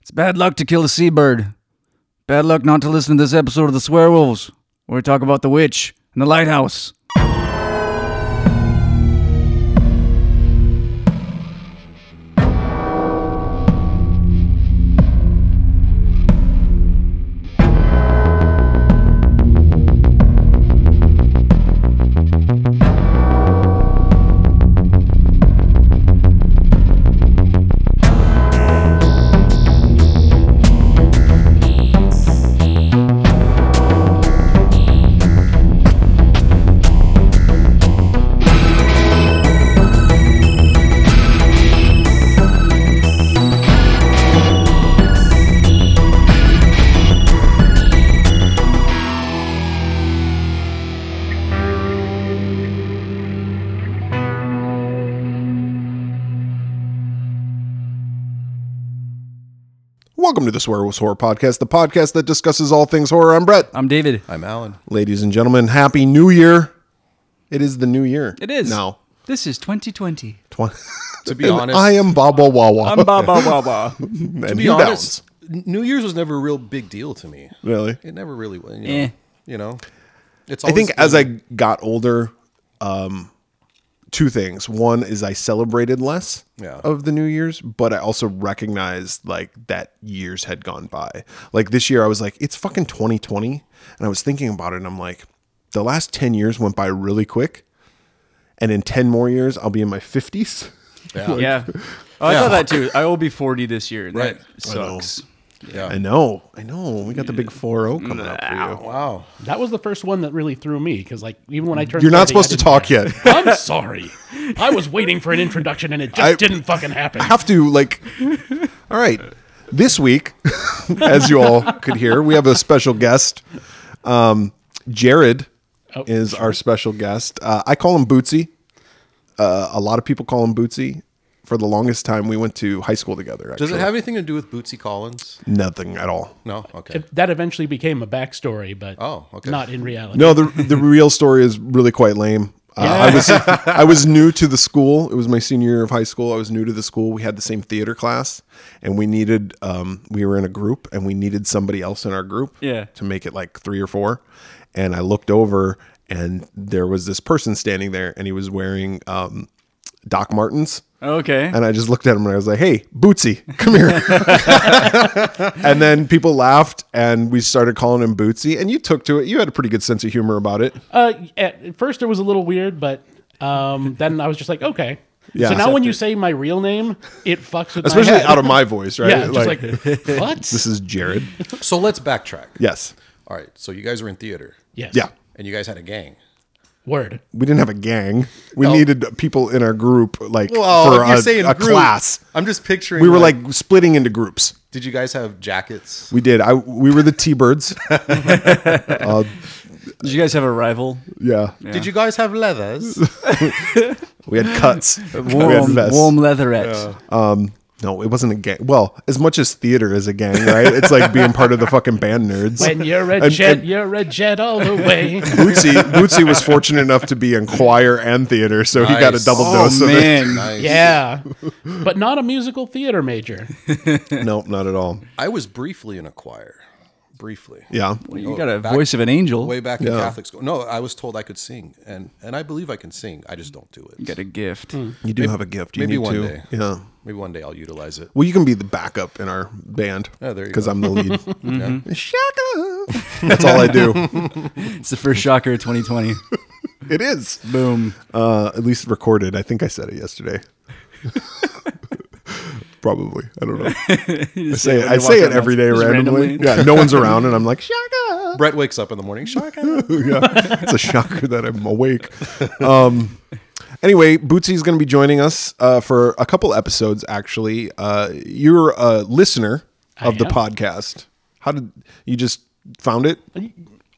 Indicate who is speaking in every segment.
Speaker 1: It's bad luck to kill a seabird. Bad luck not to listen to this episode of The Swearwolves, where we talk about the witch and the lighthouse.
Speaker 2: Welcome to the Swear Was Horror Podcast, the podcast that discusses all things horror. I'm Brett.
Speaker 1: I'm David.
Speaker 3: I'm Alan.
Speaker 2: Ladies and gentlemen, happy new year. It is the new year.
Speaker 1: It is.
Speaker 2: Now.
Speaker 1: This is 2020.
Speaker 2: Tw-
Speaker 3: To be honest,
Speaker 2: I am Baba Wawa.
Speaker 1: I'm Um, Ba Ba Ba Ba.
Speaker 2: and
Speaker 3: To be
Speaker 2: you
Speaker 3: honest, N- New Year's was never a real big deal to me.
Speaker 2: downs. Really?
Speaker 3: It never really was. You know,
Speaker 1: Eh.
Speaker 3: you know? it's.
Speaker 2: I
Speaker 3: Always
Speaker 2: think
Speaker 3: been-
Speaker 2: as I got older, um, two things. One is I celebrated less
Speaker 3: Yeah.
Speaker 2: of the New Year's, but I also recognized like that years had gone by. Like this year, I was like, it's fucking 2020, and I was thinking about it, and I'm like, the last 10 years went by really quick, and in 10 more years, I'll be in my 50s.
Speaker 3: yeah,
Speaker 1: Yeah. Oh, I thought that too. I will be 40 this year. and that
Speaker 3: Right.
Speaker 1: Sucks.
Speaker 3: yeah.
Speaker 2: I know, I know. We got the big 4-0 coming up for you.
Speaker 3: wow,
Speaker 4: That was the first one that really threw me because, like, even when I turned,
Speaker 2: You're not
Speaker 4: 30, I
Speaker 2: supposed to
Speaker 4: didn't-
Speaker 2: talk yet.
Speaker 4: I'm sorry. I was waiting for an introduction and it just
Speaker 2: I-
Speaker 4: didn't fucking happen.
Speaker 2: have to like all right this week as you all could hear we have a special guest um jared is our special guest uh, i call him bootsy uh, a lot of people call him bootsy for the longest time we went to high school together
Speaker 3: does it
Speaker 2: actually.
Speaker 3: have anything to do with Bootsy Collins?
Speaker 2: nothing at all
Speaker 3: No, okay.
Speaker 4: If- that eventually became a backstory, but
Speaker 3: Oh, okay.
Speaker 4: not in reality.
Speaker 2: no the the real story is really quite lame uh, I was I was new to the school. It was my senior year of high school. I was new to the school. We had the same theater class, and we needed um, we were in a group, and we needed somebody else in our group.
Speaker 1: Yeah.
Speaker 2: to make it like three or four. And I looked over, and there was this person standing there, and he was wearing um, Doc Martens.
Speaker 1: Okay.
Speaker 2: And I just looked at him and I was like, hey, Bootsy, come here. and then people laughed and we started calling him Bootsy. And you took to it. You had a pretty good sense of humor about it.
Speaker 4: Uh, at at first, it was a little weird, but um, then I was just like, okay.
Speaker 2: Yeah.
Speaker 4: so now when you say my real name, it fucks with
Speaker 2: Especially
Speaker 4: my head.
Speaker 2: out of my voice, right?
Speaker 4: yeah, just like what?
Speaker 2: this is Jared.
Speaker 3: so let's backtrack.
Speaker 2: Yes.
Speaker 3: All right. So you guys were in theater,
Speaker 4: yes.
Speaker 2: Yeah.
Speaker 3: and you guys had a gang.
Speaker 4: Word.
Speaker 2: We didn't have a gang. We
Speaker 3: No.
Speaker 2: needed people in our group, like for
Speaker 3: if you're
Speaker 2: a,
Speaker 3: saying
Speaker 2: a
Speaker 3: group,
Speaker 2: class.
Speaker 3: I'm just picturing.
Speaker 2: We were like splitting into groups.
Speaker 3: did you guys have jackets?
Speaker 2: We did. I we were the T Birds.
Speaker 1: Did you guys have a rival?
Speaker 2: Yeah.
Speaker 3: Did you guys have leathers?
Speaker 2: we had cuts. we had
Speaker 1: Warm,
Speaker 2: vests.
Speaker 1: warm leatherette.
Speaker 2: No, it wasn't a gang. Well, as much as theater is a gang, right? It's like being part of the fucking band nerds.
Speaker 4: When you're a
Speaker 2: And-
Speaker 4: jet,
Speaker 2: and-
Speaker 4: you're a jet all the way.
Speaker 2: Bootsy, Bootsy was fortunate enough to be in choir and theater, so he got a
Speaker 3: Nice.
Speaker 2: double
Speaker 1: Oh,
Speaker 2: dose of it.
Speaker 1: man.
Speaker 3: Nice.
Speaker 4: yeah, but not a musical theater major.
Speaker 2: No, not at all.
Speaker 3: I was briefly in a choir, briefly.
Speaker 2: Yeah.
Speaker 1: You got a
Speaker 3: Back-
Speaker 1: voice of an angel.
Speaker 3: Way
Speaker 1: You
Speaker 3: back
Speaker 2: Yeah.
Speaker 3: in Catholic school. No, I was told I could sing, and and I believe I can sing. I just don't do it.
Speaker 1: got a gift.
Speaker 2: You do have a gift. You
Speaker 3: maybe
Speaker 2: need
Speaker 3: one
Speaker 2: to.
Speaker 3: day.
Speaker 2: Yeah.
Speaker 3: Maybe one day I'll utilize it.
Speaker 2: Well, you can be the backup in our band.
Speaker 3: Oh, there you
Speaker 2: Because
Speaker 3: go.
Speaker 2: I'm the lead. Shaka. That's all I do.
Speaker 1: It's the first shocker of 2020.
Speaker 2: It is.
Speaker 1: Boom.
Speaker 2: Uh, at least recorded. I think I said it yesterday. Probably. I don't know. I say it, I say it every day randomly. Yeah, no one's around, and I'm like, shaka.
Speaker 3: Brett wakes up in the morning. Shaka.
Speaker 2: yeah, it's a shocker that I'm awake. Um, anyway, Bootsy's going to be joining us uh, for a couple episodes. Actually, uh, you're a listener of the
Speaker 4: am.
Speaker 2: podcast. How did you just found it?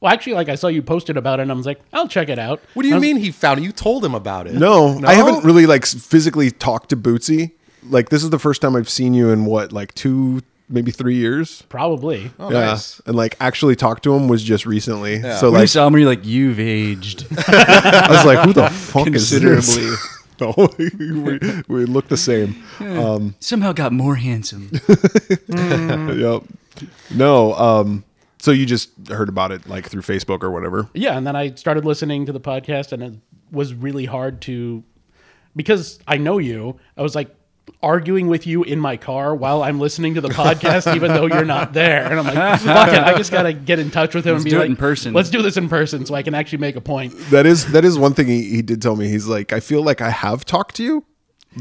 Speaker 4: Well, actually, like I saw you posted about it, and I was like, I'll check it out.
Speaker 3: What do you mean he found it? You told him about it.
Speaker 2: No, I haven't really like s- physically talked to Bootsy. Like this is the first time I've seen you in what like two, maybe three years.
Speaker 4: Probably.
Speaker 3: Oh,
Speaker 2: Yeah,
Speaker 3: nice.
Speaker 2: and like actually talked to him was just recently. So
Speaker 1: When you
Speaker 2: like
Speaker 1: saw me, you're like, you've aged
Speaker 2: I was like, who the fuck is this?
Speaker 1: considerably.
Speaker 2: No, we, we look the same.
Speaker 1: Somehow got more handsome.
Speaker 3: Hmm.
Speaker 2: yep. No. Um. So you just heard about it like through Facebook or whatever.
Speaker 4: Yeah, and then I started listening to the podcast, and it was really hard to because I know you. I was like arguing with you in my car while I'm listening to the podcast, even though you're not there. And I'm like, fuck it, I just gotta get in touch with him and be
Speaker 1: do it
Speaker 4: like,
Speaker 1: in person.
Speaker 4: Let's do this in person, so I can actually make a point.
Speaker 2: That is that is one thing he, he did tell me. He's like, I feel like I have talked to you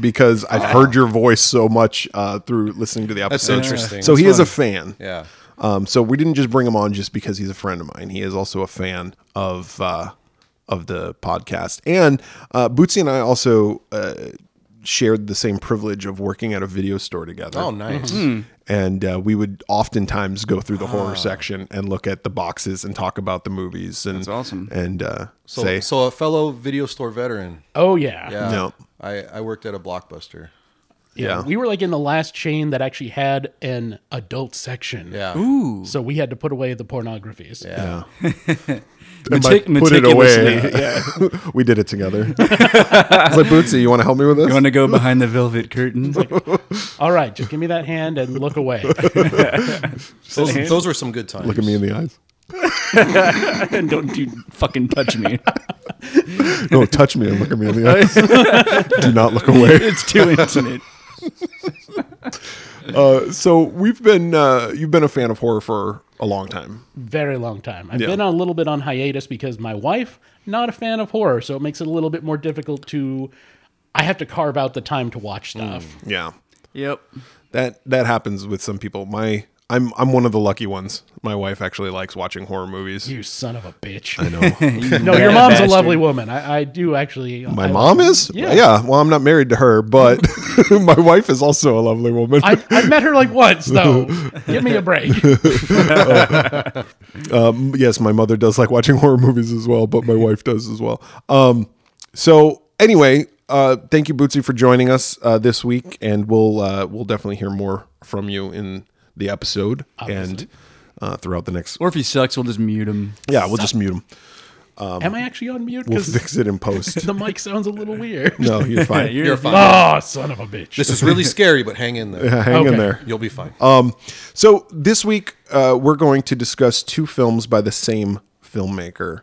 Speaker 2: because I've heard your voice so much uh, through listening to the
Speaker 3: Ah. That's
Speaker 2: episode.
Speaker 3: interesting.
Speaker 2: So he
Speaker 3: That's
Speaker 2: is a fan.
Speaker 3: Yeah.
Speaker 2: Um, so we didn't just bring him on just because he's a friend of mine. He is also a fan of uh, of the podcast. And uh, Bootsy and I also uh, shared the same privilege of working at a video store together.
Speaker 3: Oh, nice.
Speaker 2: Mm-hmm. And uh, we would oftentimes go through the horror section and look at the boxes and talk about the movies. And, That's
Speaker 1: awesome.
Speaker 2: And uh,
Speaker 3: So,
Speaker 2: say,
Speaker 3: so a fellow video store veteran.
Speaker 4: Oh yeah.
Speaker 3: Yeah.
Speaker 2: No.
Speaker 3: I, I worked at a Blockbuster.
Speaker 2: yeah.
Speaker 4: We were like in the last chain that actually had an adult section.
Speaker 3: Yeah.
Speaker 1: Ooh.
Speaker 4: So we had to put away the pornographies. Yeah.
Speaker 2: And by
Speaker 1: Metic-
Speaker 2: put it away.
Speaker 1: meticulously.
Speaker 2: yeah. we did it together. I was like, Bootsy, you want to help me with this?
Speaker 1: You want to go behind the velvet curtain?
Speaker 4: All right, just give me that hand and look away.
Speaker 3: Those, those were some good times.
Speaker 2: Look at me in the eyes.
Speaker 1: and don't you fucking touch me.
Speaker 2: No, touch me and look at me in the eyes. Do not look away.
Speaker 1: it's too intimate.
Speaker 2: Uh, so we've been uh, you've been a fan of horror for a long time.
Speaker 4: Very long time. I've been a little bit on hiatus because my wife not a fan of horror, so it makes it a little bit more difficult to. I have to carve out the time to watch
Speaker 2: Hmm.
Speaker 4: stuff.
Speaker 2: Yeah,
Speaker 1: Yep.
Speaker 2: that that happens with some people. My I'm I'm one of the lucky ones. My wife actually likes watching horror movies.
Speaker 4: You son of a bitch! I
Speaker 2: know.
Speaker 4: no, your mom's a lovely woman. I, I do actually.
Speaker 2: My
Speaker 4: I-
Speaker 2: mom is
Speaker 4: Yeah.
Speaker 2: Well, I'm not married to her, but my wife is also a lovely woman.
Speaker 4: I've, I've met her like once though. Give me a break.
Speaker 2: Um, yes, my mother does like watching horror movies as well, but my wife does as well. Um, so anyway, uh, thank you, Bootsy, for joining us uh, this week, and we'll uh, we'll definitely hear more from you in the episode and uh, throughout the next.
Speaker 1: Or if he sucks, we'll just mute him.
Speaker 2: Yeah, we'll just mute him.
Speaker 4: Am I actually on mute?
Speaker 2: Um, We'll
Speaker 4: Because
Speaker 2: fix it in post.
Speaker 4: the mic sounds a little weird.
Speaker 2: No, you're fine.
Speaker 1: You're,
Speaker 3: You're fine.
Speaker 4: Oh, son of a bitch!
Speaker 3: This is really scary, but hang in there.
Speaker 2: Hang in
Speaker 4: Okay.
Speaker 2: there.
Speaker 3: You'll be fine.
Speaker 2: Um, so this week uh, we're going to discuss two films by the same filmmaker,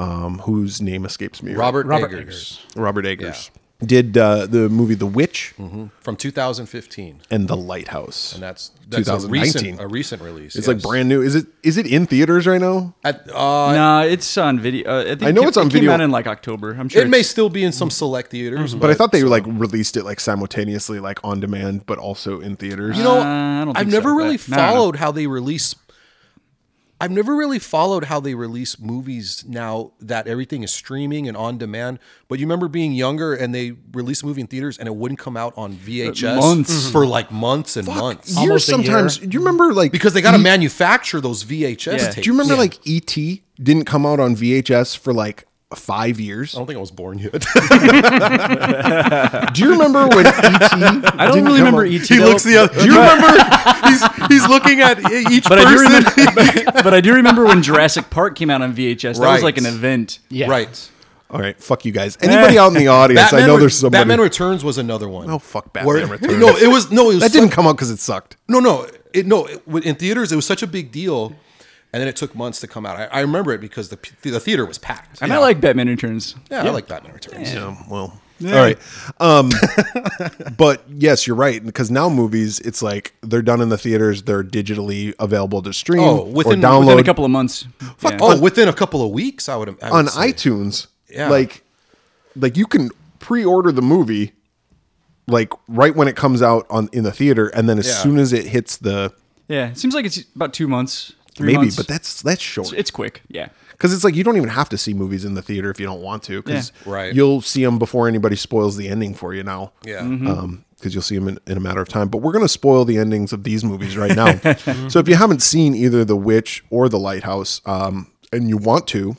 Speaker 2: um, whose name escapes me.
Speaker 3: Robert,
Speaker 4: Robert
Speaker 3: Eggers,
Speaker 4: Eggers.
Speaker 2: Robert Eggers did uh, the movie The Witch
Speaker 3: from 2015,
Speaker 2: and The Lighthouse.
Speaker 3: and that's that's a
Speaker 2: 2019.
Speaker 3: recent a recent release.
Speaker 2: It's like brand new. Is it is it in theaters right now?
Speaker 3: At, uh,
Speaker 1: Nah, it's on video. Uh, I, think
Speaker 2: I know
Speaker 1: it,
Speaker 2: it's on
Speaker 1: it
Speaker 2: video.
Speaker 1: Came out in like October. I'm sure.
Speaker 3: It may
Speaker 1: it's-
Speaker 3: still be in some select theaters,
Speaker 2: But I thought they like released it like simultaneously, like on demand, but also in theaters.
Speaker 3: you know,
Speaker 1: I don't
Speaker 3: I've
Speaker 1: think
Speaker 3: never
Speaker 1: so,
Speaker 3: really
Speaker 1: but- no, no, no.
Speaker 3: followed how they release. I've never really followed how they release movies now that everything is streaming and on demand. But you remember being younger and they released a movie in theaters and it wouldldn't come out on VHS
Speaker 1: Uh,
Speaker 2: Mm-hmm.
Speaker 1: Months.
Speaker 3: Mm-hmm. for like months and months
Speaker 2: years
Speaker 4: Almost a
Speaker 2: sometimes.
Speaker 4: year.
Speaker 2: Do you remember like
Speaker 3: because they got to manufacture those VHS
Speaker 1: Yeah.
Speaker 3: tapes.
Speaker 2: Do you remember like ET didn't come out on VHS for like five years?
Speaker 3: I don't think I was born yet.
Speaker 2: Do you remember when ET? I
Speaker 1: I don't really remember ET. though,
Speaker 3: other. E Do you remember? he's he's looking at E each
Speaker 1: But I, do remember, but I do remember when Jurassic Park came out on VHS. That was
Speaker 3: Right.
Speaker 1: like an event.
Speaker 4: yeah,
Speaker 3: Right.
Speaker 2: All right, fuck you guys. Anybody out in the audience? I know
Speaker 3: Re-
Speaker 2: there's somebody.
Speaker 3: Batman Returns was another one.
Speaker 2: oh fuck, Batman Returns.
Speaker 3: No, it was no, it was
Speaker 2: that didn't come out because it sucked.
Speaker 3: No, no, it, no. It, w- in theaters, it was such a big deal, and then it took months to come out. I, I remember it because the p- the theater was packed.
Speaker 1: And
Speaker 3: yeah.
Speaker 1: I like Batman Returns.
Speaker 3: yeah, I like Batman Returns.
Speaker 2: Yeah, well, all right. Um, but yes, you're right because now movies, it's like they're done in the theaters. They're digitally available to stream
Speaker 3: Oh, within-
Speaker 2: or download
Speaker 1: Within a couple of months. Yeah.
Speaker 3: Oh, within a couple of weeks, I would. I
Speaker 2: on
Speaker 3: would say.
Speaker 2: iTunes.
Speaker 3: Yeah.
Speaker 2: Like, like you can pre-order the movie, like right when it comes out on in the theater, and then as
Speaker 3: Yeah.
Speaker 2: soon as it hits the
Speaker 1: Yeah, it seems like it's about two months, three
Speaker 2: maybe,
Speaker 1: months.
Speaker 2: but that's that's short.
Speaker 1: it's quick. Yeah,
Speaker 2: because it's like you don't even have to see movies in the theater if you don't want to because
Speaker 1: Yeah.
Speaker 3: Right.
Speaker 2: you'll see them before anybody spoils the ending for you now
Speaker 3: Yeah.
Speaker 1: Mm-hmm.
Speaker 2: because um, you'll see them in, in a matter of time but we're going to spoil the endings of these movies right now so if you haven't seen either the witch or the lighthouse um, and you want to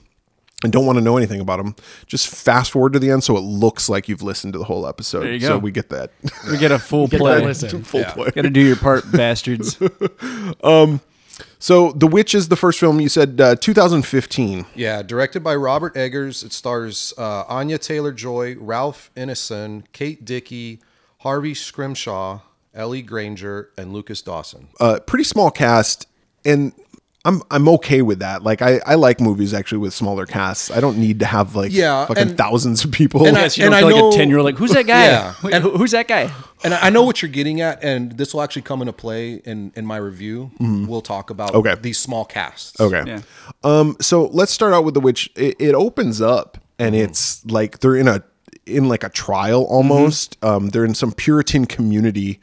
Speaker 2: and don't want to know anything about them just fast forward to the end so it looks like you've listened to the whole episode
Speaker 1: There you
Speaker 2: so
Speaker 1: go.
Speaker 2: we get that
Speaker 1: we get a full
Speaker 4: Get that
Speaker 1: play.
Speaker 4: listen.
Speaker 2: full play
Speaker 1: Got to do your part, bastards.
Speaker 2: So, The Witch is the first film you said uh, 2015.
Speaker 3: Yeah, directed by Robert Eggers. It stars uh, Anya Taylor Joy, Ralph Ineson, Kate Dickey, Harvey Scrimshaw, Ellie Granger, and Lucas Dawson.
Speaker 2: Uh, pretty small cast, and I'm I'm okay with that. Like, I, I like movies actually with smaller casts. I don't need to have like
Speaker 3: Yeah,
Speaker 2: fucking
Speaker 3: and-
Speaker 2: thousands of people.
Speaker 3: and I-
Speaker 2: Yes.
Speaker 5: Yes, you don't
Speaker 3: and
Speaker 5: feel
Speaker 3: I
Speaker 5: like
Speaker 3: know-
Speaker 5: a ten year old like who's that guy?
Speaker 3: Yeah.
Speaker 5: Wait, who- who's that guy?
Speaker 3: And I I know what you're getting at, and this will actually come into play in, in my review. We'll talk about
Speaker 2: Mm-hmm. Okay.
Speaker 3: these small casts.
Speaker 2: Okay.
Speaker 1: Yeah.
Speaker 2: Um. So let's start out with the witch. It, it opens up, and
Speaker 1: Mm-hmm.
Speaker 2: it's like they're in a in like a trial almost. Um. They're in some Puritan community,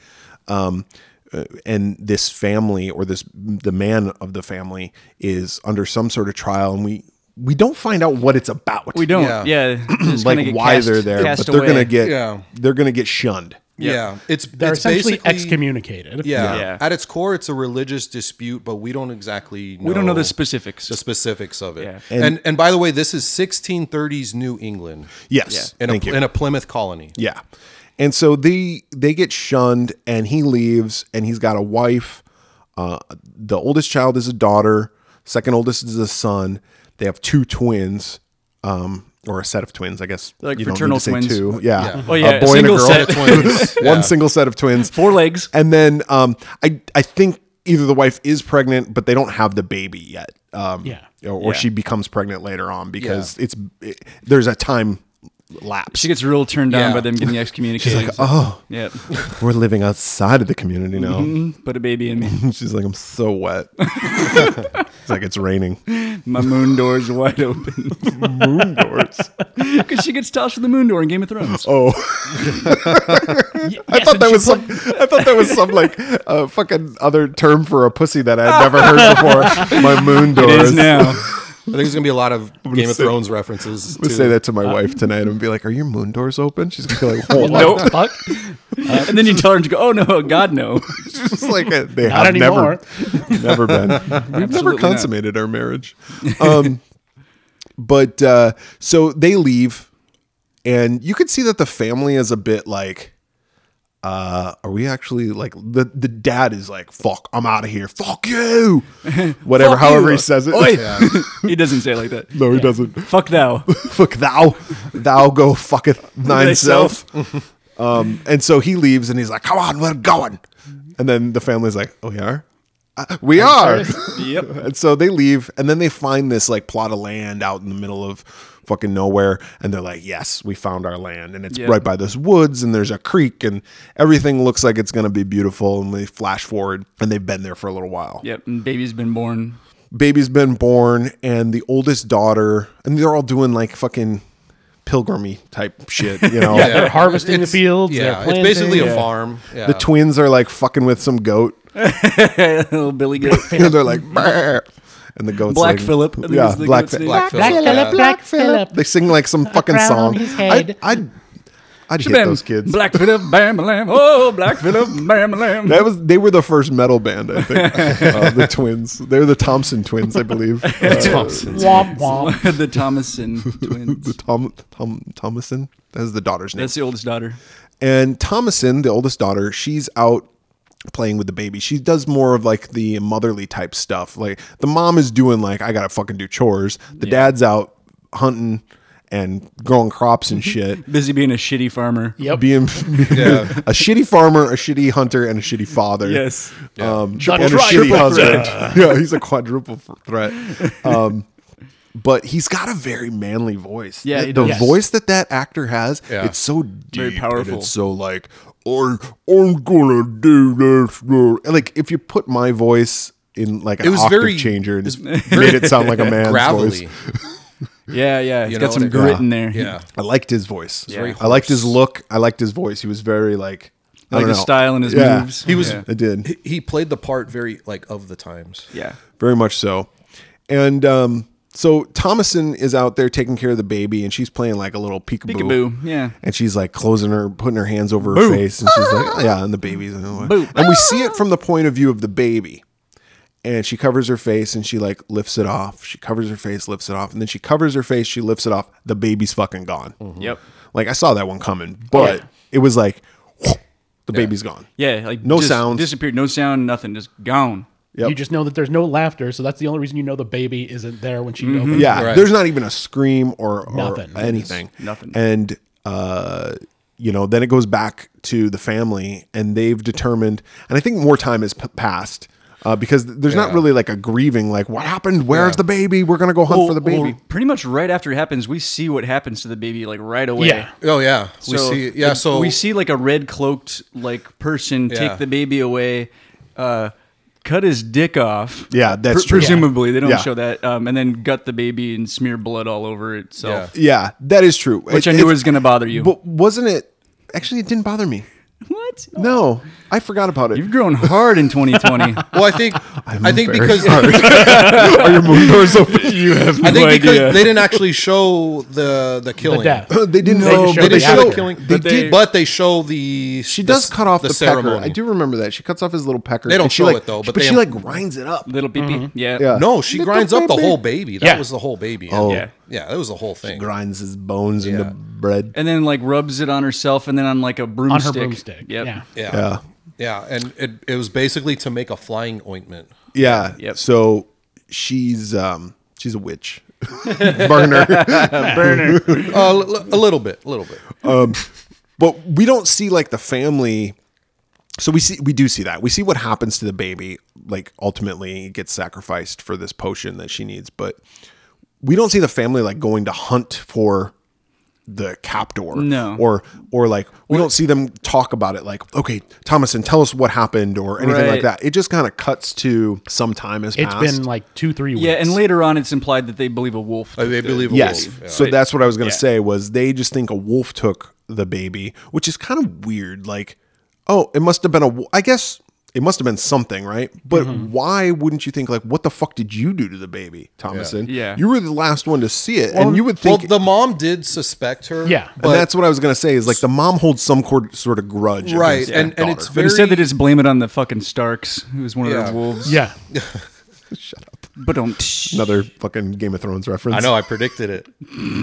Speaker 2: um, uh, and this family or this the man of the family is under some sort of trial, and we we don't find out what it's about.
Speaker 1: We don't.
Speaker 3: Yeah.
Speaker 1: Yeah. just kinda
Speaker 2: like
Speaker 1: get
Speaker 2: why
Speaker 1: cast-
Speaker 2: they're there,
Speaker 1: cast
Speaker 2: but they're gonna
Speaker 1: away.
Speaker 2: get
Speaker 3: Yeah.
Speaker 2: they're gonna get shunned.
Speaker 3: Yeah. It's
Speaker 4: They're
Speaker 3: it's
Speaker 4: essentially
Speaker 3: basically-
Speaker 4: excommunicated.
Speaker 3: Yeah.
Speaker 1: Yeah.
Speaker 3: At its core, it's a religious dispute, but we don't exactly know
Speaker 1: We don't know the specifics.
Speaker 3: the specifics of it.
Speaker 1: Yeah.
Speaker 2: And-
Speaker 3: And, and by the way, this is 1630s New England
Speaker 2: Yes.
Speaker 3: in a,
Speaker 2: Thank you.
Speaker 3: in a Plymouth colony.
Speaker 2: Yeah. And so they they get shunned and he leaves and he's got a wife. Uh, the oldest child is a daughter, second oldest is a son. They have two twins. Um or a set of twins, I guess.
Speaker 1: Like
Speaker 2: You don't need
Speaker 1: fraternal
Speaker 2: to say
Speaker 1: twins.
Speaker 2: Two, yeah.
Speaker 3: Yeah.
Speaker 5: Oh, yeah,
Speaker 2: a boy and a
Speaker 5: single
Speaker 2: girl.
Speaker 5: set of
Speaker 3: twins. Yeah.
Speaker 2: One single set of twins.
Speaker 5: Four legs.
Speaker 2: And then um, I I think either the wife is pregnant, but they don't have the baby yet. Um,
Speaker 4: Yeah.
Speaker 2: Or, or she becomes pregnant later on because it's it, there's a time lapse.
Speaker 1: She gets real turned down
Speaker 3: Yeah.
Speaker 1: by them getting excommunicated.
Speaker 2: oh,
Speaker 1: Yep.
Speaker 2: we're living outside of the community now.
Speaker 1: Put a baby in me.
Speaker 2: She's like, I'm so wet. it's like it's raining.
Speaker 1: My moon door's wide open. moon doors. Because she gets tossed from the moon door in Game of Thrones.
Speaker 2: Oh, I thought that was some, I thought that was some like uh, fucking other term for a pussy that I'd never heard before. My moon
Speaker 1: it
Speaker 2: doors.
Speaker 1: is now.
Speaker 3: I think there's gonna be a lot of Game of
Speaker 2: say-
Speaker 3: Thrones references.
Speaker 2: I'm gonna say that to my wife tonight and be like, "Are your moon doors open?" She's gonna be like, "What?"
Speaker 4: What the fuck?
Speaker 1: and then you tell her to go, oh no, God no.
Speaker 2: Just like uh, they
Speaker 4: Not
Speaker 2: have
Speaker 4: anymore.
Speaker 2: never, never been. We've never
Speaker 1: Absolutely not.
Speaker 2: consummated our marriage. Um, but uh, so they leave, and you could see that the family is a bit like, uh, "Are we actually like the the dad is like, fuck, I'm out of here, fuck you, whatever."
Speaker 1: Fuck
Speaker 2: however
Speaker 1: you.
Speaker 2: he says it,
Speaker 1: Oi. he doesn't say it like that.
Speaker 2: no, he doesn't.
Speaker 1: Fuck thou.
Speaker 2: fuck thou, thou go fucketh thine self. um, and so he leaves and he's like, come on, we're going. And then the family's like, oh, we are? Uh, we are.
Speaker 1: Yep.
Speaker 2: and so they leave and then they find this like plot of land out in the middle of fucking nowhere. And they're like, yes, we found our land. And it's
Speaker 1: Yeah.
Speaker 2: right by this woods and there's a creek and everything looks like it's going to be beautiful. And they flash forward and they've been there for a little while
Speaker 1: Yep. And baby's been born.
Speaker 2: baby's been born and the oldest daughter and they're all doing like fucking pilgrimy type shit you know
Speaker 4: They're harvesting the fields.
Speaker 3: Yeah,
Speaker 4: they're
Speaker 3: it's basically
Speaker 4: planting.
Speaker 3: a farm. Yeah.
Speaker 2: the twins are like fucking with some goat
Speaker 1: Little Billy Goat.
Speaker 2: and they're like "Brr." and the goat's
Speaker 1: Black
Speaker 2: like,
Speaker 1: Phillip, I think
Speaker 2: yeah
Speaker 1: is the
Speaker 2: black,
Speaker 1: goat's name.
Speaker 2: black
Speaker 3: Black
Speaker 2: Phillip.
Speaker 3: Phillip.
Speaker 4: Philip, Black Philip.
Speaker 2: they sing like some fucking
Speaker 4: crown
Speaker 2: song
Speaker 4: on his
Speaker 2: i'd
Speaker 4: head.
Speaker 2: i'd, I'd hit
Speaker 1: Bam.
Speaker 2: those kids
Speaker 1: Black Phillip, bam a lamb. Oh, Black Phillip, bam a lamb.
Speaker 2: that was they were the first metal band i think uh, the twins they're the thompson twins i believe Uh,
Speaker 4: Womp womp.
Speaker 1: the Thomason twins.
Speaker 2: the Tom, Tom Thomason. That is the daughter's name.
Speaker 1: That's the oldest daughter.
Speaker 2: And Thomason, the oldest daughter, she's out playing with the baby. She does more of like the motherly type stuff. Like the mom is doing like I gotta fucking do chores. The dad's out hunting and growing crops and shit.
Speaker 1: Busy being a shitty farmer.
Speaker 4: Yep.
Speaker 2: Being, being a shitty farmer, a shitty hunter, and a shitty father.
Speaker 1: Yes.
Speaker 2: Um,
Speaker 4: Yeah.
Speaker 2: and a
Speaker 4: Triple
Speaker 2: shitty husband. yeah, he's a quadruple f- threat. Um, but he's got a very manly voice.
Speaker 1: Yeah,
Speaker 2: The-
Speaker 1: he
Speaker 2: the
Speaker 1: does.
Speaker 4: Yes.
Speaker 2: voice that that actor has,
Speaker 3: Yeah.
Speaker 2: it's so deep. and
Speaker 1: powerful.
Speaker 2: it's so like, I, I'm gonna do this. uh," and, Like, if you put my voice in like an
Speaker 3: It was
Speaker 2: octave
Speaker 3: very-
Speaker 2: changer and made it sound like a man's
Speaker 3: gravelly.
Speaker 2: voice,
Speaker 1: Yeah, yeah. He's
Speaker 3: You
Speaker 1: got
Speaker 3: know,
Speaker 1: some
Speaker 3: they-
Speaker 1: grit
Speaker 2: Yeah.
Speaker 1: in there.
Speaker 3: Yeah.
Speaker 2: I liked his voice.
Speaker 1: very
Speaker 2: I liked his look. I liked his voice. He was very like,
Speaker 1: I
Speaker 2: I
Speaker 1: like
Speaker 2: don't
Speaker 1: his
Speaker 2: know.
Speaker 1: style and his
Speaker 2: Yeah.
Speaker 1: moves.
Speaker 3: He was
Speaker 1: Yeah.
Speaker 2: I did.
Speaker 3: he- he played the part very like of the times.
Speaker 1: yeah.
Speaker 2: very much so. And um, so Thomason is out there taking care of the baby, and she's playing like a little peekaboo.
Speaker 1: Peekaboo, yeah.
Speaker 2: And she's like closing her, putting her hands over her face, and she's like, yeah. And the baby's and we see it from the point of view of the baby. And she covers her face and she like lifts it off. She covers her face, lifts it off, and then she covers her face, she lifts it off. The baby's fucking gone.
Speaker 1: Yep.
Speaker 2: Like I saw that one coming, but it was like the baby's gone.
Speaker 1: Yeah, like
Speaker 2: No
Speaker 1: just
Speaker 2: sounds.
Speaker 1: Disappeared. No sound, nothing. Just gone.
Speaker 2: Yep.
Speaker 4: You just know that there's no laughter, so that's the only reason you know the baby isn't there when she opens.
Speaker 2: Mm-hmm. Yeah,
Speaker 3: Right.
Speaker 2: there's not even a scream or, or
Speaker 4: Nothing.
Speaker 2: anything.
Speaker 1: Nothing.
Speaker 2: And uh, you know, then it goes back to the family, and they've determined, and I think more time has p- passed. Uh, because there's not
Speaker 3: Yeah.
Speaker 2: really like a grieving, like what happened? Where's the baby? We're gonna go hunt for the
Speaker 1: Well,
Speaker 2: baby.
Speaker 1: well, pretty much right after it happens, we see what happens to the baby like right away.
Speaker 4: Yeah.
Speaker 3: Oh yeah, we
Speaker 1: So,
Speaker 3: see. Yeah,
Speaker 1: the-
Speaker 3: so
Speaker 1: we see like a red cloaked like person
Speaker 3: Yeah.
Speaker 1: take the baby away, uh, cut his dick off.
Speaker 2: Yeah, that's true.
Speaker 1: Presumably, they don't
Speaker 2: Yeah.
Speaker 1: show that, um, and then gut the baby and smear blood all over itself.
Speaker 2: yeah, that is true.
Speaker 1: Which I knew was gonna bother you.
Speaker 2: But wasn't it? Actually, it didn't bother me.
Speaker 1: What?
Speaker 2: No, I forgot about it.
Speaker 1: You've grown hard in 2020.
Speaker 3: Well, I think i think
Speaker 2: very
Speaker 3: because
Speaker 2: Are your moon doors open?
Speaker 1: you have
Speaker 3: I think because they didn't actually show the the killing.
Speaker 4: The death.
Speaker 2: they didn't.
Speaker 4: They just
Speaker 2: know.
Speaker 4: showed
Speaker 3: They
Speaker 4: the
Speaker 3: didn't show the
Speaker 4: after.
Speaker 3: killing,
Speaker 2: They
Speaker 3: but, they,
Speaker 2: did.
Speaker 3: but they show the.
Speaker 2: She does cut off the,
Speaker 3: ceremony.
Speaker 2: pecker. I do remember that. She cuts off his little pecker.
Speaker 3: They don't
Speaker 2: and she
Speaker 3: show
Speaker 2: like,
Speaker 3: it, though,
Speaker 2: she-
Speaker 3: but
Speaker 2: but
Speaker 3: they-
Speaker 2: she like grinds it up.
Speaker 1: little peepee. Yeah.
Speaker 2: Mm-hmm. Yeah.
Speaker 3: No, she
Speaker 2: Little
Speaker 3: grinds up the
Speaker 2: baby.
Speaker 3: whole baby. That
Speaker 4: Yeah.
Speaker 3: was the whole baby.
Speaker 1: Yeah.
Speaker 3: yeah, that was the whole thing.
Speaker 2: Oh. Grinds his bones into
Speaker 3: Yeah.
Speaker 2: bread.
Speaker 1: And then like rubs it on herself, and then on like a
Speaker 4: on
Speaker 1: broomstick.
Speaker 4: her broomstick.
Speaker 1: Yep.
Speaker 4: Yeah.
Speaker 3: Yeah.
Speaker 2: Yeah.
Speaker 3: Yeah, and it, it was basically to make a flying ointment.
Speaker 2: Yeah.
Speaker 1: Yep.
Speaker 2: So she's um she's a witch. Burner.
Speaker 3: Uh, l- l- a little bit, a little bit.
Speaker 2: but we don't see like the family so we see we do see that we see what happens to the baby like ultimately it gets sacrificed for this potion that she needs but we don't see the family like going to hunt for the captor
Speaker 1: No.
Speaker 2: or or like we don't see them talk about it like okay thomason tell us what happened or anything like
Speaker 1: Right.
Speaker 2: that it just kind of cuts to some time has
Speaker 4: It's
Speaker 2: passed
Speaker 4: been like two, three weeks.
Speaker 1: Yeah, and later on, it's implied that they believe a wolf.
Speaker 3: Uh, They believe a
Speaker 2: Yes.
Speaker 3: wolf. Yeah.
Speaker 2: So that's what I was going to
Speaker 1: Yeah.
Speaker 2: say was they just think a wolf took the baby, which is kind of weird. Like, oh, it must have been a. wo- I guess it must have been something, right? But
Speaker 3: Mm-hmm.
Speaker 2: why wouldn't you think like, what the fuck did you do to the baby, Thomason?
Speaker 1: Yeah.
Speaker 2: you were the last one to see it, and you would
Speaker 3: Well,
Speaker 2: think.
Speaker 3: the mom did suspect her.
Speaker 4: Yeah.
Speaker 2: and that's what I was going to say is like the mom holds some cor- sort of grudge,
Speaker 3: right,
Speaker 2: against
Speaker 3: and,
Speaker 2: that
Speaker 3: and it's
Speaker 2: daughter.
Speaker 1: But
Speaker 3: very.
Speaker 1: instead, they just blame it on the fucking Starks, who's one of
Speaker 3: Yeah.
Speaker 1: their wolves.
Speaker 4: Yeah.
Speaker 1: But don't.
Speaker 2: another fucking Game of Thrones reference.
Speaker 3: I know I predicted it,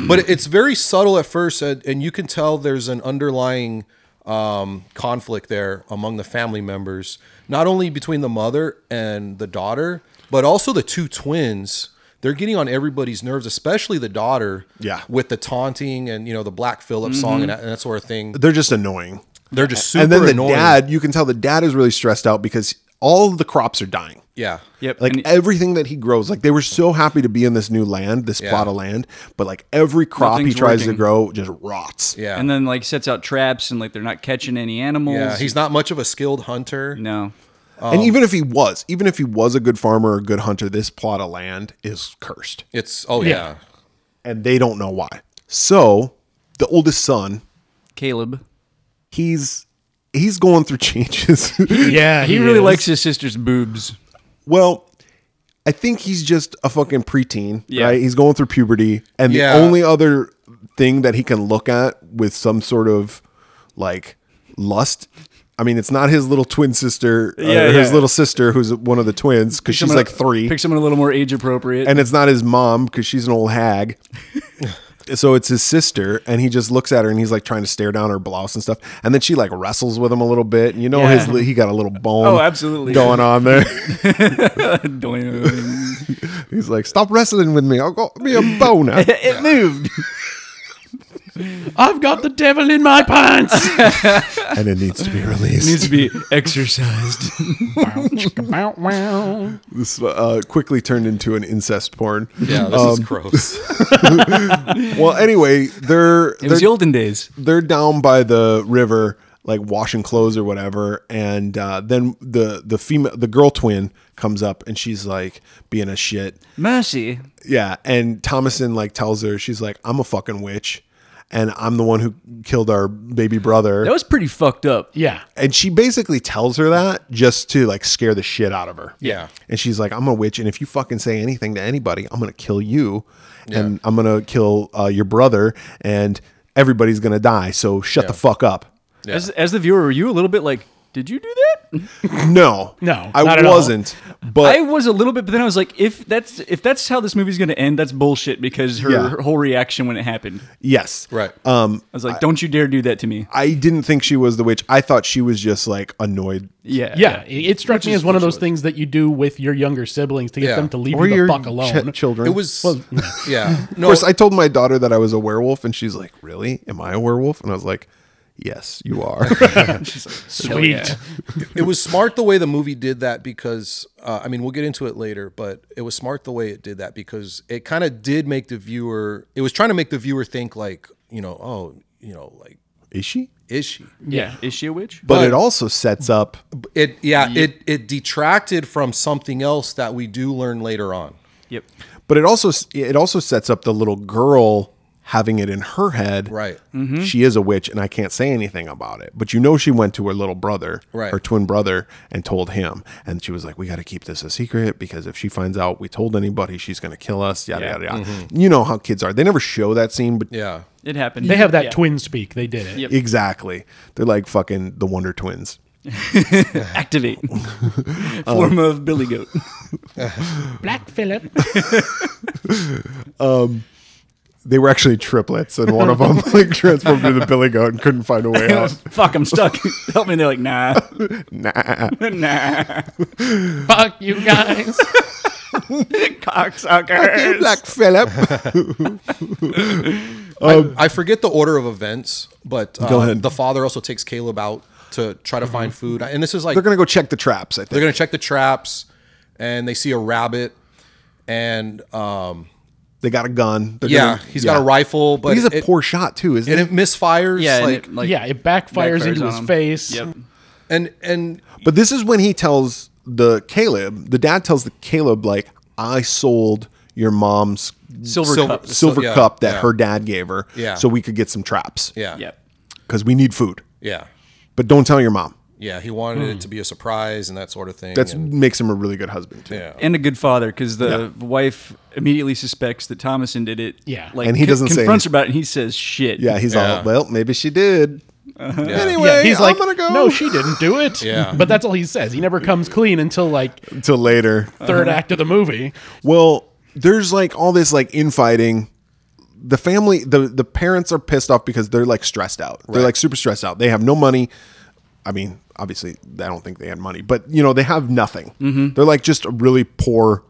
Speaker 3: but it's very subtle at first, and, and you can tell there's an underlying um, conflict there among the family members, not only between the mother and the daughter, but also the two twins. They're getting on everybody's nerves, especially the daughter.
Speaker 2: Yeah.
Speaker 3: with the taunting and you know the Black Phillip song and that, and that sort of thing.
Speaker 2: They're just annoying.
Speaker 3: They're just super
Speaker 2: and then the
Speaker 3: annoying.
Speaker 2: dad, you can tell the dad is really stressed out because all the crops are dying.
Speaker 3: yeah,
Speaker 1: Yep.
Speaker 2: Like
Speaker 1: and-
Speaker 2: everything that he grows, like they were so happy to be in this new land, this plot of land, but like every crop he
Speaker 1: Nothing's
Speaker 2: tries to
Speaker 1: working.
Speaker 2: grow just rots.
Speaker 3: yeah,
Speaker 1: and then like sets out traps and like they're not catching any animals.
Speaker 3: yeah. He's not much of a skilled hunter.
Speaker 1: no. um,
Speaker 2: and even if he was, even if he was a good farmer or a good hunter, this plot of land is cursed.
Speaker 3: It's oh
Speaker 4: Yeah.
Speaker 3: yeah,
Speaker 2: And they don't know why. So the oldest son,
Speaker 1: Caleb.
Speaker 2: he's he's going through changes.
Speaker 4: Yeah.
Speaker 1: He, really
Speaker 4: is.
Speaker 1: likes his sister's boobs.
Speaker 2: well, I think he's just a fucking preteen,
Speaker 1: Yeah.
Speaker 2: right? He's going through puberty. And
Speaker 3: Yeah.
Speaker 2: the only other thing that he can look at with some sort of like lust. I mean, it's not his little twin sister, uh,
Speaker 1: Yeah,
Speaker 2: his
Speaker 1: yeah.
Speaker 2: little sister who's one of the twins because she's
Speaker 1: Someone-
Speaker 2: like three.
Speaker 1: Pick someone a little more age appropriate.
Speaker 2: and it's not his mom because she's an old hag. so it's his sister, and he just looks at her and he's like trying to stare down her blouse and stuff. And then she like wrestles with him a little bit. And you know,
Speaker 1: Yeah.
Speaker 2: his li- he got a little bone.
Speaker 1: Oh, absolutely.
Speaker 2: going on there.
Speaker 1: Doing-
Speaker 2: he's like, stop wrestling with me. I'll go be a boner.
Speaker 1: it moved.
Speaker 4: I've got the devil in my pants.
Speaker 2: and it needs to be
Speaker 1: Needs
Speaker 2: released.
Speaker 1: to be exercised.
Speaker 4: Bow, wow.
Speaker 2: this uh, quickly turned into an incest porn. Um,
Speaker 3: yeah. This is gross.
Speaker 2: Well, anyway, they're
Speaker 1: It was
Speaker 2: they're,
Speaker 1: the olden days.
Speaker 2: they're down by the river, like washing clothes or whatever, and uh, then the the female the girl twin comes up and she's like being a shit.
Speaker 1: Mercy.
Speaker 2: Yeah, and Thomason like tells her she's like I'm a fucking witch, and I'm the one who killed our baby brother.
Speaker 1: That was pretty fucked up.
Speaker 4: Yeah.
Speaker 2: And she basically tells her that just to like scare the shit out of her.
Speaker 3: Yeah.
Speaker 2: And she's like, I'm a witch. And if you fucking say anything to anybody, I'm going to kill you and I'm going to kill uh, your brother and everybody's going to die. So shut the fuck up.
Speaker 1: As, as the viewer, were you a little bit like, Did you do that?
Speaker 2: No,
Speaker 4: No,
Speaker 2: I
Speaker 4: not at all.
Speaker 2: wasn't. But
Speaker 1: I was a little bit, but then I was like, if that's if that's how this movie's going to end, that's bullshit because her
Speaker 2: Yeah.
Speaker 1: whole reaction when it happened. I
Speaker 2: yes,
Speaker 3: Right.
Speaker 2: Um,
Speaker 1: was like, don't you dare do that to me.
Speaker 2: I didn't think she was the witch. I thought she was just like annoyed.
Speaker 1: Yeah.
Speaker 4: Yeah, it it struck me as one of those things that you do with your younger siblings to get
Speaker 3: Yeah.
Speaker 4: them to leave
Speaker 2: Or
Speaker 4: you
Speaker 2: your
Speaker 4: the fuck alone.
Speaker 2: ch- children.
Speaker 3: It was, yeah.
Speaker 2: Of
Speaker 3: No,
Speaker 2: course, I told my daughter that I was a werewolf, and she's like, "Really? Am I a werewolf?" And I was like, "Yes, you are."
Speaker 4: Sweet.
Speaker 3: it was smart the way the movie did that because uh, I mean we'll get into it later, but it was smart the way it did that because it kind of did make the viewer. It was trying to make the viewer think like you know oh you know like
Speaker 2: Is she?
Speaker 3: is she?
Speaker 4: Yeah.
Speaker 1: Is she a witch?
Speaker 2: But, it also sets up.
Speaker 3: It yeah it it detracted from something else that we do learn later on.
Speaker 1: Yep.
Speaker 2: But it also it also sets up the little girl having it in her head. Mm-hmm.
Speaker 3: Right.
Speaker 2: She is a witch, and I can't say anything about it. But you know, she went to her little brother,
Speaker 3: Right.
Speaker 2: her twin brother, and told him. And she was like, "We got to keep this a secret because if she finds out we told anybody, she's going to kill us." Yada yada yada. You know how kids are. They never show that scene, but
Speaker 3: Mm-hmm. Yeah.
Speaker 1: It happened.
Speaker 4: They have that
Speaker 1: Yeah.
Speaker 4: twin speak. They did it.
Speaker 1: Yep.
Speaker 2: exactly, they're like fucking the Wonder Twins.
Speaker 1: activate form of Billy Goat.
Speaker 4: Black Phillip.
Speaker 2: They were actually triplets, and one of them like transformed into Billy Goat and couldn't find a way out.
Speaker 1: Fuck, I'm stuck. Help me. They're like, nah,
Speaker 2: Nah.
Speaker 1: nah,
Speaker 4: fuck you guys.
Speaker 1: cocksucker.
Speaker 2: Black Phillip.
Speaker 3: I, I forget the order of events, but uh,
Speaker 2: ahead.
Speaker 3: the father also takes Caleb out to try to find food, and this is like
Speaker 2: They're gonna go check the traps. I think.
Speaker 3: they're gonna check the traps, and they see a rabbit, and um
Speaker 2: they got a gun. They're
Speaker 3: yeah
Speaker 2: gonna-
Speaker 3: he's
Speaker 2: yeah.
Speaker 3: got a rifle, but
Speaker 2: But he's a
Speaker 3: it-
Speaker 2: poor shot too, isn't
Speaker 3: and
Speaker 2: he?
Speaker 3: it misfires.
Speaker 1: Yeah, and
Speaker 3: like
Speaker 1: it, like
Speaker 4: yeah, it backfires, into
Speaker 1: on
Speaker 4: his
Speaker 1: him.
Speaker 4: face.
Speaker 1: Yep.
Speaker 3: and and
Speaker 2: But this is when he tells the Caleb, the dad tells the Caleb, like, I sold your mom's
Speaker 1: Silver,
Speaker 3: Silver-
Speaker 1: cup.
Speaker 2: silver
Speaker 3: yeah,
Speaker 2: cup that
Speaker 3: yeah.
Speaker 2: her dad gave her,
Speaker 3: Yeah.
Speaker 2: so we could get some traps,
Speaker 3: yeah,
Speaker 1: Yep.
Speaker 2: because we need food.
Speaker 3: yeah,
Speaker 2: But don't tell your mom.
Speaker 3: yeah. He wanted it to be a surprise and that sort of thing.
Speaker 2: That
Speaker 3: and,
Speaker 2: makes him a really good husband too.
Speaker 3: yeah,
Speaker 1: And a good father, because the wife immediately suspects that Thomason did it.
Speaker 4: Yeah.
Speaker 1: like
Speaker 2: And he doesn't say
Speaker 1: confronts her
Speaker 2: anything.
Speaker 1: about it, and he says shit.
Speaker 2: Yeah, he's
Speaker 3: Yeah.
Speaker 2: all well. Maybe she did.
Speaker 3: yeah.
Speaker 2: Anyway,
Speaker 4: Yeah, he's
Speaker 2: I'm
Speaker 4: like,
Speaker 2: gonna go
Speaker 4: no, she didn't do it.
Speaker 3: Yeah.
Speaker 4: but that's all he says. He never comes clean until like
Speaker 2: until later.
Speaker 4: 3rd act of the movie.
Speaker 2: Well, there's like all this like infighting. The family, the the parents are pissed off because they're like stressed out. They're like super stressed out. They have no money. I mean, obviously, I don't think they had money, but you know, they have nothing.
Speaker 4: Mm-hmm.
Speaker 2: They're like just a really poor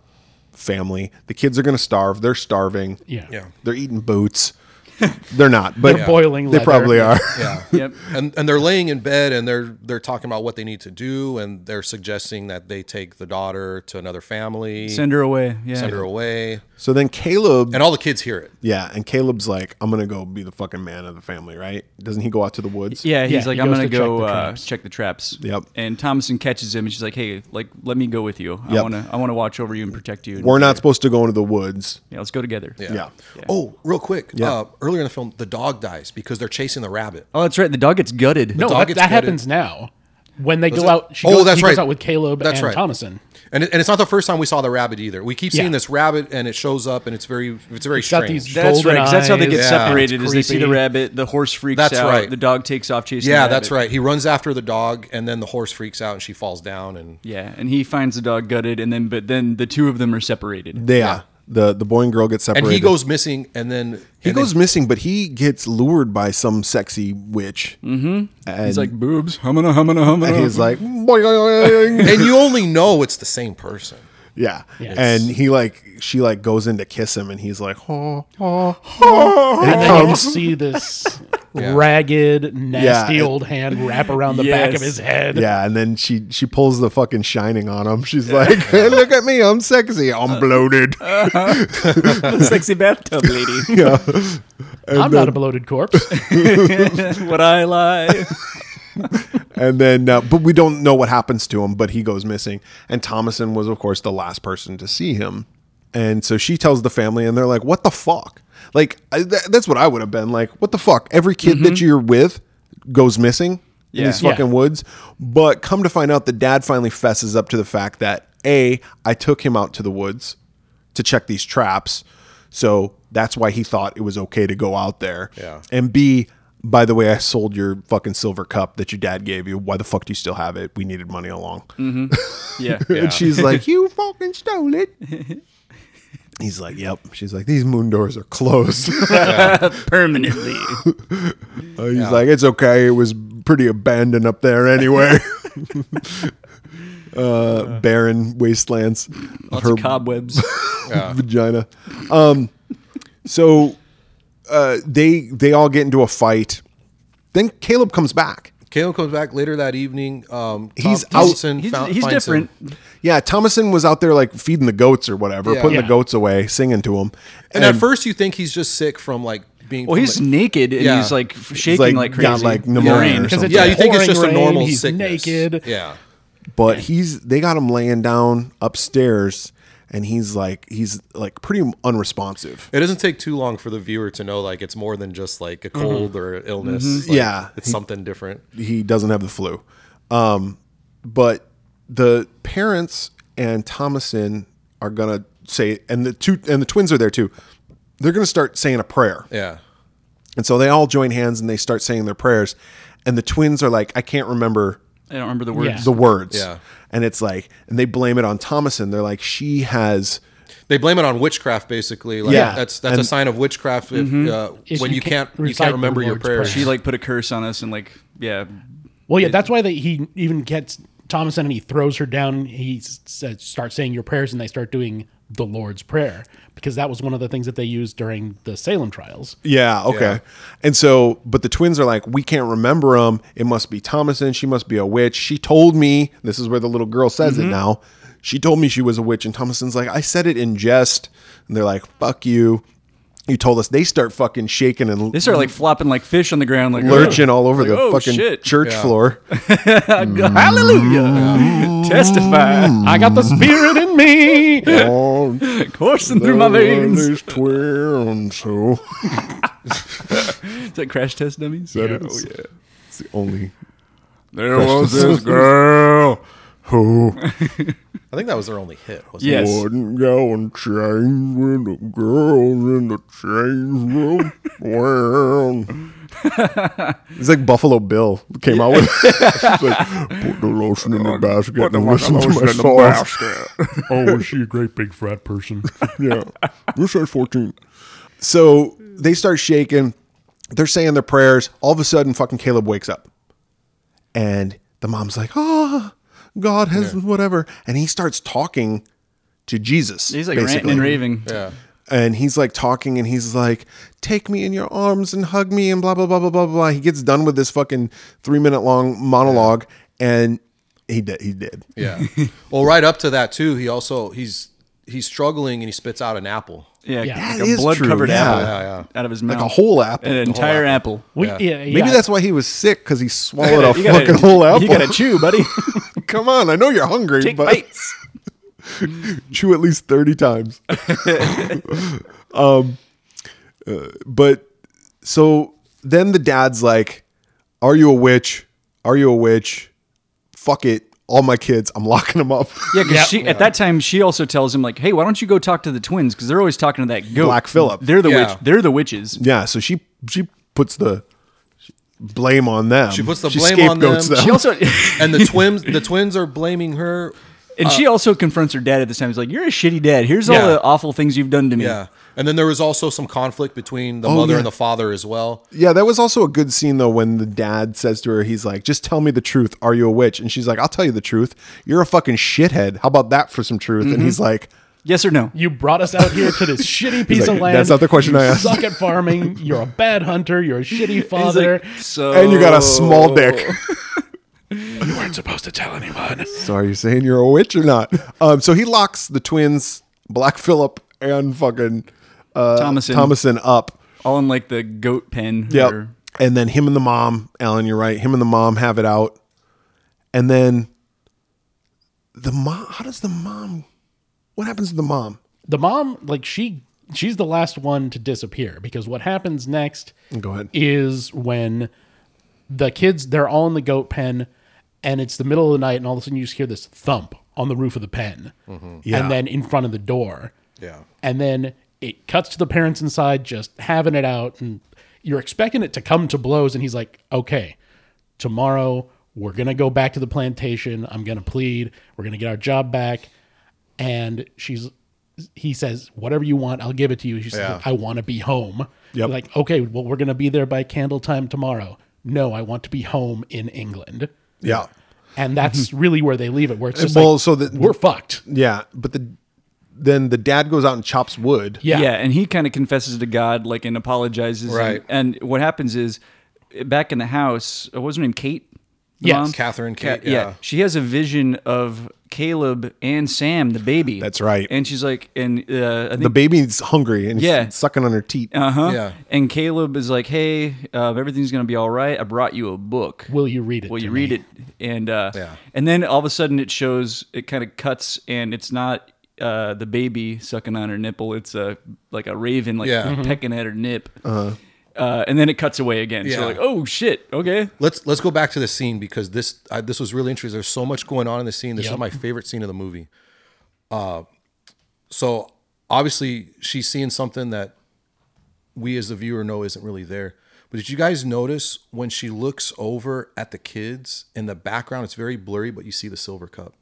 Speaker 2: family. The kids are gonna starve. They're starving.
Speaker 4: Yeah,
Speaker 3: yeah,
Speaker 2: They're eating boots. they're not, but
Speaker 4: They're boiling
Speaker 2: They
Speaker 4: leather.
Speaker 2: probably are.
Speaker 3: yeah.
Speaker 1: Yep.
Speaker 3: And and they're laying in bed and they're they're talking about what they need to do and they're suggesting that they take the daughter to another family,
Speaker 1: Send her away. Yeah.
Speaker 3: send her away,
Speaker 2: So then Caleb,
Speaker 3: and all the kids hear it.
Speaker 2: yeah, and Caleb's like, I'm gonna go be the fucking man of the family, right? Doesn't he go out to the woods?
Speaker 1: Yeah, he's
Speaker 4: Yeah,
Speaker 1: like,
Speaker 4: he
Speaker 1: I'm
Speaker 4: goes
Speaker 1: gonna
Speaker 4: to check
Speaker 1: go
Speaker 4: the
Speaker 1: uh,
Speaker 4: traps.
Speaker 1: check the traps.
Speaker 2: Yep.
Speaker 1: And Thomason catches him, and she's like, Hey, like, let me go with you. I
Speaker 2: Yep.
Speaker 1: wanna, I wanna watch over you and protect you. And-
Speaker 2: We're not supposed to go into the woods.
Speaker 1: Yeah, let's go together.
Speaker 2: Yeah.
Speaker 3: Oh, real quick. Uh, earlier in the film, the dog dies because they're chasing the rabbit.
Speaker 1: Oh, that's right. The dog gets gutted.
Speaker 4: no,
Speaker 3: dog
Speaker 4: that,
Speaker 3: gets
Speaker 4: that
Speaker 3: gutted.
Speaker 4: happens now. When they go
Speaker 3: it?
Speaker 4: out, she
Speaker 3: Oh,
Speaker 4: goes,
Speaker 3: that's
Speaker 4: he goes
Speaker 3: right.
Speaker 4: out with Caleb
Speaker 3: That's
Speaker 4: and
Speaker 3: right.
Speaker 4: Thomason.
Speaker 3: And, it, and it's not the first time we saw the rabbit either. We keep
Speaker 4: Yeah.
Speaker 3: seeing this rabbit, and it shows up, and it's very, it's very
Speaker 4: got
Speaker 3: strange.
Speaker 4: these
Speaker 1: That's
Speaker 4: golden
Speaker 1: right. 'cause That's how they get
Speaker 4: eyes.
Speaker 3: Yeah.
Speaker 1: separated. Is they see the
Speaker 4: Creepy.
Speaker 1: rabbit, the horse freaks
Speaker 3: That's
Speaker 1: out,
Speaker 3: right.
Speaker 1: the dog takes off chasing. the
Speaker 3: yeah,
Speaker 1: rabbit.
Speaker 3: that's right. He runs after the dog, and then the horse freaks out, and she falls down, and
Speaker 1: Yeah, and he finds the dog gutted, and then but then the two of them are separated.
Speaker 2: They are. The the boy and girl get
Speaker 3: and
Speaker 2: separated.
Speaker 3: he goes missing, and then
Speaker 2: He goes missing, but he gets lured by some sexy witch. Mm-hmm. And
Speaker 1: He's like boobs, humana humana humana.
Speaker 2: and he's like, boing.
Speaker 3: and you only know it's the same person.
Speaker 2: yeah.
Speaker 4: Yes.
Speaker 2: And he like, she like goes in to kiss him, and he's like, oh, oh, oh.
Speaker 4: And then you just see this ragged, nasty
Speaker 2: Yeah, it-
Speaker 4: old hand wrap around the back of
Speaker 1: Yes.
Speaker 4: his head.
Speaker 2: yeah, and then she she pulls the fucking shining on him. She's like, hey, "Look at me, I'm sexy, I'm bloated."
Speaker 1: sexy bathtub lady.
Speaker 4: I'm not a bloated corpse.
Speaker 1: Would I lie?
Speaker 2: And then, uh, but we don't know what happens to him, but he goes missing. And Thomason was, of course, the last person to see him. And so she tells the family, and they're like, what the fuck? Like, I, th- that's what I would have been like, what the fuck? Every kid that you're with goes missing in
Speaker 1: Yeah.
Speaker 2: these fucking
Speaker 4: Yeah.
Speaker 2: woods. But come to find out, the dad finally fesses up to the fact that, A, I took him out to the woods to check these traps. So that's why he thought it was okay to go out there.
Speaker 3: Yeah.
Speaker 2: And B, by the way, I sold your fucking silver cup that your dad gave you. Why the fuck do you still have it? We needed money all along.
Speaker 1: Yeah.
Speaker 2: Mm. And she's like, You fucking stole it. He's like, Yep. She's like, These moon doors are closed.
Speaker 1: Permanently.
Speaker 2: Uh, he's like, it's okay. It was pretty abandoned up there anyway. uh, barren wastelands.
Speaker 1: Lots of cobwebs.
Speaker 2: vagina. Um, so uh, they they all get into a fight. Then Caleb comes back.
Speaker 3: Caleb comes back later that evening. Um,
Speaker 2: He's
Speaker 3: Tom
Speaker 2: out-
Speaker 3: Thompson
Speaker 1: He's,
Speaker 3: found-
Speaker 1: he's
Speaker 3: finds
Speaker 1: different.
Speaker 3: him.
Speaker 2: Yeah, Thomason was out there like feeding the goats or whatever,
Speaker 3: Yeah.
Speaker 2: putting
Speaker 4: Yeah.
Speaker 2: the goats away, singing to them.
Speaker 3: And, at first, you think he's just sick from like being.
Speaker 1: Well,
Speaker 3: from,
Speaker 1: he's
Speaker 3: like-
Speaker 1: naked and
Speaker 3: Yeah.
Speaker 1: he's like f- shaking like, crazy.
Speaker 2: got like
Speaker 1: Rain.
Speaker 2: pneumonia or
Speaker 1: 'Cause
Speaker 4: it's
Speaker 2: something.
Speaker 3: yeah, you think it's
Speaker 4: Pouring
Speaker 3: just a
Speaker 4: rain,
Speaker 3: normal
Speaker 4: he's
Speaker 3: sickness.
Speaker 4: naked.
Speaker 3: Yeah,
Speaker 2: but he's they got him laying down upstairs, and he's like he's like pretty unresponsive.
Speaker 3: it doesn't take too long for the viewer to know like it's more than just like a cold or illness. Like,
Speaker 2: Yeah.
Speaker 3: it's something different.
Speaker 2: he doesn't have the flu. Um, but the parents and Thomason are gonna say, and the two and the twins are there too. They're gonna start saying a prayer,
Speaker 3: Yeah,
Speaker 2: and so they all join hands and they start saying their prayers. And the twins are like, I can't remember
Speaker 1: I don't remember the words.
Speaker 4: Yeah.
Speaker 2: the words.
Speaker 3: Yeah.
Speaker 2: And it's like, and they blame it on Thomason. They're like, she has.
Speaker 3: they blame it on witchcraft basically. Like,
Speaker 2: Yeah.
Speaker 3: that's that's a
Speaker 2: And-
Speaker 3: sign of witchcraft if, uh,
Speaker 4: If
Speaker 3: when
Speaker 4: Mm-hmm.
Speaker 3: you
Speaker 4: you
Speaker 3: can't
Speaker 4: can't
Speaker 3: you can't
Speaker 4: recite
Speaker 3: remember
Speaker 4: the
Speaker 3: your
Speaker 4: Lord's
Speaker 3: prayers.
Speaker 4: Prayer.
Speaker 1: She like put a curse on us and like yeah.
Speaker 4: Well, yeah, that's why they, he even gets Thomason and he throws her down. He s- says, "Start saying your prayers," and they start doing the Lord's Prayer because that was one of the things that they used during the Salem trials.
Speaker 2: Yeah. Okay.
Speaker 3: Yeah.
Speaker 2: And so, but the twins are like, we can't remember them. It must be Thomason. She must be a witch. She told me, this is where the little girl says
Speaker 1: Mm-hmm.
Speaker 2: it now. She told me she was a witch. And Thomason's like, I said it in jest. And they're like, fuck you. You told us. They start fucking shaking and
Speaker 1: They started like flopping like fish on the ground, like
Speaker 2: lurching all over the
Speaker 1: oh,
Speaker 2: fucking
Speaker 1: shit.
Speaker 2: church
Speaker 3: Yeah.
Speaker 2: floor.
Speaker 1: Hallelujah! Testify,
Speaker 4: I got the spirit in me.
Speaker 2: Oh,
Speaker 1: coursing through my veins.
Speaker 2: these twins. So
Speaker 1: Is that crash test dummies?
Speaker 2: that is- It's the only.
Speaker 1: There
Speaker 2: was this
Speaker 1: girl.
Speaker 2: Who
Speaker 3: I think that was their only hit. Wasn't
Speaker 1: Yes.
Speaker 2: wouldn't go and change with the girls in the change room. it's like Buffalo Bill came out with It's like, put the lotion in the basket and listen to my songs.
Speaker 4: oh, was she a great big frat person?
Speaker 2: yeah, this is 14. So they start shaking. They're saying their prayers. All of a sudden, fucking Caleb wakes up. And the mom's like, ah, God has whatever. And he starts talking to Jesus.
Speaker 1: He's like ranting and raving.
Speaker 3: it? Yeah.
Speaker 2: and he's like talking and he's like take me in your arms and hug me and blah blah blah blah blah blah he gets done with this fucking three minute long monologue and he did he did
Speaker 3: Yeah. well, right up to that too, he also he's he's struggling and he spits out an apple.
Speaker 1: Yeah,
Speaker 4: Yeah.
Speaker 1: like
Speaker 2: That
Speaker 1: a
Speaker 2: is
Speaker 1: blood covered
Speaker 2: true,
Speaker 1: apple
Speaker 2: yeah.
Speaker 3: Yeah,
Speaker 1: out of his mouth,
Speaker 2: a whole apple
Speaker 1: an entire apple.
Speaker 4: We,
Speaker 3: Yeah.
Speaker 4: yeah. yeah,
Speaker 2: maybe that's why he was sick because he swallowed a
Speaker 1: You
Speaker 2: fucking
Speaker 1: gotta-
Speaker 2: whole apple
Speaker 1: You gotta chew, buddy.
Speaker 2: come on i know you're hungry
Speaker 1: Take
Speaker 2: but
Speaker 1: bites.
Speaker 2: chew at least 30 times um uh, but so then the dad's like are you a witch are you a witch fuck it all my kids i'm locking them up
Speaker 1: Yeah, because
Speaker 4: Yep.
Speaker 1: she at that time she also tells him like, "Hey, why don't you go talk to the twins? Because they're always talking to that goat,
Speaker 2: Black Phillip.
Speaker 1: They're the
Speaker 3: Yeah.
Speaker 1: witch. They're the witches.
Speaker 2: Yeah, so she she puts the blame on them. She
Speaker 3: puts the blame on
Speaker 2: scapegoats
Speaker 3: them.
Speaker 1: She also
Speaker 3: And the twins the twins are blaming her.
Speaker 1: and she also confronts her dad at this time. He's like, "You're a shitty dad. Here's all
Speaker 3: Yeah.
Speaker 1: the awful things you've done to me."
Speaker 3: Yeah. And then there was also some conflict between the mother
Speaker 2: yeah.
Speaker 3: and the father as well.
Speaker 2: yeah, that was also a good scene though when the dad says to her, he's like, "Just tell me the truth. Are you a witch?" And she's like, "I'll tell you the truth. You're a fucking shithead. How about that for some truth?" And
Speaker 3: Mm-hmm.
Speaker 2: he's like,
Speaker 1: Yes or no?
Speaker 4: you brought us out here to this shitty piece
Speaker 2: like,
Speaker 4: of land.
Speaker 2: "That's not the question
Speaker 4: you
Speaker 2: I asked."
Speaker 4: Suck at farming. You're a bad hunter. You're a shitty
Speaker 1: He's
Speaker 4: father.
Speaker 1: like, so
Speaker 2: "And you got a small dick."
Speaker 4: you weren't supposed to tell anyone.
Speaker 2: so are you saying you're a witch or not? Um, so he locks the twins, Black Phillip and fucking uh,
Speaker 1: Thomason.
Speaker 2: Thomason up.
Speaker 1: all in like the goat pen.
Speaker 2: Yep.
Speaker 1: or-
Speaker 2: And then him and the mom, Alan, you're right. Him and the mom have it out. And then the mom, how does the mom, what happens to the mom?
Speaker 4: the mom like she she's the last one to disappear because what happens next
Speaker 2: Go ahead.
Speaker 4: is when the kids they're all in the goat pen and it's the middle of the night and all of a sudden you just hear this thump on the roof of the pen
Speaker 2: Mm-hmm. Yeah.
Speaker 4: and then in front of the door
Speaker 3: Yeah.
Speaker 4: and then it cuts to the parents inside just having it out and You're expecting it to come to blows, and he's like, okay, tomorrow we're gonna go back to the plantation. I'm gonna plead. We're gonna get our job back. And she's, he says, whatever you want, I'll give it to you. She says,
Speaker 2: Yeah.
Speaker 4: I want to be home.
Speaker 2: Yep.
Speaker 4: Like, okay, well, we're gonna be there by candle time tomorrow. No, I want to be home in England.
Speaker 2: Yeah.
Speaker 4: And that's really where they leave it, where it's just
Speaker 2: Mm-hmm. Well,
Speaker 4: like,
Speaker 2: so the-
Speaker 4: we're fucked.
Speaker 2: Yeah. But the then the dad goes out and chops wood.
Speaker 4: Yeah.
Speaker 1: Yeah, and he kind of confesses to God, like, and apologizes. and-
Speaker 3: Right.
Speaker 1: And, what happens is, back in the house, uh, what was her name? Kate? The
Speaker 4: Yes.
Speaker 1: mom?
Speaker 3: Catherine
Speaker 1: Ca-
Speaker 3: Kate.
Speaker 1: yeah. She has a vision of Caleb and Sam, the baby.
Speaker 2: That's right.
Speaker 1: And she's like, and uh, I think
Speaker 2: The baby's hungry and
Speaker 1: Yeah.
Speaker 2: he's sucking on her teat.
Speaker 4: Uh,
Speaker 1: Uh-huh.
Speaker 3: Yeah.
Speaker 1: And Caleb is like, "Hey, uh, everything's gonna be all right. I brought you a book.
Speaker 4: Will you read it?
Speaker 1: Will
Speaker 4: to
Speaker 1: you
Speaker 4: me?
Speaker 1: read it?" And uh,
Speaker 3: Yeah.
Speaker 1: and then all of a sudden it shows. It kind of cuts, and it's not uh, the baby sucking on her nipple. It's a like a raven like
Speaker 3: Yeah. Mhm.
Speaker 1: pecking at her nip. Uh-huh. and then it cuts away again. So
Speaker 3: Yeah.
Speaker 1: like, oh shit, okay.
Speaker 3: Let's let's go back to the scene because this I, this was really interesting. There's so much going on in the scene. This
Speaker 4: Yep.
Speaker 3: is my favorite scene of the movie. Uh, so obviously she's seeing something that we as the viewer know isn't really there. But did you guys notice when she looks over at the kids in the background? It's very blurry, but you see the silver cup.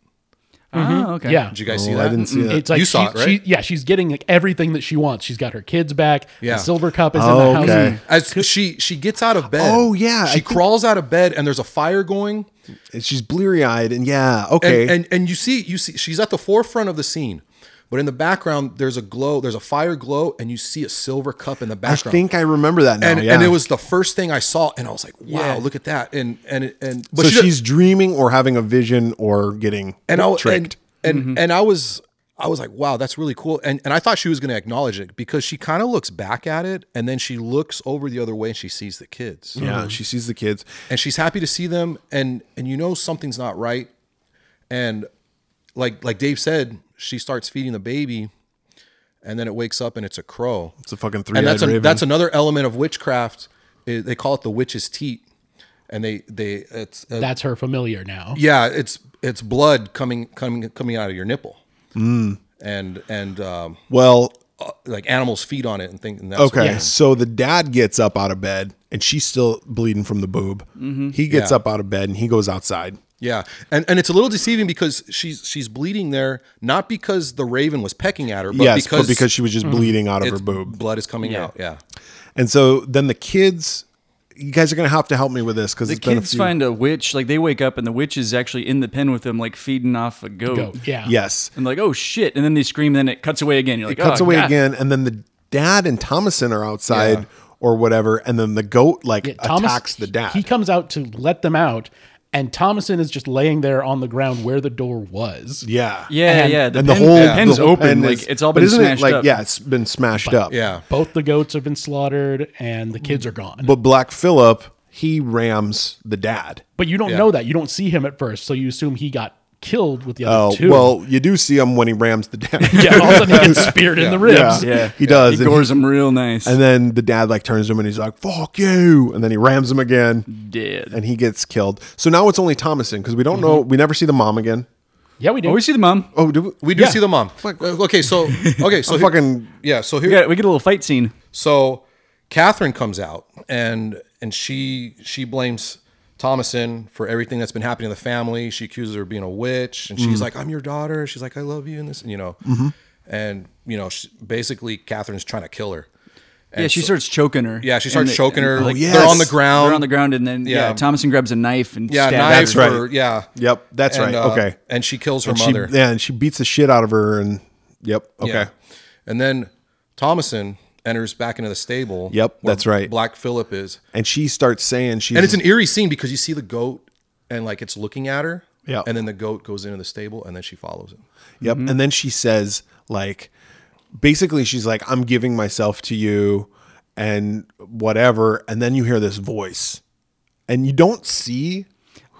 Speaker 1: Oh, okay.
Speaker 4: Yeah.
Speaker 3: Did you guys see
Speaker 2: Oh,
Speaker 3: that? Mm-hmm.
Speaker 2: I didn't see that.
Speaker 4: It's like
Speaker 3: You saw
Speaker 4: she,
Speaker 3: it, right?
Speaker 4: she- yeah, she's getting like everything that she wants. She's got her kids back.
Speaker 3: Yeah.
Speaker 4: The silver cup is
Speaker 2: Oh,
Speaker 4: in the house.
Speaker 2: okay.
Speaker 3: As she she gets out of bed.
Speaker 2: Oh, yeah, I
Speaker 3: She
Speaker 2: think-
Speaker 3: crawls out of bed and there's a fire going.
Speaker 2: And she's bleary eyed and yeah. Okay.
Speaker 3: and, and and you see you see she's at the forefront of the scene but in the background there's a glow there's a fire glow and you see a silver cup in the
Speaker 2: I
Speaker 3: background
Speaker 2: think I remember that now.
Speaker 3: and,
Speaker 2: yeah.
Speaker 3: and it was the first thing i saw and i was like wow
Speaker 1: Yeah.
Speaker 3: look at that and and it- and
Speaker 2: so
Speaker 3: she-
Speaker 2: she's dreaming or having a vision or getting
Speaker 3: and I,
Speaker 2: tricked.
Speaker 3: And and, and I was I was like, wow, that's really cool. And and I thought she was going to acknowledge it because she kind of looks back at it and then she looks over the other way and Mm-hmm. she sees the kids.
Speaker 2: yeah. She sees the kids.
Speaker 3: And she's happy to see them and and you know something's not right. And like like Dave said, she starts feeding the baby and then it wakes up and it's a crow.
Speaker 2: It's a fucking three
Speaker 3: And
Speaker 2: eyed
Speaker 3: that's a,
Speaker 2: raven.
Speaker 3: that's another element of witchcraft. Eh, They call it the witch's teat. And they they it's a
Speaker 4: That's her familiar now.
Speaker 3: yeah, it's it's blood coming coming coming out of your nipple,
Speaker 2: Mm.
Speaker 3: and and um,
Speaker 2: well,
Speaker 3: uh, like animals feed on it and things. And that's
Speaker 2: Okay,
Speaker 4: Yeah.
Speaker 2: so the dad gets up out of bed, and she's still bleeding from the boob. He gets
Speaker 3: Mm-hmm. Yeah.
Speaker 2: up out of bed, and he goes outside.
Speaker 3: yeah, and and it's a little deceiving because she's she's bleeding there, not because the raven was pecking at her, but
Speaker 2: yes,
Speaker 3: because
Speaker 2: but
Speaker 3: Mm-hmm.
Speaker 2: because she was just bleeding out of her
Speaker 3: it's-
Speaker 2: boob.
Speaker 3: blood is coming out. Yeah,
Speaker 2: And so then the kids, you guys are gonna have to help me with this because
Speaker 1: The
Speaker 2: it's been a
Speaker 1: kids
Speaker 2: few.
Speaker 1: find a witch. Like they wake up, and the witch is actually in the pen with them, like feeding off a goat.
Speaker 4: Go. Yeah.
Speaker 2: yes,
Speaker 1: And like, oh shit! And then they scream. And then it cuts away again. You're like,
Speaker 2: cuts
Speaker 1: "Oh,
Speaker 2: away
Speaker 1: God."
Speaker 2: again, and then the dad and Thomason are outside
Speaker 3: Yeah.
Speaker 2: or whatever, and then the goat like attacks the dad.
Speaker 4: He comes out to let them out, and Thomason is just laying there on the ground where the door was.
Speaker 2: yeah,
Speaker 1: Yeah,
Speaker 4: And-
Speaker 1: yeah. The
Speaker 2: and
Speaker 1: pen,
Speaker 2: the whole
Speaker 1: the pen's
Speaker 2: the whole
Speaker 1: open.
Speaker 2: pen
Speaker 1: like
Speaker 2: is-
Speaker 1: it's all
Speaker 2: but
Speaker 1: been
Speaker 2: isn't
Speaker 1: smashed
Speaker 2: it like
Speaker 1: up.
Speaker 2: yeah, it's been smashed up.
Speaker 3: yeah.
Speaker 4: Both the goats have been slaughtered, and the kids are gone.
Speaker 2: but Black Phillip he rams the dad.
Speaker 4: But you don't
Speaker 3: Yeah.
Speaker 4: know that. You don't see him at first, so you assume he got killed with the
Speaker 2: Oh
Speaker 4: other two.
Speaker 2: well, you do see him when he rams the dad.
Speaker 4: yeah, all of a sudden he gets speared in the ribs.
Speaker 1: Yeah.
Speaker 2: he does.
Speaker 1: He
Speaker 2: and,
Speaker 1: gores him real nice.
Speaker 2: and then the dad like turns to him and he's like, "Fuck you!" And then he rams him again,
Speaker 1: dead.
Speaker 2: and he gets killed. So now it's only Thomason because we don't know.
Speaker 1: Mm-hmm.
Speaker 2: We never see the mom again.
Speaker 4: Yeah, we do.
Speaker 1: Oh, we see the mom.
Speaker 2: Oh, do we?
Speaker 3: We do
Speaker 4: Yeah.
Speaker 3: see the mom. Uh, Okay, so okay, so
Speaker 2: I'm
Speaker 3: here-
Speaker 2: fucking-
Speaker 3: yeah. So
Speaker 1: We
Speaker 3: here,
Speaker 1: get, we get a little fight scene.
Speaker 3: So Catherine comes out and and she she blames Thomason for everything that's been happening in the family. She accuses her of being a witch, and
Speaker 2: Mm-hmm.
Speaker 3: she's like, "I'm your daughter." She's like, "I love you," and this, you know, and you know, she, basically Catherine's trying to kill her. And
Speaker 1: Yeah, she
Speaker 3: so-
Speaker 1: starts choking her.
Speaker 3: Yeah, she
Speaker 1: And
Speaker 3: starts
Speaker 1: the-
Speaker 3: choking her.
Speaker 1: and,
Speaker 2: Oh, yes.
Speaker 3: They're on the ground.
Speaker 1: They're on the ground, and then yeah,
Speaker 3: Yeah.
Speaker 1: Thomason grabs a knife and
Speaker 3: Yeah,
Speaker 1: stabs
Speaker 3: knives.
Speaker 1: her.
Speaker 2: right.
Speaker 3: Were, yeah.
Speaker 2: Yep, that's
Speaker 3: And,
Speaker 2: right.
Speaker 3: uh,
Speaker 2: okay,
Speaker 3: And she kills her
Speaker 2: And she
Speaker 3: mother.
Speaker 2: yeah, and she beats the shit out of her, and yep, okay,
Speaker 3: Yeah. And then Thomason enters back into the stable.
Speaker 2: Yep,
Speaker 3: where
Speaker 2: that's right.
Speaker 3: Black Phillip is.
Speaker 2: and she starts saying she's
Speaker 3: And it's an eerie scene because you see the goat and like it's looking at her.
Speaker 2: Yeah.
Speaker 3: And then the goat goes into the stable and then she follows him.
Speaker 2: Yep.
Speaker 1: Mm-hmm.
Speaker 2: And then she says, like, basically, she's like, I'm giving myself to you and whatever. And then you hear this voice and you don't see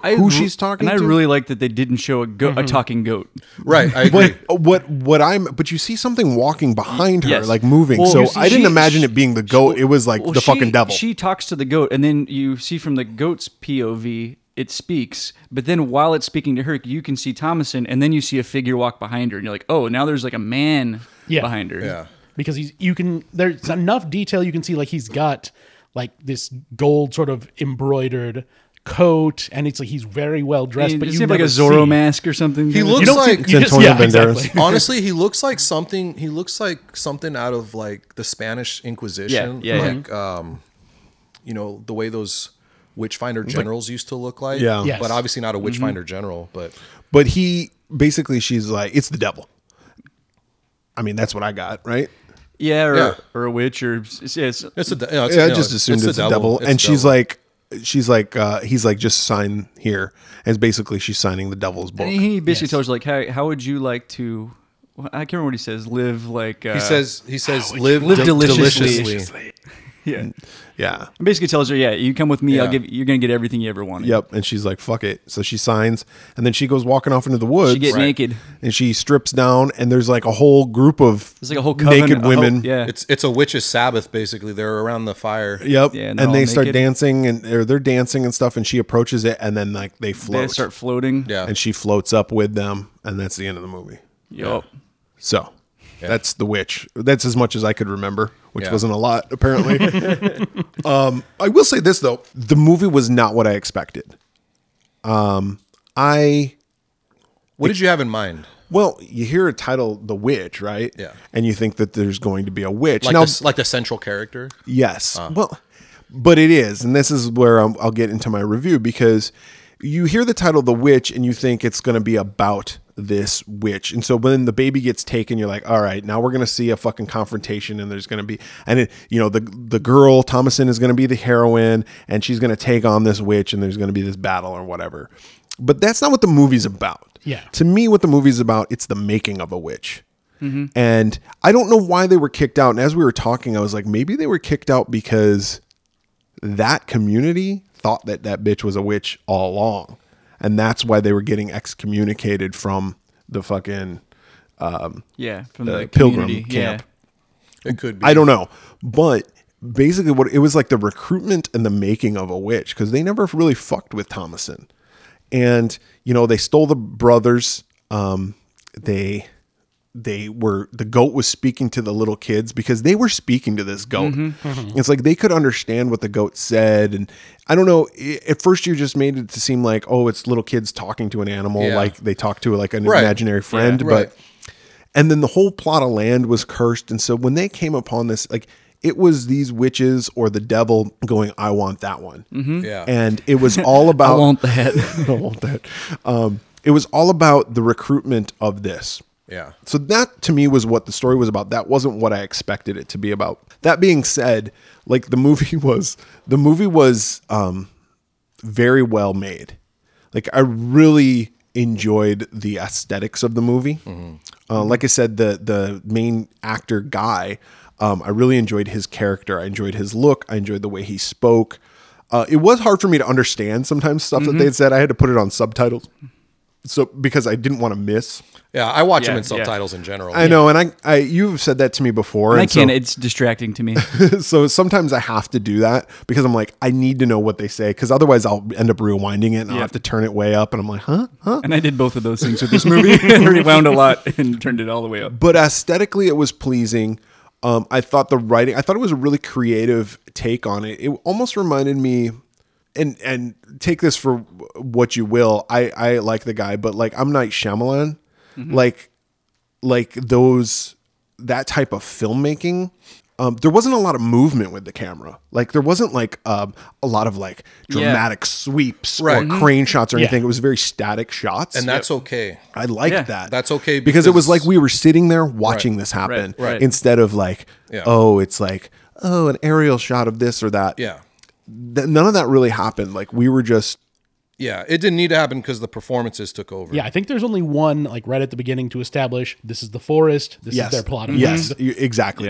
Speaker 1: I
Speaker 2: who
Speaker 1: re-
Speaker 2: she's talking
Speaker 1: And
Speaker 2: to.
Speaker 1: I really like that they didn't show a go-
Speaker 3: Mm-hmm.
Speaker 1: a talking goat.
Speaker 3: Right. I agree.
Speaker 2: But what what I'm but you see something walking behind her,
Speaker 1: Yes.
Speaker 2: like moving.
Speaker 1: Well,
Speaker 2: so
Speaker 1: you see,
Speaker 2: I didn't
Speaker 1: she-
Speaker 2: imagine it being the goat. it was like
Speaker 1: Well,
Speaker 2: the
Speaker 1: she-
Speaker 2: fucking devil.
Speaker 1: She talks to the goat, and then you see from the goat's POV, it speaks. But then while it's speaking to her, you can see Thomason, and then you see a figure walk behind her, and you're like, oh, now there's like a man
Speaker 4: Yeah.
Speaker 1: behind her.
Speaker 3: yeah.
Speaker 4: because he's you can there's enough detail you can see like he's got like this gold sort of embroidered coat, and it's like he's very well dressed.
Speaker 1: But
Speaker 4: but
Speaker 1: does
Speaker 4: you
Speaker 1: he have like a
Speaker 4: never
Speaker 1: Zorro
Speaker 4: see-
Speaker 1: mask or something?
Speaker 3: He
Speaker 1: kinda
Speaker 3: looks
Speaker 4: You don't
Speaker 3: like-
Speaker 4: see, you
Speaker 2: It's
Speaker 4: just-
Speaker 2: Antonio
Speaker 4: yeah,
Speaker 2: Banderas.
Speaker 4: exactly.
Speaker 3: Honestly, he looks like something. He looks like something out of like the Spanish Inquisition.
Speaker 1: Yeah, yeah, yeah.
Speaker 3: like um, you know the way those witchfinder generals used to look like.
Speaker 2: Yeah.
Speaker 4: Yes.
Speaker 3: but obviously
Speaker 1: Mm-hmm.
Speaker 3: not a witchfinder general. But
Speaker 2: But he basically, she's like, it's the devil. I mean, that's what I got, right?
Speaker 1: Yeah, or,
Speaker 3: Yeah.
Speaker 1: or a witch, or it's, it's,
Speaker 3: it's a de- yeah, it's-
Speaker 2: yeah, I
Speaker 3: no,
Speaker 2: just assumed it's, the devil.
Speaker 3: It's
Speaker 2: and
Speaker 3: the
Speaker 2: she's
Speaker 3: devil.
Speaker 2: like, she's like, uh, he's like, just sign here. And basically, she's signing the devil's book.
Speaker 1: and he basically tells her like, hey, how would you like to? Well, I can't remember what he says. Live like uh,
Speaker 3: he says he says live,
Speaker 1: live
Speaker 3: de-
Speaker 1: deliciously."
Speaker 3: deliciously.
Speaker 1: Yeah, and
Speaker 2: yeah.
Speaker 1: basically tells her, yeah, you come with me. I'll
Speaker 3: Yeah.
Speaker 1: give you're gonna get everything you ever wanted.
Speaker 2: Yep. And she's like, fuck it. So she signs. And then she goes walking off into the woods.
Speaker 1: She get naked.
Speaker 2: And she strips down. And there's like a whole group of
Speaker 1: It's like a whole coven,
Speaker 2: naked
Speaker 1: a whole-
Speaker 2: women.
Speaker 1: yeah,
Speaker 3: It's it's a witch's Sabbath basically. They're around the fire.
Speaker 2: Yep.
Speaker 1: Yeah, and
Speaker 2: and
Speaker 1: they're all
Speaker 2: they start
Speaker 1: naked.
Speaker 2: dancing and or they're dancing and stuff. And she approaches it. And then like they
Speaker 1: they
Speaker 2: float.
Speaker 1: start floating.
Speaker 3: Yeah.
Speaker 2: and she floats up with them. And that's the end of the movie.
Speaker 1: Yup.
Speaker 2: So that's the witch. That's as much as I could remember, which
Speaker 3: Yeah.
Speaker 2: wasn't a lot apparently. um, I will say this though: the movie was not what I expected. Um, I
Speaker 3: What did you have in mind?
Speaker 2: well, you hear a title, "The Witch," right?
Speaker 3: Yeah.
Speaker 2: and you think that there's going to be a witch.
Speaker 3: Like
Speaker 2: now,
Speaker 3: the, uh. like the central character.
Speaker 2: Yes. Well, but it is, and this is where I'm, I'll get into my review because you hear the title "The Witch" and you think it's going to be about this witch, and so when the baby gets taken, you're like, "All right, now we're going to see a fucking confrontation," and there's going to be, and it, you know, the the girl Thomason is going to be the heroine, and she's going to take on this witch, and there's going to be this battle or whatever. But that's not what the movie's about.
Speaker 4: Yeah.
Speaker 2: To me, what the movie's about, it's the making of a witch. And I don't know why they were kicked out. And as we were talking, I was like, maybe they were kicked out because that community thought that that bitch was a witch all along. And that's why they were getting excommunicated from the fucking.
Speaker 1: Yeah, from the,
Speaker 2: pilgrim
Speaker 1: community.
Speaker 2: camp.
Speaker 3: It could be.
Speaker 2: I don't know. But basically, what it was like the recruitment and the making of a witch because they never really fucked with Thomason. And, you know, they stole the brothers. Um, they they were the goat was speaking to the little kids because they were speaking to this goat.
Speaker 3: Mm-hmm.
Speaker 2: It's like they could understand what the goat said, and I don't know. i- At first, you just made it to seem like oh, it's little kids talking to an animal,
Speaker 3: Yeah.
Speaker 2: like they talk to like an
Speaker 3: Right.
Speaker 2: imaginary friend.
Speaker 3: right.
Speaker 2: But and then the whole plot of land was cursed, and so when they came upon this, like it was these witches or the devil going, "I want that one,"
Speaker 3: Yeah.
Speaker 2: and it was all
Speaker 1: Mm-hmm.
Speaker 2: about
Speaker 1: I want that.
Speaker 2: I don't want that. Um, it was all about the recruitment of this.
Speaker 3: yeah.
Speaker 2: So that to me was what the story was about. That wasn't what I expected it to be about. That being said, like the movie was the movie was um very well made. Like I really enjoyed the aesthetics of the movie.
Speaker 1: Mm-hmm.
Speaker 2: Uh, like I said, the the main actor guy, um, I really enjoyed his character. I enjoyed his look. I enjoyed the way he spoke. Uh, it was hard for me to understand sometimes stuff that they
Speaker 1: Mm-hmm.
Speaker 2: had said. I had to put it on subtitles, so because I didn't want to miss.
Speaker 3: Yeah. I watch them
Speaker 1: Yeah,
Speaker 3: in
Speaker 1: yeah.
Speaker 3: subtitles in general.
Speaker 2: I know, and I, I you've said that to me before, and,
Speaker 1: I can't.
Speaker 2: so-
Speaker 1: It's distracting to me.
Speaker 2: so, sometimes I have to do that because I'm like, I need to know what they say because otherwise I'll end up rewinding it and I'll
Speaker 1: Yeah.
Speaker 2: have to turn it way up, and I'm like, huh, huh.
Speaker 1: And I did both of those things with this movie. I rewound a lot and turned it all the way up.
Speaker 2: But aesthetically, it was pleasing. Um, I thought the writing, I thought it was a really creative take on it. It almost reminded me, and and take this for what you will. I I like the guy, but like I'm Night Shyamalan, like like those that type of filmmaking um, there wasn't a lot of movement with the camera like there wasn't like um, a lot of like dramatic sweeps
Speaker 3: Right.
Speaker 2: or crane shots or
Speaker 4: Yeah.
Speaker 2: anything it was very static shots
Speaker 3: and that's okay.
Speaker 2: i liked
Speaker 1: Yeah.
Speaker 2: that
Speaker 3: That's okay
Speaker 2: because, it was
Speaker 3: because-
Speaker 2: like we were sitting there watching this happen
Speaker 1: right, right.
Speaker 2: instead of like
Speaker 3: Yeah.
Speaker 2: oh it's like oh an aerial shot of this or that
Speaker 3: Yeah.
Speaker 2: Th- none of that really happened like we were just
Speaker 3: Yeah. It didn't need to happen because the performances took over.
Speaker 4: Yeah, I think there's only one like right at the beginning to establish this is the forest. This
Speaker 2: yes
Speaker 4: is their plot. Mm-hmm.
Speaker 2: yes you- exactly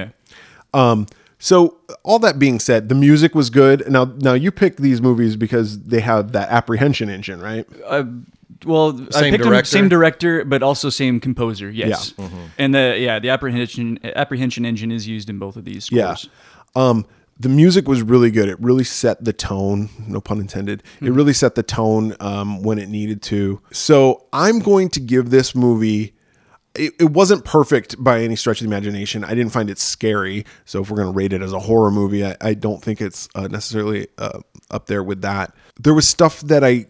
Speaker 2: Um,
Speaker 1: Yeah.
Speaker 2: So all that being said, the music was good. Now, now you pick these movies because they have that apprehension engine, right?
Speaker 1: Well, I
Speaker 3: Same
Speaker 1: picked 'em-
Speaker 3: director? Mm-hmm.
Speaker 1: same director, but also same composer. Yes.
Speaker 2: Yeah.
Speaker 1: And the yeah, the apprehension apprehension engine is used in both of these
Speaker 2: Yeah.
Speaker 1: scores.
Speaker 2: Um, the music was really good. It really set the tone. No pun intended.
Speaker 3: Hmm.
Speaker 2: It really set the tone um, when it needed to. So I'm going to give this movie. it, it wasn't perfect by any stretch of the imagination. I didn't find it scary. So if we're going to rate it as a horror movie, I, I don't think it's uh, necessarily uh, up there with that. There was stuff that I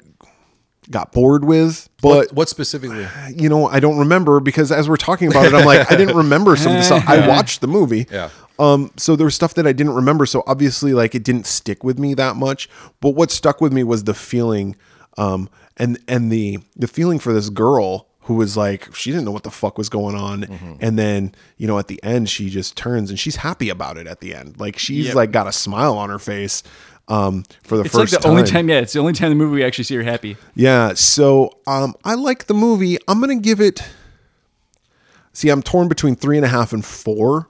Speaker 2: got bored with, but
Speaker 3: What, what specifically?
Speaker 2: you know, I don't remember because as we're talking about it, I'm like, I didn't remember some of the stuff. I watched the movie.
Speaker 3: Yeah.
Speaker 2: Um, so there was stuff that I didn't remember. So obviously, like, it didn't stick with me that much. But what stuck with me was the feeling, um, and and the the feeling for this girl who was like, she didn't know what the fuck was going on,
Speaker 1: Mm-hmm.
Speaker 2: and then you know, at the end, she just turns and she's happy about it. At the end, like she's like got a smile on her face. Um, for the
Speaker 1: It's like
Speaker 2: first
Speaker 1: the only time. Yeah, it's the only time in the movie we actually see her happy.
Speaker 2: yeah, so um, I like the movie. I'm gonna give it. See, I'm torn between three and a half and four.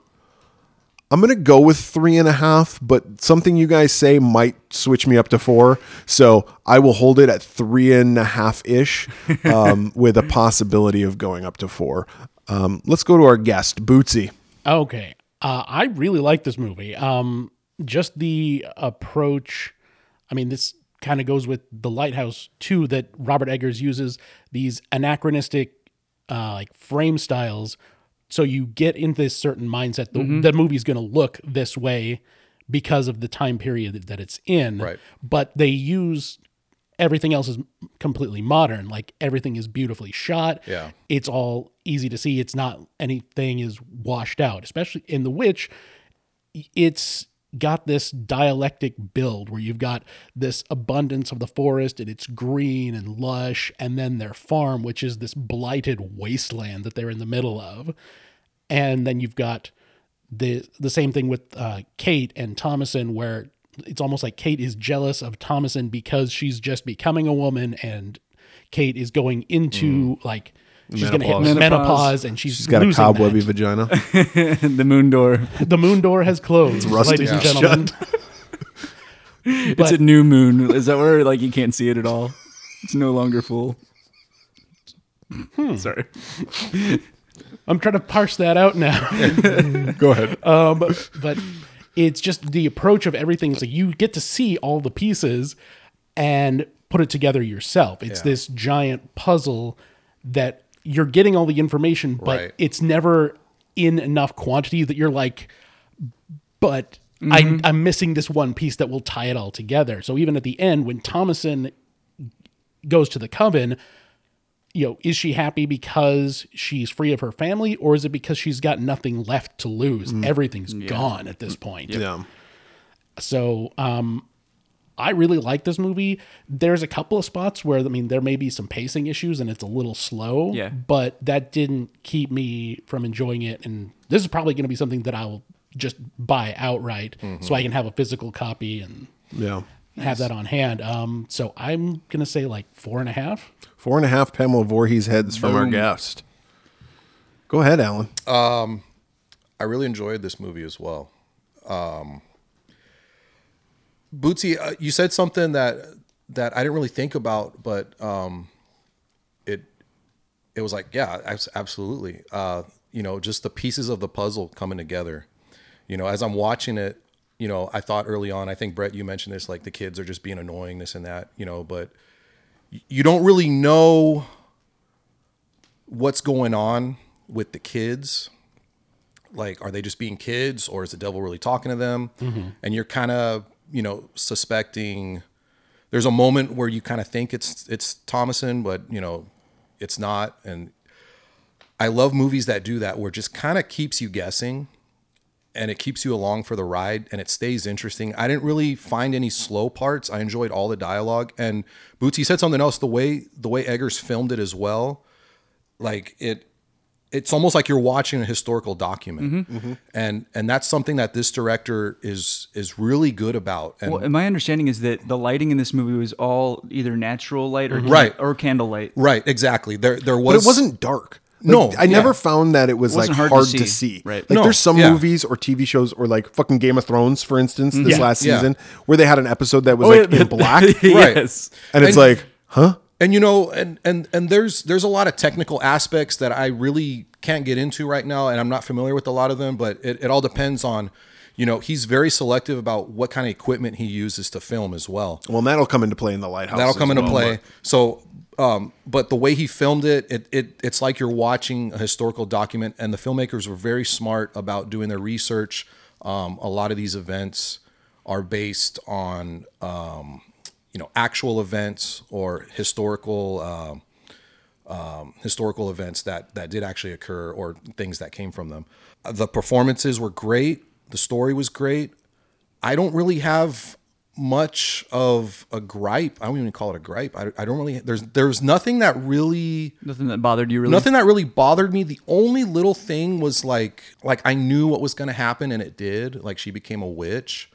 Speaker 2: I'm gonna go with three and a half, but something you guys say might switch me up to four. So I will hold it at three and a half ish, um, with a possibility of going up to four. Um, let's go to our guest, Bootsy.
Speaker 4: Okay. Uh, I really like this movie. Um, just the approach. I mean, this kind of goes with The Lighthouse, too, that Robert Eggers uses these anachronistic uh, like frame styles. So you get into this certain mindset. The, the movie's going to look this way because of the time period that- that it's in.
Speaker 3: Right.
Speaker 4: But they use everything else is completely modern. Like everything is beautifully shot.
Speaker 3: Yeah.
Speaker 4: It's all easy to see. It's not anything is washed out, especially in The Witch. It's got this dialectic build where you've got this abundance of the forest and it's green and lush, and then their farm, which is this blighted wasteland that they're in the middle of. And then you've got the the same thing with uh, Kate and Thomason, where it's almost like Kate is jealous of Thomason because she's just becoming a woman, and Kate is going into like she's going to hit
Speaker 1: Menopause.
Speaker 4: menopause,
Speaker 1: Menopause.
Speaker 4: and she's,
Speaker 2: Mm. She's got a
Speaker 4: losing that.
Speaker 2: cobwebby vagina.
Speaker 1: the moon door.
Speaker 4: The moon door has closed,
Speaker 2: rusty.
Speaker 4: ladies and
Speaker 2: Yeah.
Speaker 4: gentlemen.
Speaker 1: It's a new moon. Is that where like you can't see it at all? It's no longer full.
Speaker 3: Hmm.
Speaker 1: Sorry.
Speaker 4: I'm trying to parse that out now.
Speaker 2: go ahead.
Speaker 4: Um, but it's just the approach of everything. It's like you get to see all the pieces and put it together yourself. It's this giant puzzle that you're getting all the information, but
Speaker 3: Right.
Speaker 4: it's never in enough quantity that you're like, but
Speaker 2: Mm-hmm.
Speaker 4: I, I'm missing this one piece that will tie it all together. So even at the end, when Thomason goes to the coven, you know, is she happy because she's free of her family, or is it because she's got nothing left to lose? Everything's gone at this point.
Speaker 2: Yeah.
Speaker 4: So, um, I really like this movie. There's a couple of spots where I mean there may be some pacing issues and it's a little slow.
Speaker 1: Yeah.
Speaker 4: But that didn't keep me from enjoying it, and this is probably going to be something that I will just buy outright, so I can have a physical copy and
Speaker 2: Yeah.
Speaker 4: have that on hand. Um, so I'm gonna say like four and a half.
Speaker 2: Four and a half Pamela Voorhees heads from our guest. Go ahead, Alan.
Speaker 3: I really enjoyed this movie as well. Um, Bootsy, uh, you said something that that I didn't really think about, but um, it it was like, yeah, abs- absolutely. Uh, you know, just the pieces of the puzzle coming together. You know, as I'm watching it, you know, I thought early on, I think Brett, you mentioned this, like the kids are just being annoying, this and that. You know, but y- you don't really know what's going on with the kids like are they just being kids or is the devil really talking to them and you're kind of you know suspecting there's a moment where you kind of think it's it's thomason but you know it's not and i love movies that do that where it just kind of keeps you guessing and it keeps you along for the ride and it stays interesting i didn't really find any slow parts i enjoyed all the dialogue and bootsy said something else the way the way eggers filmed it as well like it it's almost like you're watching a historical document and and that's something that this director is is really good about and
Speaker 1: Well, and my understanding is that the lighting in this movie was all either natural light or can-
Speaker 3: Mm-hmm. Right.
Speaker 1: or candlelight.
Speaker 3: right exactly there there was
Speaker 2: but it wasn't dark. Like,
Speaker 3: No,
Speaker 2: I never
Speaker 3: yeah.
Speaker 2: found that it was like
Speaker 1: wasn't
Speaker 2: hard, to, see.
Speaker 1: Right.
Speaker 2: Like
Speaker 3: No,
Speaker 2: there's some
Speaker 3: yeah.
Speaker 2: movies or TV shows or like fucking Game of Thrones, for instance, this
Speaker 4: Yeah.
Speaker 2: last
Speaker 3: Yeah.
Speaker 2: season where they had an episode that was
Speaker 1: Oh,
Speaker 2: like
Speaker 1: yeah.
Speaker 2: in black,
Speaker 1: yes.
Speaker 2: and it's
Speaker 3: And-
Speaker 2: like, huh?
Speaker 3: and you know and and and there's there's a lot of technical aspects that i really can't get into right now and i'm not familiar with a lot of them but it, it all depends on you know he's very selective about what kind of equipment he uses to film as well
Speaker 2: Well, that'll come into play in the lighthouse.
Speaker 3: that'll
Speaker 2: as
Speaker 3: come into
Speaker 2: well,
Speaker 3: play so Um, but the way he filmed it, it, it, it's like you're watching a historical document. And the filmmakers were very smart about doing their research. Um, a lot of these events are based on, um, you know, actual events or historical um, um, historical events that that did actually occur or things that came from them. Uh, The performances were great. The story was great. I don't really have much of a gripe. I don't even call it a gripe. I, I don't really. There's there's nothing that really
Speaker 1: Nothing that bothered you really.
Speaker 3: nothing that really bothered me. The only little thing was like like I knew what was going to happen and it did. Like she became a witch,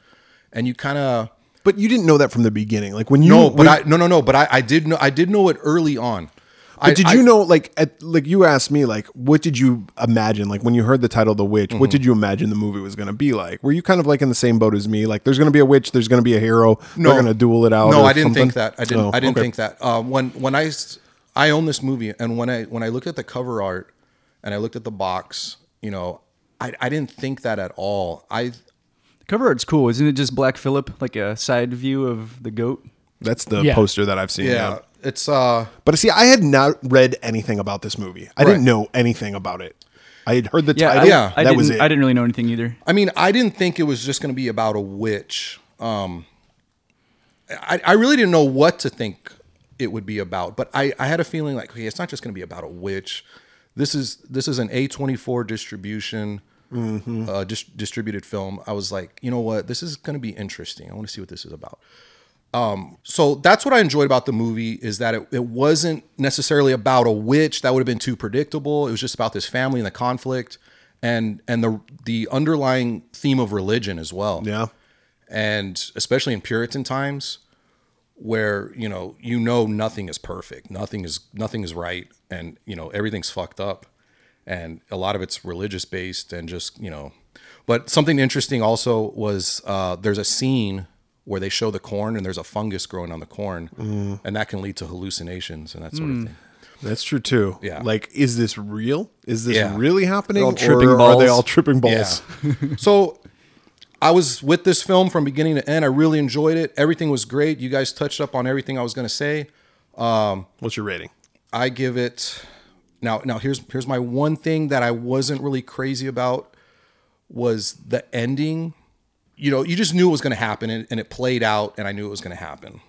Speaker 3: and you kind of
Speaker 2: But you didn't know that from the beginning. Like when you
Speaker 3: no, but
Speaker 2: when-
Speaker 3: I no no no. But I I did know I did know it early on. I,
Speaker 2: But did
Speaker 3: I-
Speaker 2: you know, like, at, like you asked me, like, what did you imagine, like, when you heard the title "The Witch"? What did you imagine the movie was going to be like? Were you kind of like in the same boat as me? Like, there's going to be a witch, there's going to be a hero,
Speaker 3: No.
Speaker 2: they're going to duel it out.
Speaker 3: No,
Speaker 2: or
Speaker 3: I didn't
Speaker 2: something?
Speaker 3: think that. I didn't.
Speaker 2: Oh,
Speaker 3: I didn't
Speaker 2: okay.
Speaker 3: think that. Uh, when when I s- I own this movie, and when I when I looked at the cover art, and I looked at the box, you know, I I didn't think that at all. I
Speaker 1: The cover art's cool, isn't it? Just Black Phillip, like a side view of the goat.
Speaker 2: that's the
Speaker 4: Yeah.
Speaker 2: poster that I've seen.
Speaker 3: yeah,
Speaker 2: yeah.
Speaker 3: it's uh
Speaker 2: But see, I had not read anything about this movie. I
Speaker 3: Right.
Speaker 2: didn't know anything about it. I had heard the
Speaker 1: Yeah, I,
Speaker 2: title.
Speaker 1: I
Speaker 3: Yeah.
Speaker 2: that
Speaker 1: didn't,
Speaker 2: was it.
Speaker 1: I didn't really know anything either.
Speaker 3: I mean, I didn't think it was just going to be about a witch. Um, I, I really didn't know what to think it would be about, but I, I had a feeling like, okay, it's not just going to be about a witch. This is this is an A twenty four distribution uh, dis- distributed film. I was like, you know what, this is going to be interesting. I want to see what this is about. Um, so that's what I enjoyed about the movie is that it, it wasn't necessarily about a witch that would have been too predictable. It was just about this family and the conflict and and the the underlying theme of religion as well.
Speaker 2: Yeah.
Speaker 3: And especially in Puritan times where, you know, you know nothing is perfect. Nothing is nothing is right and, you know, everything's fucked up. And a lot of it's religious based and just, you know, but something interesting also was uh, there's a scene where they show the corn and there's a fungus growing on the corn and that can lead to hallucinations and that sort of thing.
Speaker 2: That's true too.
Speaker 3: Yeah.
Speaker 2: Like, is this real? Is this
Speaker 3: Yeah.
Speaker 2: really happening?
Speaker 1: all tripping
Speaker 2: or Are they
Speaker 1: balls.
Speaker 2: all tripping balls?
Speaker 3: Yeah. so I was with this film from beginning to end. I really enjoyed it. Everything was great. You guys touched up on everything I was going to say.
Speaker 2: What's your rating?
Speaker 3: I give it now. Now here's here's my one thing that I wasn't really crazy about was the ending. You know, you just knew it was going to happen, and, and it played out, and I knew it was going to happen.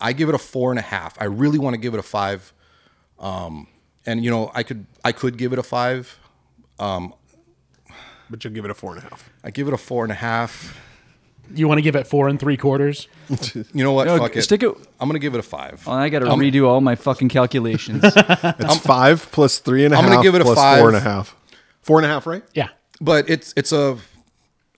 Speaker 3: I give it a four and a half. I really want to give it a five. Um, and you know, I could I could give it a five.
Speaker 2: But you'll give it a four and a half.
Speaker 3: I give it a four and a half.
Speaker 4: You want to give it four and three quarters?
Speaker 2: Mm-hmm.
Speaker 3: You know what?
Speaker 1: No,
Speaker 3: Fuck it.
Speaker 1: stick it-
Speaker 3: I'm gonna give it a five.
Speaker 1: Well, I got to redo all my fucking calculations.
Speaker 2: That's five plus three and a
Speaker 3: I'm gonna
Speaker 2: half
Speaker 3: give it a
Speaker 2: plus
Speaker 3: five.
Speaker 2: Four and a half. Four and a half, right?
Speaker 4: Yeah.
Speaker 3: but it's it's a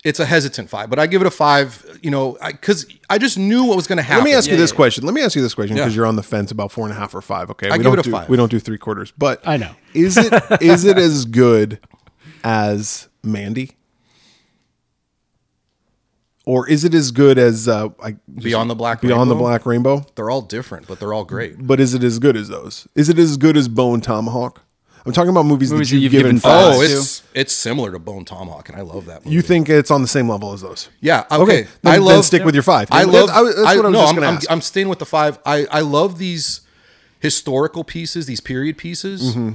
Speaker 3: it's a hesitant five. But I give it a five. You know, because I, just knew what was gonna happen.
Speaker 2: Let me ask you
Speaker 1: Yeah,
Speaker 2: this
Speaker 1: yeah, yeah.
Speaker 2: question. Let me ask you this question because
Speaker 3: Yeah.
Speaker 2: you're on the fence about four and a half or five. Okay,
Speaker 3: I
Speaker 2: we
Speaker 3: give
Speaker 2: don't
Speaker 3: it a
Speaker 2: do
Speaker 3: five.
Speaker 2: we don't do three quarters, but
Speaker 4: I know.
Speaker 2: Is it is it as good as Mandy, or is it as good as uh, I,
Speaker 3: Beyond the Black
Speaker 2: Beyond the
Speaker 3: Rainbow?
Speaker 2: Black Rainbow?
Speaker 3: They're all different, but they're all great.
Speaker 2: But is it as good as those? Is it as good as Bone Tomahawk? I'm talking about movies,
Speaker 1: Movies
Speaker 2: that you've, given, five.
Speaker 1: fives.
Speaker 3: Oh,
Speaker 1: too.
Speaker 3: it's it's similar to Bone Tomahawk, and I love that movie.
Speaker 2: You think it's on the same level as those?
Speaker 3: Yeah. Okay.
Speaker 2: then-
Speaker 3: I
Speaker 2: then
Speaker 3: love.
Speaker 2: stick with your five.
Speaker 3: I
Speaker 2: That's-
Speaker 3: love.
Speaker 2: I- that's what I was
Speaker 3: no,
Speaker 2: just
Speaker 3: I'm,
Speaker 2: gonna
Speaker 3: I'm,
Speaker 2: ask.
Speaker 3: I'm staying with the five. I I love these historical pieces, these period pieces,
Speaker 2: Mm-hmm.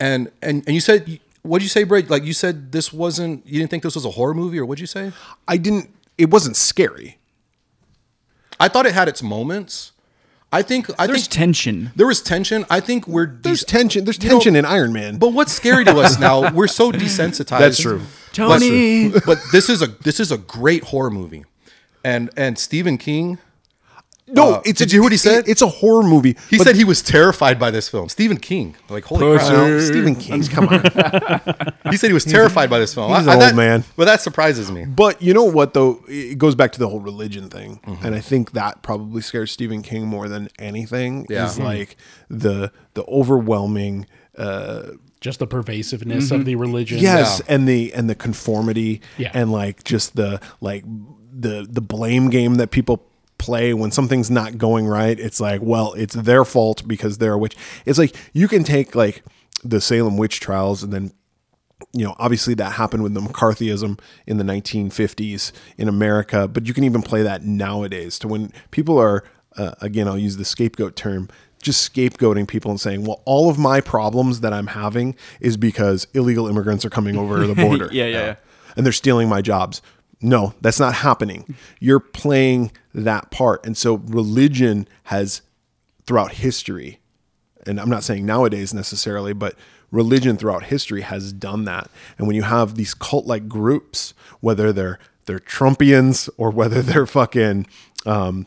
Speaker 3: and and and you said. What did you say, Brad? Like you said, this wasn't. You didn't think this was a horror movie, or what'd you say?
Speaker 2: I didn't. It wasn't scary.
Speaker 3: I thought it had its moments. I think. I
Speaker 1: There's
Speaker 3: think
Speaker 1: tension.
Speaker 3: There was tension. I think we're de-
Speaker 2: There's tension. There's
Speaker 3: know,
Speaker 2: tension in Iron Man.
Speaker 3: But what's scary to us now? We're so desensitized.
Speaker 2: That's true.
Speaker 1: Tony.
Speaker 3: But, but this is a this is a great horror movie, and and Stephen King.
Speaker 2: no,
Speaker 3: uh,
Speaker 2: it's
Speaker 3: did
Speaker 2: a,
Speaker 3: you hear what he
Speaker 2: it-
Speaker 3: said?
Speaker 2: it's a horror movie.
Speaker 3: He
Speaker 2: but
Speaker 3: said he was terrified by this film. Stephen King, like holy crap!
Speaker 2: Well, Stephen King. Come on.
Speaker 3: He said he was terrified by this film.
Speaker 2: He's an
Speaker 3: that-
Speaker 2: old man.
Speaker 3: but that surprises me.
Speaker 2: But you know what though? It goes back to the whole religion thing, and I think that probably scares Stephen King more than anything.
Speaker 3: Yeah.
Speaker 2: Is
Speaker 3: Mhm.
Speaker 2: like the the overwhelming
Speaker 4: Just the pervasiveness
Speaker 2: Mm-hmm.
Speaker 4: of the religion.
Speaker 2: yes, and the and the conformity,
Speaker 4: Yeah.
Speaker 2: and like just the like the the blame game that people play when something's not going right. It's like, well, it's their fault because they're a witch. It's like you can take like the Salem witch trials and then you know, obviously that happened with the McCarthyism in the 1950s in America, but you can even play that nowadays to when people are, uh, again, I'll use the scapegoat term, just scapegoating people and saying, "Well, all of my problems that I'm having is because illegal immigrants are coming over the border."
Speaker 1: Yeah, yeah, yeah.
Speaker 2: And they're stealing my jobs. No, that's not happening. You're playing that part. And so religion has throughout history and I'm not saying nowadays necessarily, but religion throughout history has done that. And when you have these cult-like groups, whether they're they're Trumpians or whether they're fucking um,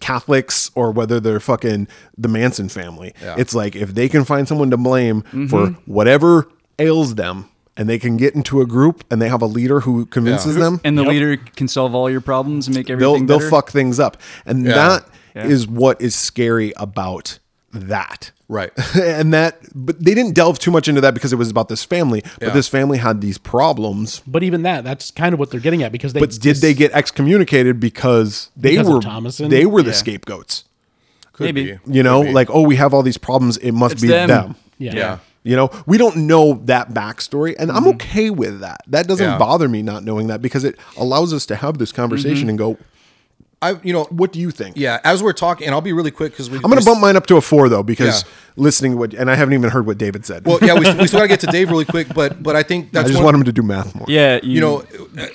Speaker 2: Catholics or whether they're fucking the Manson family, it's like if they can find someone to blame for whatever ails them, and they can get into a group and they have a leader who convinces them,
Speaker 1: And the leader can solve all your problems and make
Speaker 2: they'll
Speaker 1: everything
Speaker 2: they'll
Speaker 1: better.
Speaker 2: fuck things up, and
Speaker 3: Yeah.
Speaker 2: that is
Speaker 1: Yeah.
Speaker 2: what is scary about that
Speaker 3: Right.
Speaker 2: and that but they didn't delve too much into that because it was about this family but
Speaker 3: Yeah.
Speaker 2: this family had these problems
Speaker 4: But even that, that's kind of what they're getting at because they.
Speaker 2: but did they get excommunicated because they
Speaker 4: Because of
Speaker 2: were
Speaker 4: Thomason?
Speaker 2: they were the
Speaker 1: Yeah.
Speaker 2: scapegoats
Speaker 3: Could
Speaker 1: Maybe.
Speaker 3: be.
Speaker 2: you know
Speaker 3: Could be.
Speaker 2: like oh we have all these problems it must
Speaker 1: It's
Speaker 2: be them,
Speaker 1: them.
Speaker 4: Yeah.
Speaker 3: yeah.
Speaker 2: you know we don't know that backstory and
Speaker 1: Mm-hmm.
Speaker 2: i'm okay with that that doesn't
Speaker 3: Yeah.
Speaker 2: bother me not knowing that because it allows us to have this conversation
Speaker 1: Mm-hmm.
Speaker 2: and go
Speaker 3: I you know
Speaker 2: what do you think
Speaker 3: yeah. As we're talking, and I'll be really quick because we.
Speaker 2: i'm gonna bump mine up to a four though because
Speaker 3: Yeah.
Speaker 2: listening to what and i haven't even heard what david said
Speaker 3: Well, yeah, we, we still gotta get to Dave really quick, but but I think
Speaker 2: i
Speaker 3: that's
Speaker 2: just
Speaker 3: one-
Speaker 2: want him to do math more
Speaker 1: Yeah,
Speaker 3: you know,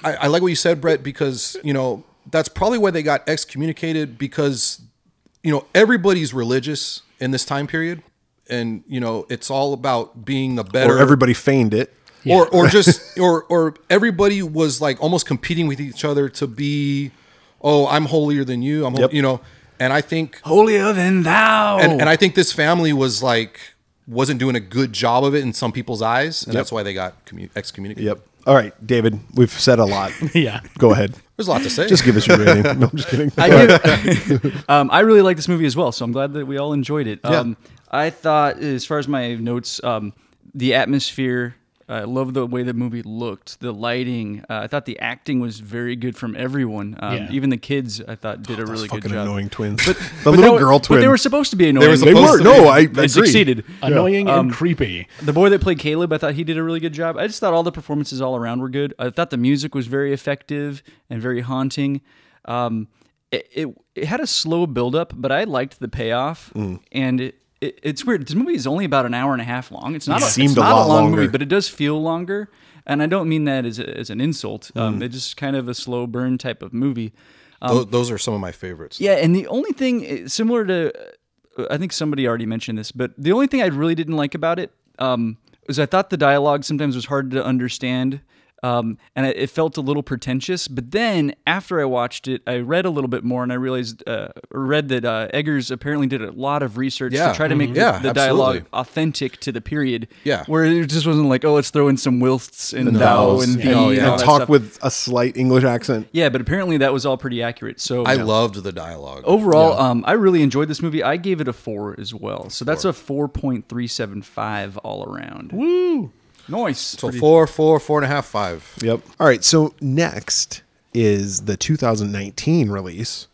Speaker 3: I, I like what you said, Brett, because you know that's probably why they got excommunicated because you know everybody's religious in this time period, and you know it's all about being the better,
Speaker 2: or everybody feigned it
Speaker 3: or or just or or everybody was like almost competing with each other to be, oh, I'm holier than you, I'm hol-"
Speaker 2: Yep.
Speaker 3: you know, and I think
Speaker 1: holier than thou.
Speaker 3: and, and I think this family was like wasn't doing a good job of it in some people's eyes, and that's why they got commu- excommunicated.
Speaker 2: Yep. All right, David, we've said a lot.
Speaker 4: Yeah.
Speaker 2: Go ahead.
Speaker 3: There's a lot to say.
Speaker 2: Just give us your rating. No, I'm just kidding.
Speaker 1: I, give- um, I really like this movie as well, so I'm glad that we all enjoyed it. Um, I thought, as far as my notes, um, the atmosphere. I love the way the movie looked, the lighting. Uh, I thought the acting was very good from everyone. Um,
Speaker 4: Yeah.
Speaker 1: Even the kids, I thought, did a really good
Speaker 2: Oh, Fucking
Speaker 1: job.
Speaker 2: annoying twins. the
Speaker 1: But
Speaker 2: little
Speaker 1: that-
Speaker 2: girl
Speaker 1: But
Speaker 2: twin.
Speaker 1: they were supposed to be annoying.
Speaker 3: were
Speaker 2: They were.
Speaker 3: supposed to
Speaker 2: No, I
Speaker 1: They
Speaker 2: agree.
Speaker 1: succeeded.
Speaker 4: Annoying
Speaker 2: Um,
Speaker 4: and creepy.
Speaker 1: The boy that played Caleb, I thought he did a really good job. I just thought all the performances all around were good. I thought the music was very effective and very haunting. Um, it, it it had a slow buildup, but I liked the payoff.
Speaker 2: Mm.
Speaker 1: And it, it, it's weird. This movie is only about an hour and a half long. It's not,
Speaker 2: It
Speaker 1: a,
Speaker 2: seemed
Speaker 1: it's
Speaker 2: a
Speaker 1: not
Speaker 2: lot
Speaker 1: a long
Speaker 2: longer.
Speaker 1: movie, but it does feel longer. And I don't mean that as, a, as an insult.
Speaker 2: Mm.
Speaker 1: Um, It's just kind of a slow burn type of movie.
Speaker 3: Tho- those are some of my favorites.
Speaker 1: Um, Yeah, and the only thing uh, similar to, uh, I think somebody already mentioned this, but the only thing I really didn't like about it um, was I thought the dialogue sometimes was hard to understand, um, and it, it felt a little pretentious. But then after I watched it, I read a little bit more, and I realized, uh, read that uh, Eggers apparently did a lot of research
Speaker 3: Yeah.
Speaker 1: to try to make
Speaker 3: Mhm.
Speaker 1: the,
Speaker 3: Yeah,
Speaker 1: the dialogue
Speaker 3: absolutely.
Speaker 1: authentic to the period.
Speaker 3: Yeah.
Speaker 1: where it just wasn't like, oh, let's throw in some whilsts and thou
Speaker 2: thous,
Speaker 1: and
Speaker 2: yeah.
Speaker 1: thee
Speaker 3: Oh,
Speaker 1: and,
Speaker 3: yeah.
Speaker 1: all
Speaker 2: and
Speaker 1: that
Speaker 2: talk
Speaker 1: stuff.
Speaker 2: with a slight English accent.
Speaker 1: Yeah, but apparently that was all pretty accurate. So
Speaker 3: I loved the dialogue.
Speaker 1: Overall, um, I really enjoyed this movie. I gave it a four as well. So that's a four point three seven five all around.
Speaker 4: Woo.
Speaker 1: Nice.
Speaker 3: So four, four, four and a half, five.
Speaker 2: Yep. All right. So next is the 2019 release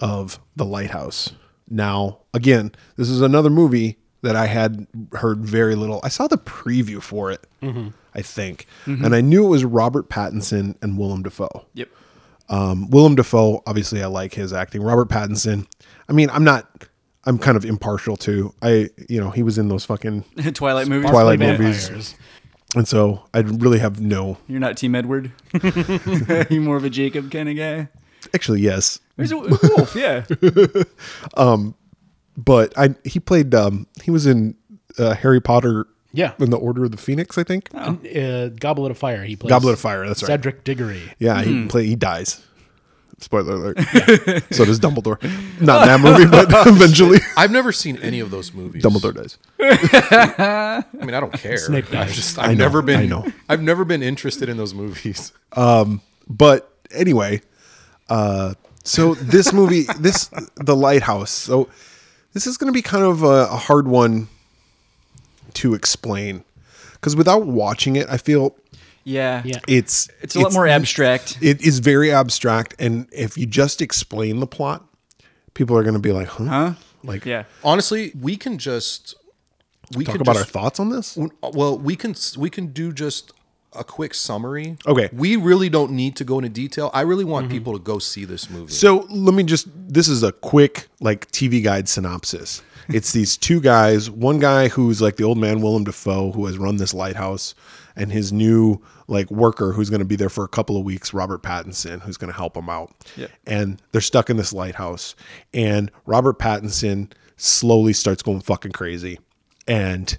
Speaker 2: of The Lighthouse. Now, again, this is another movie that I had heard very little. I saw the preview for it, I think, and I knew it was Robert Pattinson and Willem Dafoe.
Speaker 1: Yep.
Speaker 2: Um, Willem Dafoe, obviously, I like his acting. Robert Pattinson, I mean, I'm not, I'm kind of impartial to. I, you know, he was in those fucking,
Speaker 1: Twilight movies.
Speaker 2: Twilight
Speaker 4: Vampires.
Speaker 2: movies. and so I really have no.
Speaker 1: You're not Team Edward. You're more of a Jacob kind of guy.
Speaker 2: Actually, yes,
Speaker 1: He's a wolf, yeah.
Speaker 2: but I he played um he was in uh, Harry Potter
Speaker 4: Yeah.
Speaker 2: in the Order of the Phoenix I think
Speaker 4: Uh, Goblet of Fire. He plays
Speaker 2: Goblet of Fire that's right
Speaker 4: Cedric Diggory.
Speaker 2: yeah he play he dies spoiler alert so does Dumbledore not in that movie but eventually
Speaker 3: I've never seen any of those movies.
Speaker 2: Dumbledore dies
Speaker 3: I mean, I don't care.
Speaker 4: Snape
Speaker 3: I've
Speaker 4: dies.
Speaker 3: just, I've
Speaker 2: I know,
Speaker 3: never been.
Speaker 2: I know.
Speaker 3: I've never been interested in those movies.
Speaker 2: but anyway uh so this movie this the Lighthouse so this is going to be kind of a, a hard one to explain because without watching it I feel
Speaker 1: Yeah.
Speaker 4: Yeah.
Speaker 2: it's
Speaker 1: It's a lot more abstract.
Speaker 2: It is very abstract, and if you just explain the plot, people are going to be like, "Huh?"
Speaker 1: Huh?
Speaker 2: Like,
Speaker 1: Yeah.
Speaker 3: Honestly, we can just we
Speaker 2: talk
Speaker 3: can
Speaker 2: about our
Speaker 3: just, uh,
Speaker 2: thoughts on this.
Speaker 3: Well, we can we can do just a quick summary.
Speaker 2: Okay.
Speaker 3: We really don't need to go into detail. I really want
Speaker 1: Mm-hmm.
Speaker 3: people to go see this movie.
Speaker 2: So let me just. This is a quick like TV guide synopsis. It's these two guys. One guy who's like the old man Willem Dafoe, who has run this lighthouse, and his new like worker who's going to be there for a couple of weeks, Robert Pattinson, who's going to help him out.
Speaker 1: Yeah.
Speaker 2: And they're stuck in this lighthouse, and Robert Pattinson slowly starts going fucking crazy, and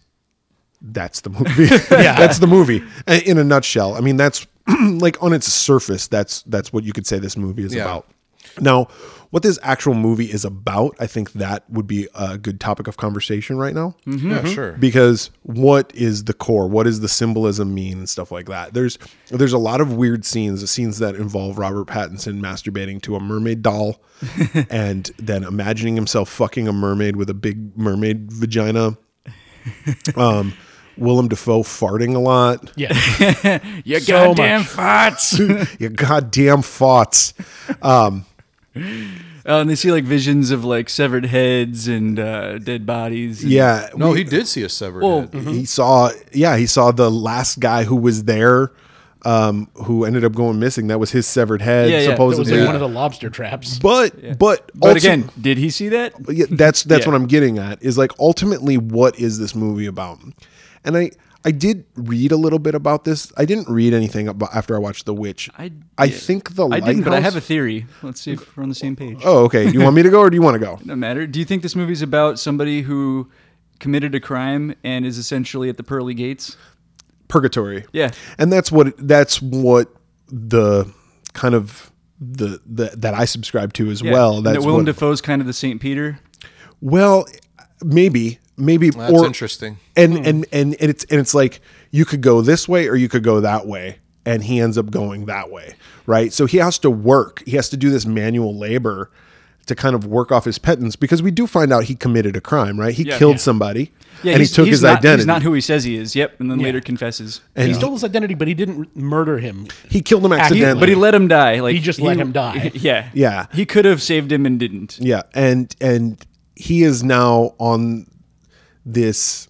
Speaker 2: that's the movie. yeah, that's the movie I- in a nutshell. I mean, that's like on its surface, that's that's what you could say this movie is
Speaker 3: Yeah.
Speaker 2: about. Now, what this actual movie is about, I think that would be a good topic of conversation right now
Speaker 1: mm-hmm.
Speaker 3: Yeah, sure.
Speaker 2: because what is the core what does the symbolism mean and stuff like that there's there's a lot of weird scenes the scenes that involve robert pattinson masturbating to a mermaid doll and then imagining himself fucking a mermaid with a big mermaid vagina um willem dafoe farting a lot
Speaker 4: Yeah.
Speaker 1: You
Speaker 4: So
Speaker 1: goddamn
Speaker 4: much.
Speaker 1: farts.
Speaker 2: your goddamn farts
Speaker 1: Oh, and they see like visions of like severed heads and uh, dead bodies. and-
Speaker 2: yeah
Speaker 3: No, he did see a severed
Speaker 1: Well, mm-hmm.
Speaker 3: head.
Speaker 2: he saw yeah he saw the last guy who was there um, who ended up going missing? That was his severed head,
Speaker 1: Yeah, yeah, that was,
Speaker 4: That was
Speaker 2: supposedly.
Speaker 4: like one of the lobster traps.
Speaker 2: But but
Speaker 1: But
Speaker 2: ulti-
Speaker 1: again, did he see that?
Speaker 2: But yeah, that's that's
Speaker 1: Yeah.
Speaker 2: what I'm getting at is like ultimately what is this movie about? And I I did read a little bit about this. I didn't read anything about after I watched The Witch.
Speaker 1: I
Speaker 2: I
Speaker 1: did.
Speaker 2: think the
Speaker 1: I
Speaker 2: lighthouse.
Speaker 1: didn't, but I have a theory. Let's see if we're on the same page.
Speaker 2: oh, okay. Do you want me to go or do you want to go?
Speaker 1: No matter. Do you think this movie's about somebody who committed a crime and is essentially at the pearly gates?
Speaker 2: Purgatory.
Speaker 1: Yeah.
Speaker 2: and that's what that's what the kind of the, the that I subscribe to as
Speaker 1: Yeah.
Speaker 2: well.
Speaker 1: And
Speaker 2: That's
Speaker 1: that Willem
Speaker 2: what,
Speaker 1: Dafoe's kind of the Saint Peter.
Speaker 2: Well, maybe, maybe.
Speaker 3: That's
Speaker 2: or,
Speaker 3: interesting.
Speaker 2: And,
Speaker 1: Hmm.
Speaker 2: and and and it's and it's like you could go this way or you could go that way, and he ends up going that way, right? So he has to work. He has to do this manual labor to kind of work off his pittance because we do find out he committed a crime, right? He
Speaker 1: Yeah.
Speaker 2: killed
Speaker 1: Yeah.
Speaker 2: somebody,
Speaker 1: Yeah,
Speaker 2: and he
Speaker 1: he's-
Speaker 2: took
Speaker 1: he's
Speaker 2: his
Speaker 1: not,
Speaker 2: identity.
Speaker 1: He's not who he says he is. Yep, and then later confesses.
Speaker 4: he stole his identity, but he didn't murder him.
Speaker 2: he killed him
Speaker 1: He-
Speaker 2: accidentally,
Speaker 1: but he let him die. Like
Speaker 4: He just let him die.
Speaker 1: Yeah,
Speaker 2: Yeah.
Speaker 1: He could have saved him and didn't.
Speaker 2: Yeah, and and he is now on this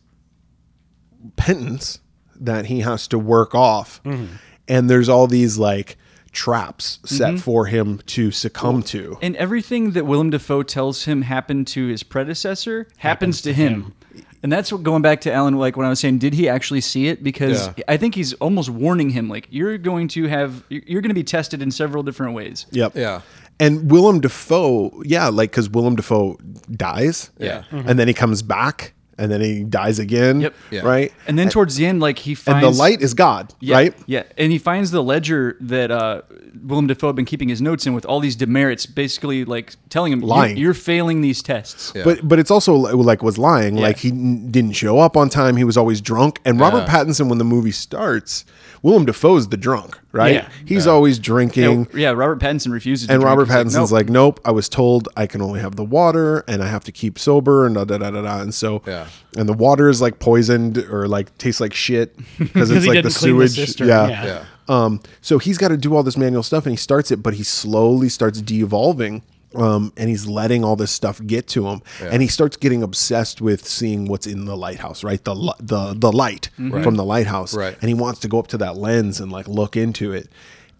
Speaker 2: penance that he has to work off,
Speaker 3: Mm-hmm.
Speaker 2: and there's all these like traps set
Speaker 3: Mm-hmm.
Speaker 2: for him to succumb to.
Speaker 1: And everything that Willem Dafoe tells him happened to his predecessor happens, to him. And that's what going back to Alan, like when I was saying, did he actually see it? Because
Speaker 3: Yeah.
Speaker 1: I think he's almost warning him, like, you're going to have, you're you're going to be tested in several different ways.
Speaker 2: Yep.
Speaker 3: Yeah.
Speaker 2: And Willem Dafoe, yeah, like because Willem Dafoe dies,
Speaker 3: Yeah. Mm-hmm.
Speaker 2: and then he comes back, and then he dies again,
Speaker 1: Yep.
Speaker 3: Yeah.
Speaker 2: right?
Speaker 1: And then towards the end, like, he
Speaker 2: And
Speaker 1: finds.
Speaker 2: the light is God,
Speaker 1: Yeah,
Speaker 2: right?
Speaker 1: Yeah. And he finds the ledger that uh, Willem Dafoe had been keeping his notes in with all these demerits, basically, like, telling him, "You're-
Speaker 2: Lying.
Speaker 1: You're, failing these tests.
Speaker 3: Yeah.
Speaker 2: But but it's also li- like was lying. Like he n- didn't show up on time. He was always drunk. And Robert Pattinson, when the movie starts, Willem Dafoe's the drunk, right?
Speaker 4: Yeah.
Speaker 2: He's always drinking.
Speaker 1: Yeah, Robert Pattinson refuses to
Speaker 2: and
Speaker 1: drink.
Speaker 2: Robert
Speaker 1: He's "Nope."
Speaker 2: Pattinson's like, nope. I was told I can only have the water, and I have to keep sober, and da da da da da. And so,
Speaker 3: Yeah.
Speaker 2: and the water is like poisoned or like tastes like shit because
Speaker 4: Because
Speaker 2: it's
Speaker 4: he
Speaker 2: like
Speaker 4: didn't
Speaker 2: the
Speaker 4: clean the
Speaker 2: sewage.
Speaker 4: cistern, yeah.
Speaker 3: Yeah.
Speaker 2: Um, so he's got to do all this manual stuff, and he starts it, but he slowly starts de-evolving, um, and he's letting all this stuff get to him, and he starts getting obsessed with seeing what's in the lighthouse, right? The li- the the light from the lighthouse,
Speaker 3: Mm-hmm. Right.
Speaker 2: And he wants to go up to that lens and like look into it,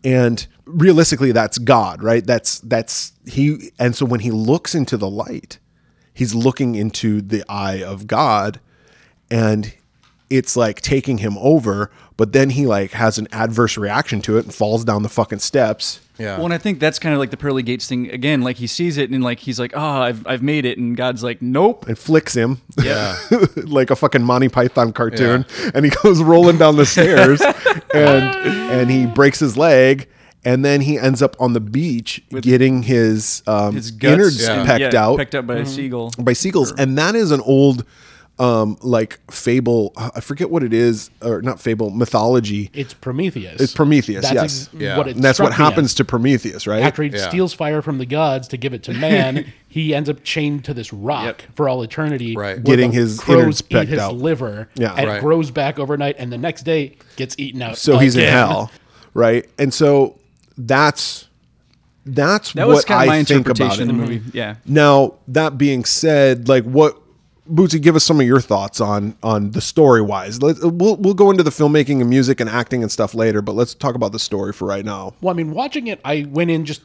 Speaker 2: and realistically, that's God, right? That's that's he, and so when he looks into the light, he's looking into the eye of God, and it's like taking him over, but then he like has an adverse reaction to it and falls down the fucking steps.
Speaker 3: Yeah.
Speaker 1: Well, and I think that's kind of like the pearly gates thing again. Like he sees it and like he's like, "Ah, I've I've made it," and God's like, "Nope."
Speaker 2: And flicks him
Speaker 3: yeah.
Speaker 2: like a fucking Monty Python cartoon, and he goes rolling down the stairs, and and he breaks his leg, and then he ends up on the beach getting his um,
Speaker 1: His guts
Speaker 2: innards
Speaker 1: and-
Speaker 2: pecked
Speaker 1: yeah,
Speaker 2: out,
Speaker 1: pecked out
Speaker 4: Mm-hmm.
Speaker 1: by a seagull.
Speaker 2: by seagulls and that is an old um like fable i forget what it is or not fable mythology
Speaker 4: It's Prometheus.
Speaker 2: it's prometheus
Speaker 4: That's
Speaker 2: yes
Speaker 4: ex-
Speaker 3: Yeah.
Speaker 4: what it
Speaker 2: and that's
Speaker 4: struck
Speaker 2: what
Speaker 4: me as.
Speaker 2: happens to prometheus right
Speaker 4: After he
Speaker 3: Yeah.
Speaker 4: steals fire from the gods to give it to man, he ends up chained to this rock for all eternity.
Speaker 3: Right.
Speaker 4: where
Speaker 2: Getting
Speaker 4: the
Speaker 2: his innards
Speaker 4: crows eat
Speaker 2: pecked
Speaker 4: his
Speaker 2: out.
Speaker 4: liver.
Speaker 2: Yeah.
Speaker 4: and
Speaker 3: Right.
Speaker 4: grows back overnight, and the next day gets eaten out.
Speaker 2: so he's in
Speaker 4: again.
Speaker 2: hell right and so that's that's
Speaker 1: That
Speaker 2: what
Speaker 1: was kind of
Speaker 2: i
Speaker 1: my
Speaker 2: think about
Speaker 4: Mm-hmm.
Speaker 1: interpretation
Speaker 2: it
Speaker 1: of the movie. Yeah.
Speaker 2: now that being said like what Bootsy, give us some of your thoughts on on the story wise. Let, we'll we'll go into the filmmaking and music and acting and stuff later, but let's talk about the story for right now.
Speaker 4: Well, I mean, watching it, I went in just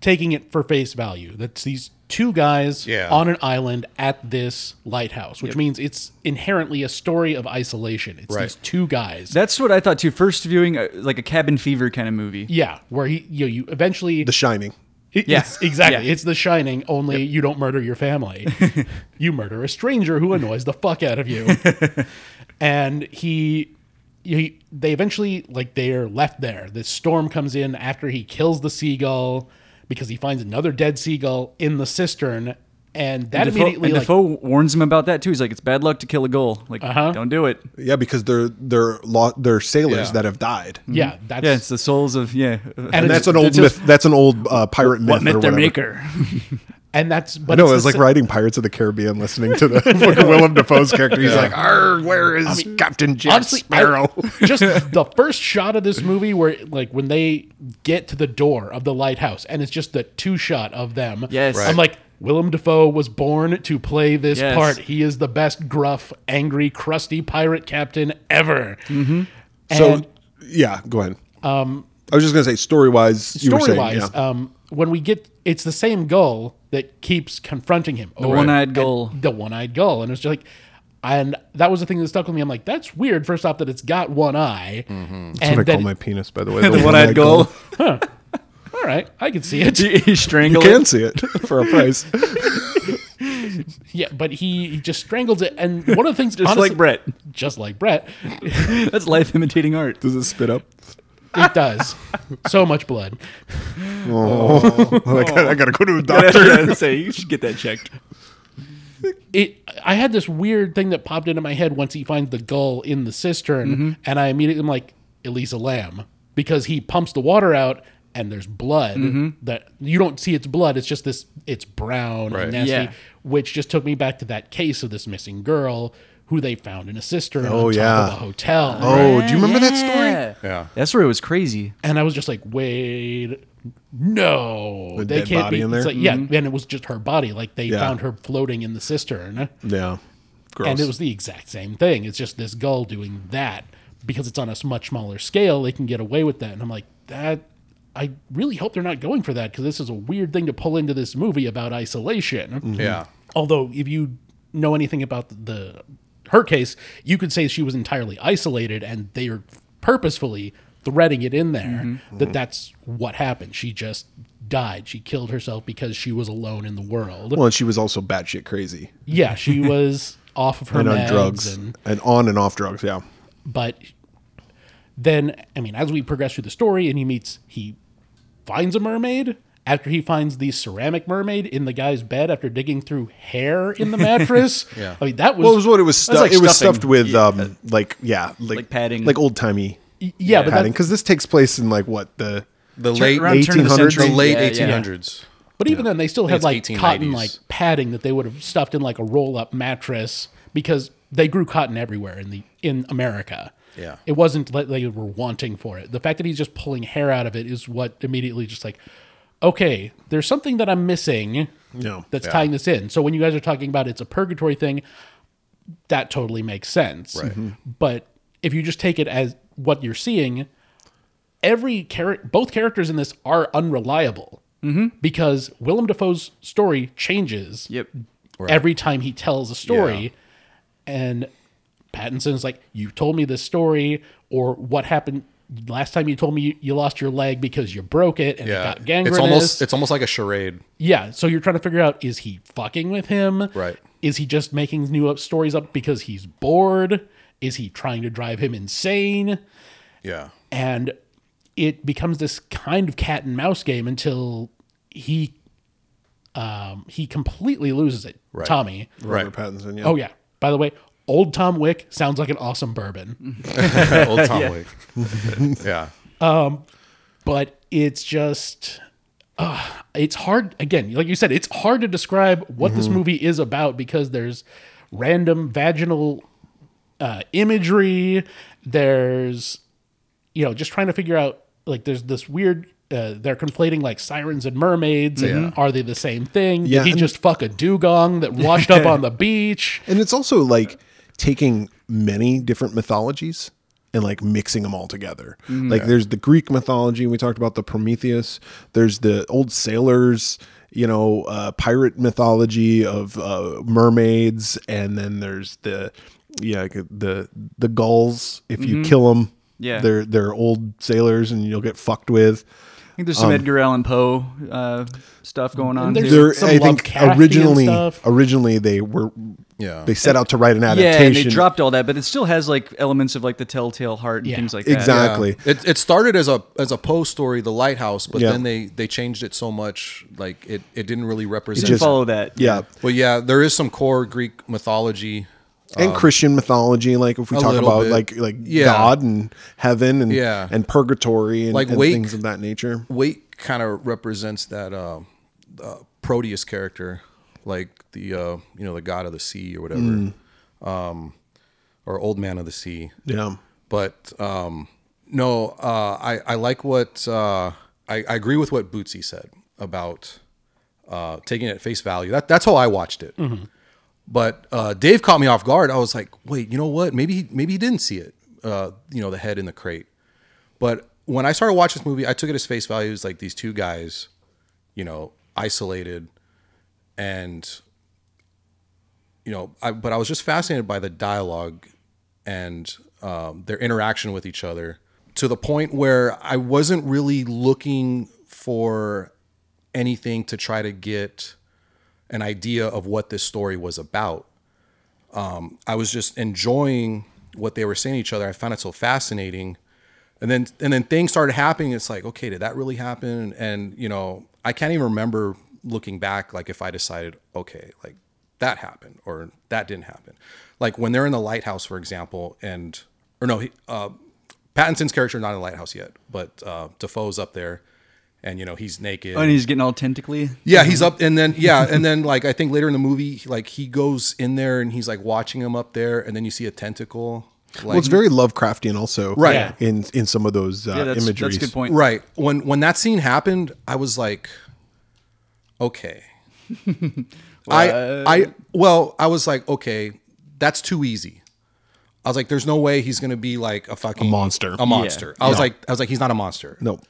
Speaker 4: taking it for face value. That's these two guys
Speaker 3: Yeah.
Speaker 4: on an island at this lighthouse, which means it's inherently a story of isolation. It's
Speaker 3: Right.
Speaker 4: these two guys.
Speaker 1: That's what I thought too. First viewing, uh, like a cabin fever kind of movie.
Speaker 4: yeah, where he you know, you eventually
Speaker 2: The Shining.
Speaker 4: It-
Speaker 1: Yeah.
Speaker 4: It's, exactly.
Speaker 1: Yeah.
Speaker 4: It's The Shining, only you don't murder your family. you murder a stranger who annoys the fuck out of you. and he, he, they eventually, like, they are left there. This storm comes in after he kills the seagull because he finds another dead seagull in the cistern. And that
Speaker 1: Defoe,
Speaker 4: immediately,
Speaker 1: and
Speaker 4: like,
Speaker 1: Defoe warns him about that too. He's like, "It's bad luck to kill a goal. Like,
Speaker 4: Uh-huh.
Speaker 1: don't do it."
Speaker 2: Yeah, because they're they're lo- they're sailors
Speaker 3: Yeah.
Speaker 2: that have died.
Speaker 4: yeah, that's,
Speaker 1: Yeah, it's the souls of yeah. And,
Speaker 2: And
Speaker 4: it's-
Speaker 2: that's an old myth. That's an old uh, pirate myth.
Speaker 1: What
Speaker 2: or
Speaker 1: meant their
Speaker 2: whatever.
Speaker 1: maker?
Speaker 4: and that's, but
Speaker 2: No, it
Speaker 4: it's the
Speaker 2: was like
Speaker 4: si-
Speaker 2: riding Pirates of the Caribbean, listening to the fucking Willem Dafoe's character. He's like, "Arr, where is Captain Jack
Speaker 4: I-
Speaker 2: Sparrow?"
Speaker 4: just the first shot of this movie where like when they get to the door of the lighthouse and it's just the two shot of them.
Speaker 1: Yes. Right.
Speaker 4: I'm like Willem Dafoe was born to play this
Speaker 1: Yes.
Speaker 4: part. He is the best gruff, angry, crusty pirate captain ever. Mm-hmm.
Speaker 2: so,
Speaker 4: And
Speaker 2: yeah, go ahead. Um, I was just gonna say, story wise, you were
Speaker 4: story
Speaker 2: saying,
Speaker 4: wise,
Speaker 2: yeah.
Speaker 4: um, when we get it's the same gull that keeps confronting him. The
Speaker 1: one-eyed gull.
Speaker 4: the one-eyed gull and it was just like and that was the thing that stuck with me. I'm like, that's weird. First off, that it's got one eye,
Speaker 2: Mm-hmm. That's
Speaker 4: and
Speaker 2: what I
Speaker 4: that
Speaker 2: call my penis, by the way. The,
Speaker 1: One eyed goal.
Speaker 4: all right, I can see it.
Speaker 1: he
Speaker 2: You
Speaker 1: strangled.
Speaker 2: can see it for a price.
Speaker 4: Yeah, but he, he just strangles it. And one of the things,
Speaker 1: Just
Speaker 4: honestly-
Speaker 1: like Brett.
Speaker 4: just like Brett,
Speaker 1: That's life imitating art.
Speaker 2: Does it spit up?
Speaker 4: it does so much blood.
Speaker 2: I,
Speaker 4: Oh.
Speaker 2: gotta, I gotta go to a
Speaker 1: I was
Speaker 2: doctor.
Speaker 1: gonna say you should get that checked.
Speaker 4: It. I had this weird thing that popped into my head once he finds the gull in the cistern, and I immediately am like Elisa Lamb because he pumps the water out. And there's blood that you don't see. It's blood. It's just this. It's brown
Speaker 3: Right.
Speaker 4: and nasty,
Speaker 1: Yeah.
Speaker 4: which just took me back to that case of this missing girl who they found in a cistern
Speaker 2: Oh,
Speaker 4: on top
Speaker 2: yeah.
Speaker 4: of a hotel.
Speaker 2: Oh, do you remember that story?
Speaker 1: Yeah.
Speaker 3: Yeah.
Speaker 1: That story was crazy.
Speaker 4: And I was just like, wait, no,
Speaker 2: The
Speaker 4: they
Speaker 2: dead
Speaker 4: can't
Speaker 2: body
Speaker 4: be.
Speaker 2: in
Speaker 4: It's
Speaker 2: there?
Speaker 4: like, yeah, and it was just her body. Like they
Speaker 2: Yeah.
Speaker 4: found her floating in the cistern,
Speaker 2: Yeah, gross.
Speaker 4: and it was the exact same thing. It's just this gull doing that because it's on a s- much smaller scale. They can get away with that, and I'm like, that. I really hope they're not going for that because this is a weird thing to pull into this movie about isolation.
Speaker 3: Yeah.
Speaker 4: Although, if you know anything about the her case, you could say she was entirely isolated, and they are purposefully threading it in there
Speaker 2: Mm-hmm.
Speaker 4: that that's what happened. She just died. She killed herself because she was alone in the world.
Speaker 2: well, and she was also batshit crazy
Speaker 4: yeah, she was off of her
Speaker 2: and on
Speaker 4: meds
Speaker 2: drugs
Speaker 4: and
Speaker 2: and on and off drugs. Yeah.
Speaker 4: but then i mean as we progress through the story and he meets he finds a mermaid after he finds the ceramic mermaid in the guy's bed after digging through hair in the mattress
Speaker 3: Yeah.
Speaker 4: i mean that was,
Speaker 2: Well, it was what it was. Stu-
Speaker 1: That's like
Speaker 2: it was
Speaker 1: stuffing.
Speaker 2: stuffed with, um, like yeah, like,
Speaker 1: Like padding.
Speaker 2: like old timey
Speaker 4: uh, y- yeah, but
Speaker 2: padding.
Speaker 4: that,
Speaker 2: Because this takes place in like what the
Speaker 3: The late
Speaker 1: around turn of the
Speaker 2: 1800s?
Speaker 1: century.
Speaker 3: the late
Speaker 1: Yeah, yeah.
Speaker 3: 1800s.
Speaker 4: but even then they still had like
Speaker 3: think it's
Speaker 4: cotton
Speaker 3: 1890s.
Speaker 4: like padding that they would have stuffed in like a roll-up mattress because they grew cotton everywhere in the in america
Speaker 3: Yeah.
Speaker 4: it wasn't like they were wanting for it. The fact that he's just pulling hair out of it is what immediately just like, okay, there's something that I'm missing
Speaker 2: no.
Speaker 4: that's
Speaker 3: Yeah.
Speaker 4: tying this in. So when you guys are talking about it's a purgatory thing, that totally makes sense.
Speaker 3: Right.
Speaker 4: But if you just take it as what you're seeing, every character, both characters in this are unreliable
Speaker 3: Mm-hmm.
Speaker 4: because Willem Dafoe's story changes
Speaker 1: Yep.
Speaker 4: every time he tells a story. And Pattinson's like, You told me this story, or what happened last time you told me you, you lost your leg because you broke it and it
Speaker 3: Yeah.
Speaker 4: got
Speaker 3: It's
Speaker 4: gangrenous.
Speaker 3: almost it's almost like a charade.
Speaker 4: yeah. So you're trying to figure out is he fucking with him?
Speaker 3: Right.
Speaker 4: Is he just making new up stories up because he's bored? Is he trying to drive him insane?
Speaker 3: Yeah.
Speaker 4: and it becomes this kind of cat and mouse game until he um, he completely loses it. Tommy.
Speaker 2: Robert Pattinson. Yeah.
Speaker 4: Oh yeah. By the way, old Tom Wick sounds like an awesome bourbon,
Speaker 3: Old Tom Wake. yeah.
Speaker 4: but it's just uh, it's hard again, like you said, it's hard to describe what this
Speaker 2: Mm-hmm.
Speaker 4: movie is about because there's random vaginal uh, imagery, there's you know, just trying to figure out like there's this weird. Uh, they're conflating like sirens and mermaids. And Are they the same thing?
Speaker 2: Yeah,
Speaker 4: Did he
Speaker 2: and-
Speaker 4: just fuck a dugong that washed up on the beach?
Speaker 2: And it's also like taking many different mythologies and like mixing them all together.
Speaker 1: Mm-hmm.
Speaker 2: Like there's the Greek mythology, we talked about the Prometheus, there's the old sailors, you know, uh, pirate mythology of uh, mermaids, and then there's the yeah the the gulls. If you kill them,
Speaker 1: Mm-hmm. Yeah.
Speaker 2: they're they're old sailors, and you'll get fucked with.
Speaker 1: I think there's some Edgar Allan Poe uh, stuff going on.
Speaker 4: there's-
Speaker 1: too.
Speaker 2: There,
Speaker 4: some
Speaker 2: I think
Speaker 4: Lovecraftian
Speaker 2: originally,
Speaker 4: stuff.
Speaker 2: originally they were,
Speaker 3: Yeah.
Speaker 2: they set out to write an adaptation.
Speaker 1: yeah, and they dropped all that, but it still has like elements of like the Telltale Heart and
Speaker 4: Yeah.
Speaker 1: things like that.
Speaker 2: exactly.
Speaker 3: Yeah. It, it started as a as a Poe story, The Lighthouse, but
Speaker 2: Yeah.
Speaker 3: then they they changed it so much, like it it didn't really represent.
Speaker 1: Didn't follow that.
Speaker 2: Yeah.
Speaker 3: Well, yeah, there is some core Greek mythology.
Speaker 2: And Christian mythology, like if we
Speaker 3: Um, a
Speaker 2: talk
Speaker 3: little
Speaker 2: about
Speaker 3: bit.
Speaker 2: like like
Speaker 3: Yeah.
Speaker 2: God and heaven and
Speaker 3: Yeah.
Speaker 2: and purgatory and,
Speaker 3: Like
Speaker 2: and
Speaker 3: Wake-
Speaker 2: things of that nature.
Speaker 3: Wake kind of represents that uh, uh, Proteus character, like the uh, you know the god of the sea or whatever,
Speaker 2: Mm.
Speaker 3: um, or old man of the sea.
Speaker 2: Yeah.
Speaker 3: But um, no, uh, I I like what uh, I, I agree with what Bootsy said about uh, taking it at face value. That that's how I watched it. But uh, Dave caught me off guard. I was like, wait, you know what? Maybe he, maybe he didn't see it. Uh, you know, the head in the crate. But when I started watching this movie, I took it as face value. It's like these two guys, you know, isolated, and you know, I, but I was just fascinated by the dialogue and um, their interaction with each other to the point where I wasn't really looking for anything to try to get an idea of what this story was about. Um, I was just enjoying what they were saying to each other. I found it so fascinating. And then and then things started happening. It's like, okay, did that really happen? And you know, I can't even remember looking back like if I decided, okay, like that happened or that didn't happen. Like when they're in the lighthouse, for example, and or no, he, uh, Pattinson's character not in the lighthouse yet, but uh, Defoe's up there, and you know he's naked.
Speaker 1: Oh, and he's getting all tentacly.
Speaker 3: Yeah,
Speaker 2: Mm-hmm.
Speaker 3: he's up, and then yeah, and then like I think later in the movie, like he goes in there and he's like watching him up there, and then you see a tentacle. Like,
Speaker 2: Well, it's very Lovecraftian also.
Speaker 3: Right.
Speaker 4: Yeah.
Speaker 2: In in some of those uh,
Speaker 1: Yeah, that's,
Speaker 2: imageries.
Speaker 1: that's a good point.
Speaker 3: right when when that scene happened, I was like, okay, I I well, I was like, okay, that's too easy. I was like, there's no way he's gonna be like a fucking
Speaker 2: monster.
Speaker 3: A monster. I was like, I was like, he's not a monster.
Speaker 2: No.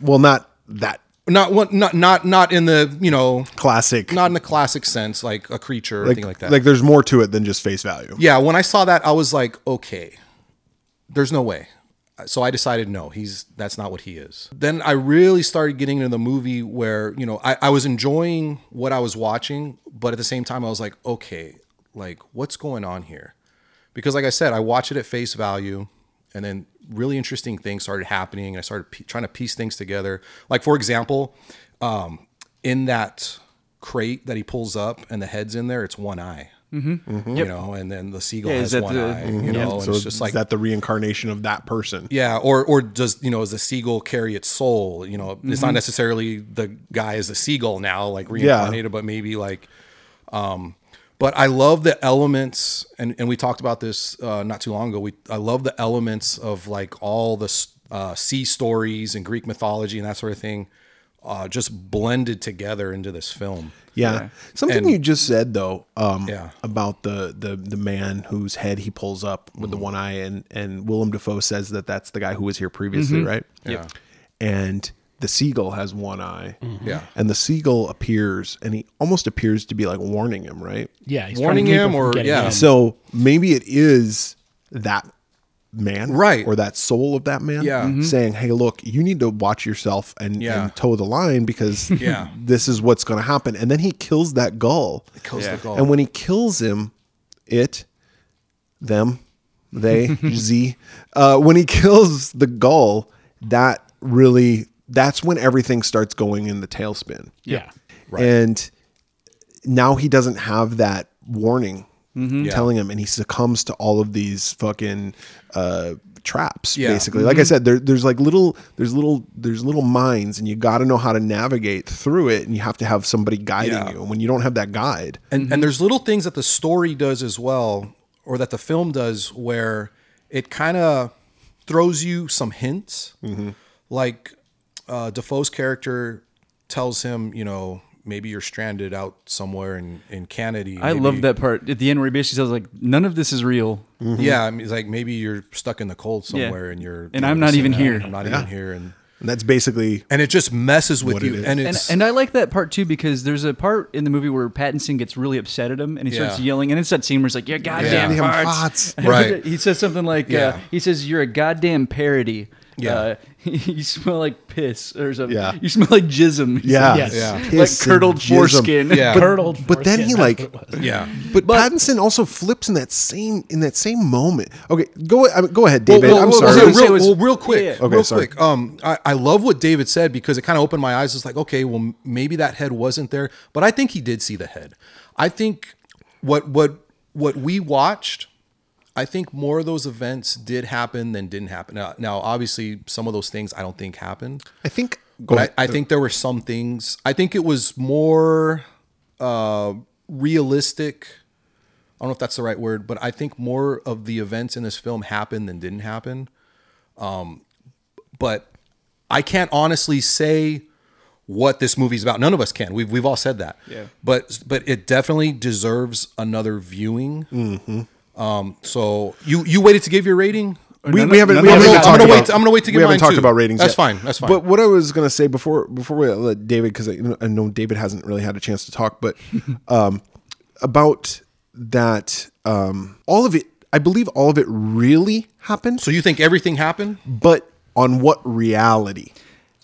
Speaker 2: Well, not that
Speaker 3: Not one. Not not not in the you know,
Speaker 2: classic.
Speaker 3: not in the classic sense, like a creature or
Speaker 2: like,
Speaker 3: thing like that.
Speaker 2: Like there's more to it than just face value.
Speaker 3: yeah, when I saw that, I was like, okay, there's no way. So I decided, no, he's that's not what he is. Then I really started getting into the movie where you know I, I was enjoying what I was watching, but at the same time I was like, okay, like what's going on here? Because like I said, I watched it at face value, and then really interesting things started happening, and I started p- trying to piece things together. Like for example, um, in that crate that he pulls up and the head's in there, it's one eye. You know, and then the seagull
Speaker 1: Mm-hmm. Yeah, is
Speaker 3: has
Speaker 1: that
Speaker 3: one
Speaker 1: the- Mm-hmm.
Speaker 3: eye. You know, and
Speaker 2: So
Speaker 3: it's just like
Speaker 2: is that the reincarnation of that person?
Speaker 3: yeah, or or does you know does the seagull carry its soul? You know, it's not necessarily the guy is the seagull now, like reincarnated, but maybe like. Um, but I love the elements, and and we talked about this uh, not too long ago. We I love the elements of like all the s- uh, sea stories and Greek mythology and that sort of thing, uh, just blended together into this film.
Speaker 2: Yeah. Something
Speaker 3: And-
Speaker 2: you just said though, um,
Speaker 3: Yeah.
Speaker 2: about the, the the man whose head he pulls up with the
Speaker 3: Mm-hmm.
Speaker 2: one eye, and and Willem Dafoe says that that's the guy who was here previously, right?
Speaker 3: Yeah.
Speaker 2: And the seagull has one eye,
Speaker 3: Yeah.
Speaker 2: and the seagull appears, and he almost appears to be like warning him, right?
Speaker 4: Yeah, he's
Speaker 3: Warning
Speaker 4: trying to keep
Speaker 3: him
Speaker 4: from
Speaker 3: or-
Speaker 4: getting
Speaker 3: yeah.
Speaker 4: in.
Speaker 2: So maybe it is that man
Speaker 3: Right.
Speaker 2: or that soul of that man
Speaker 3: Yeah. Mhm.
Speaker 2: saying hey look you need to watch yourself and,
Speaker 3: Yeah.
Speaker 2: and toe the line because
Speaker 3: Yeah.
Speaker 2: this is what's going to happen and then he kills that gull
Speaker 3: Kills the gull.
Speaker 2: and when he kills him, it, them, they, Z, uh, when he kills the gull, that really, that's when everything starts going in the tailspin.
Speaker 4: yeah.
Speaker 2: And now he doesn't have that warning
Speaker 3: Yeah.
Speaker 2: telling him, and he succumbs to all of these fucking uh, traps.
Speaker 3: Yeah.
Speaker 2: Basically, like I said, there, there's like little, there's little, there's little mines, and you got to know how to navigate through it, and you have to have somebody guiding
Speaker 3: Yeah.
Speaker 2: you. And when you don't have that guide,
Speaker 3: and
Speaker 1: Mm-hmm.
Speaker 3: and there's little things that the story does as well or that the
Speaker 1: Mm-hmm.
Speaker 3: film does where it kind of throws you some hints like uh, Defoe's character tells him, you know, maybe you're stranded out somewhere in in Canada.
Speaker 1: I
Speaker 3: maybe-
Speaker 1: love that part at the end where he basically says like, "None of this is real."
Speaker 3: Mm-hmm. Yeah, I mean, it's like maybe you're stuck in the cold somewhere, and you're
Speaker 1: And I'm not
Speaker 3: missing
Speaker 1: even
Speaker 3: out.
Speaker 1: here.
Speaker 3: I'm not even here, and
Speaker 2: And that's basically
Speaker 3: and it just messes with
Speaker 2: What it
Speaker 3: you.
Speaker 2: is.
Speaker 3: And
Speaker 1: And,
Speaker 3: it's
Speaker 1: and I like that part too because there's a part in the movie where Pattinson gets really upset at him and he starts
Speaker 3: Yeah.
Speaker 1: yelling and it's that scene where he's like, "You're a goddamn
Speaker 2: Goddamn
Speaker 1: farts."
Speaker 2: farts.
Speaker 1: And
Speaker 3: Right.
Speaker 1: he says something like, uh,
Speaker 3: Yeah.
Speaker 1: "He says you're a goddamn parody."
Speaker 3: Yeah.
Speaker 1: Uh, you smell like piss or something.
Speaker 2: Yeah.
Speaker 1: You smell like jism. He
Speaker 2: yeah,
Speaker 4: Yes.
Speaker 3: Yeah. Like
Speaker 1: said.
Speaker 2: Piss
Speaker 1: Like
Speaker 2: and
Speaker 1: curdled
Speaker 2: jism.
Speaker 1: foreskin.
Speaker 3: Yeah.
Speaker 4: Curdled.
Speaker 2: But then he
Speaker 4: foreskin,
Speaker 2: like,
Speaker 4: that's what it was.
Speaker 3: yeah.
Speaker 2: but, Pattinson also flips in that same in that same moment. Okay, go I mean, go ahead,
Speaker 3: Well,
Speaker 2: David.
Speaker 3: well,
Speaker 2: I'm
Speaker 3: well,
Speaker 2: sorry.
Speaker 1: so
Speaker 3: well,
Speaker 1: What he said
Speaker 3: real,
Speaker 1: was-
Speaker 3: well, real quick,
Speaker 1: Yeah, yeah.
Speaker 2: Okay,
Speaker 3: real
Speaker 2: sorry.
Speaker 3: quick. Um, I, I love what David said because it kind of opened my eyes. It's like, okay, well, m- maybe that head wasn't there, but I think he did see the head. I think what what what we watched. I think more of those events did happen than didn't happen. Now, now obviously, some of those things I don't think happened.
Speaker 2: I think go
Speaker 3: But
Speaker 2: ahead.
Speaker 3: I, I think there were some things. I think it was more uh, realistic. I don't know if that's the right word, but I think more of the events in this film happened than didn't happen. Um, but I can't honestly say what this movie's about. None of us can. We've we've all said that.
Speaker 1: Yeah.
Speaker 3: But but it definitely deserves another viewing.
Speaker 2: Mm-hmm.
Speaker 3: Um, so you you waited to give your rating.
Speaker 2: we,
Speaker 1: None
Speaker 2: we
Speaker 1: of-
Speaker 2: haven't.
Speaker 1: none
Speaker 2: we
Speaker 1: of
Speaker 2: haven't
Speaker 1: us have.
Speaker 2: talked
Speaker 1: I'm
Speaker 3: gonna
Speaker 2: about-
Speaker 3: wait- I'm gonna wait to get
Speaker 2: We haven't
Speaker 3: mine
Speaker 2: talked
Speaker 3: too.
Speaker 2: about ratings.
Speaker 3: That's
Speaker 2: yet.
Speaker 3: fine, that's fine.
Speaker 2: But what I was gonna say before before we let David, because I, you know, I know David hasn't really had a chance to talk, but um, about that, um, all of it. I believe all of it really happened,
Speaker 3: So you think everything happened?
Speaker 2: but on what reality?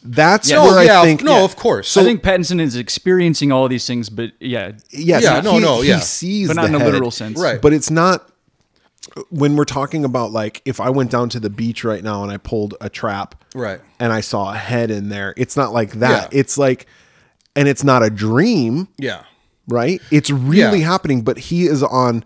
Speaker 2: That's
Speaker 1: Yeah.
Speaker 2: where
Speaker 3: No,
Speaker 2: I
Speaker 3: yeah,
Speaker 2: think.
Speaker 3: no, of course.
Speaker 1: I think Pattinson is experiencing all these things, but yeah,
Speaker 2: Yes,
Speaker 3: Yeah,
Speaker 2: he,
Speaker 3: no, no,
Speaker 2: he
Speaker 3: yeah.
Speaker 2: sees,
Speaker 1: but not
Speaker 2: the
Speaker 1: in a
Speaker 2: head.
Speaker 1: literal sense.
Speaker 3: Right.
Speaker 2: But it's not when we're talking about like if I went down to the beach right now and I pulled a trap,
Speaker 3: Right.
Speaker 2: and I saw a head in there. It's not like that.
Speaker 3: Yeah.
Speaker 2: It's like, and it's not a dream,
Speaker 3: Yeah.
Speaker 2: right? It's really
Speaker 3: Yeah.
Speaker 2: happening. But he is on,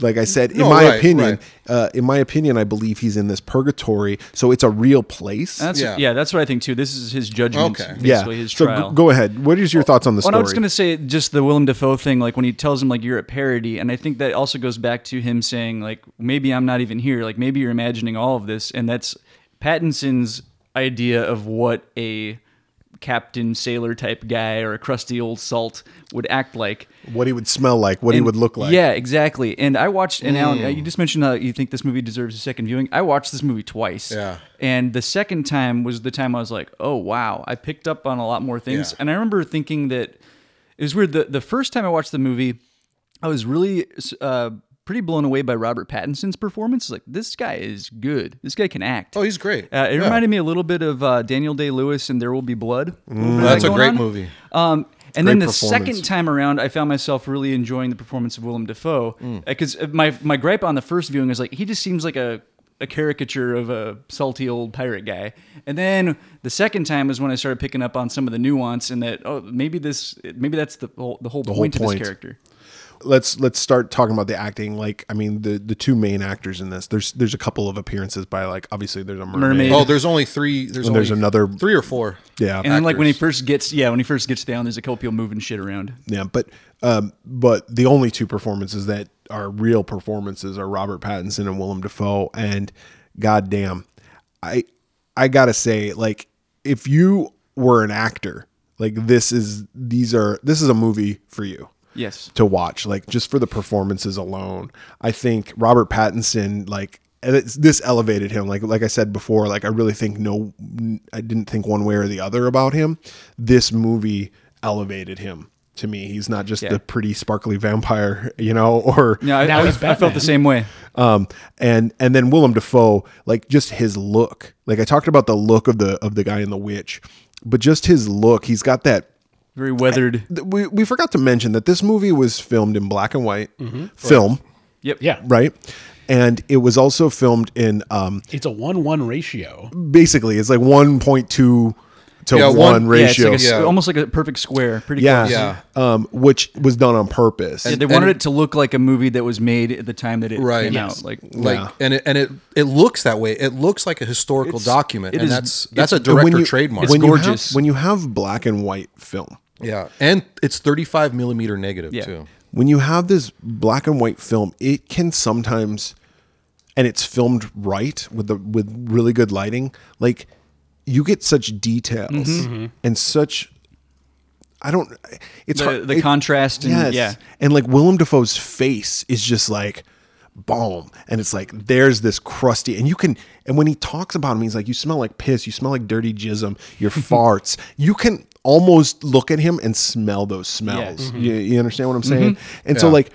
Speaker 2: like I said, in
Speaker 3: No,
Speaker 2: my
Speaker 3: right,
Speaker 2: opinion,
Speaker 3: right.
Speaker 2: Uh, in my opinion, I believe he's in this purgatory. So it's a real place.
Speaker 1: That's yeah.
Speaker 3: Yeah.
Speaker 1: that's what I think too. This is his judgment,
Speaker 3: Okay.
Speaker 2: yeah.
Speaker 1: basically his
Speaker 2: so
Speaker 1: trial. Oh,
Speaker 2: g- go ahead. What is your thoughts on the
Speaker 1: Well,
Speaker 2: story?
Speaker 1: no, I was going to say just the Willem Dafoe thing, like when he tells him like you're a parody, and I think that also goes back to him saying like maybe I'm not even here, like maybe you're imagining all of this, and that's Pattinson's idea of what a captain sailor type guy or a crusty old salt would act like.
Speaker 2: what he would smell like. What he
Speaker 1: And-
Speaker 2: would look like. Mm.
Speaker 1: Yeah, exactly. And I watched, and Alan, uh, you just mentioned how you think this movie deserves a second viewing. I watched this movie twice.
Speaker 3: Yeah.
Speaker 1: And the second time was the time I was like, oh, wow, I picked up on a lot more things.
Speaker 3: Yeah.
Speaker 1: And I remember thinking that it was weird. The, the first time I watched the movie, I was really uh, pretty blown away by Robert Pattinson's performance. Like, this guy is good. This guy can act.
Speaker 3: Oh, he's great.
Speaker 1: Uh, it
Speaker 3: Yeah.
Speaker 1: reminded me a little bit of uh, Daniel Day Lewis and There Will Be Blood. A little bit of
Speaker 3: That's
Speaker 1: that
Speaker 3: a
Speaker 1: going
Speaker 3: great
Speaker 1: on.
Speaker 3: movie.
Speaker 1: Um, and then
Speaker 2: Great
Speaker 1: the
Speaker 2: performance.
Speaker 1: second time around, I found myself really enjoying the performance of Willem Dafoe
Speaker 3: Mm.
Speaker 1: because my my gripe on the first viewing is like he just seems like a a caricature of a salty old pirate guy. And then the second time is when I started picking up on some of the nuance and that oh maybe this maybe that's the whole the whole point of
Speaker 2: point.
Speaker 1: this character.
Speaker 2: let's let's start talking about the acting. Like, I mean, the the two main actors in this. There's there's a couple of appearances by like obviously there's a mermaid.
Speaker 1: Mermaid. Oh,
Speaker 3: Oh, there's only three. There's
Speaker 2: And there's
Speaker 3: only
Speaker 2: another-
Speaker 3: three or four.
Speaker 2: Yeah,
Speaker 1: And then like when he
Speaker 3: Actors.
Speaker 1: first gets yeah when he first gets down, there's a couple people moving shit around.
Speaker 2: yeah, but um, but the only two performances that are real performances are Robert Pattinson and Willem Dafoe. And goddamn, I I gotta say, like, if you were an actor, like this is these are this is a movie for you.
Speaker 1: Yes.
Speaker 2: to watch, like just for the performances alone. I think Robert Pattinson, like and it's- this elevated him. Like like I said before, like I really think no, I didn't think one way or the other about him. This movie elevated him to me. He's not just the pretty sparkly vampire, you know, or
Speaker 1: Yeah, I,
Speaker 4: Now
Speaker 1: I,
Speaker 4: he's
Speaker 1: I felt
Speaker 4: Batman.
Speaker 1: the same way.
Speaker 2: um, and and then Willem Dafoe, like just his look. Like I talked about the look of the of the guy in the witch, but just his look. He's got that
Speaker 1: Very weathered.
Speaker 2: th- we, we forgot to mention that this movie was filmed in black and white film,
Speaker 1: Yep.
Speaker 4: Yeah.
Speaker 2: right? And it was also filmed in um,
Speaker 4: It's a one-one ratio.
Speaker 2: basically it's like 1.2 to
Speaker 3: Yeah,
Speaker 2: 1,
Speaker 3: one-
Speaker 1: Yeah,
Speaker 2: ratio.
Speaker 1: It's like a s
Speaker 3: Yeah.
Speaker 1: almost like a perfect square. Pretty
Speaker 2: Yeah.
Speaker 1: close.
Speaker 3: Yeah.
Speaker 2: Um, which was done on purpose.
Speaker 1: Yeah, they
Speaker 3: And-
Speaker 1: wanted
Speaker 3: and-
Speaker 1: it to look like a movie that was made at the time that it
Speaker 3: Right.
Speaker 1: came
Speaker 4: Yes.
Speaker 1: out. Like,
Speaker 3: Like and it and it it looks that way. It looks like a historical document,
Speaker 1: it
Speaker 3: and
Speaker 1: is-
Speaker 3: that's that's a
Speaker 2: And
Speaker 3: director trademark.
Speaker 2: when you have-
Speaker 1: gorgeous.
Speaker 2: when you have black and white film,
Speaker 3: yeah, and it's 35 millimeter negative
Speaker 1: Yeah.
Speaker 3: too.
Speaker 2: when you have this black and white film, it can sometimes, and it's filmed right with the with really good lighting, like you get such details and such. I don't. It's
Speaker 1: The-
Speaker 2: hard-
Speaker 1: the contrast and- yeah.
Speaker 2: and like Willem Dafoe's face is just like balm, and it's like there's this crusty, and you can, and when he talks about him, he's like, you smell like piss, you smell like dirty jism, your farts. You can almost look at him and smell those smells. You, you understand what I'm saying? And so
Speaker 3: Yeah.
Speaker 2: like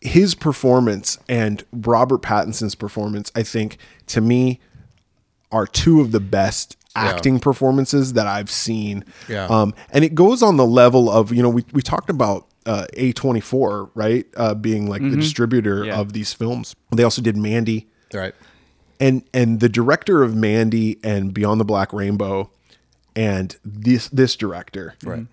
Speaker 2: his performance and Robert Pattinson's performance, I think to me are two of the best acting performances that I've seen.
Speaker 3: Yeah.
Speaker 2: Um, and it goes on the level of, you know, we, we talked about uh, A24, right? Uh, being like the distributor
Speaker 1: Yeah.
Speaker 2: of these films. They also did Mandy.
Speaker 3: All right.
Speaker 2: And and the director of Mandy and Beyond the Black Rainbow and this this director. Right.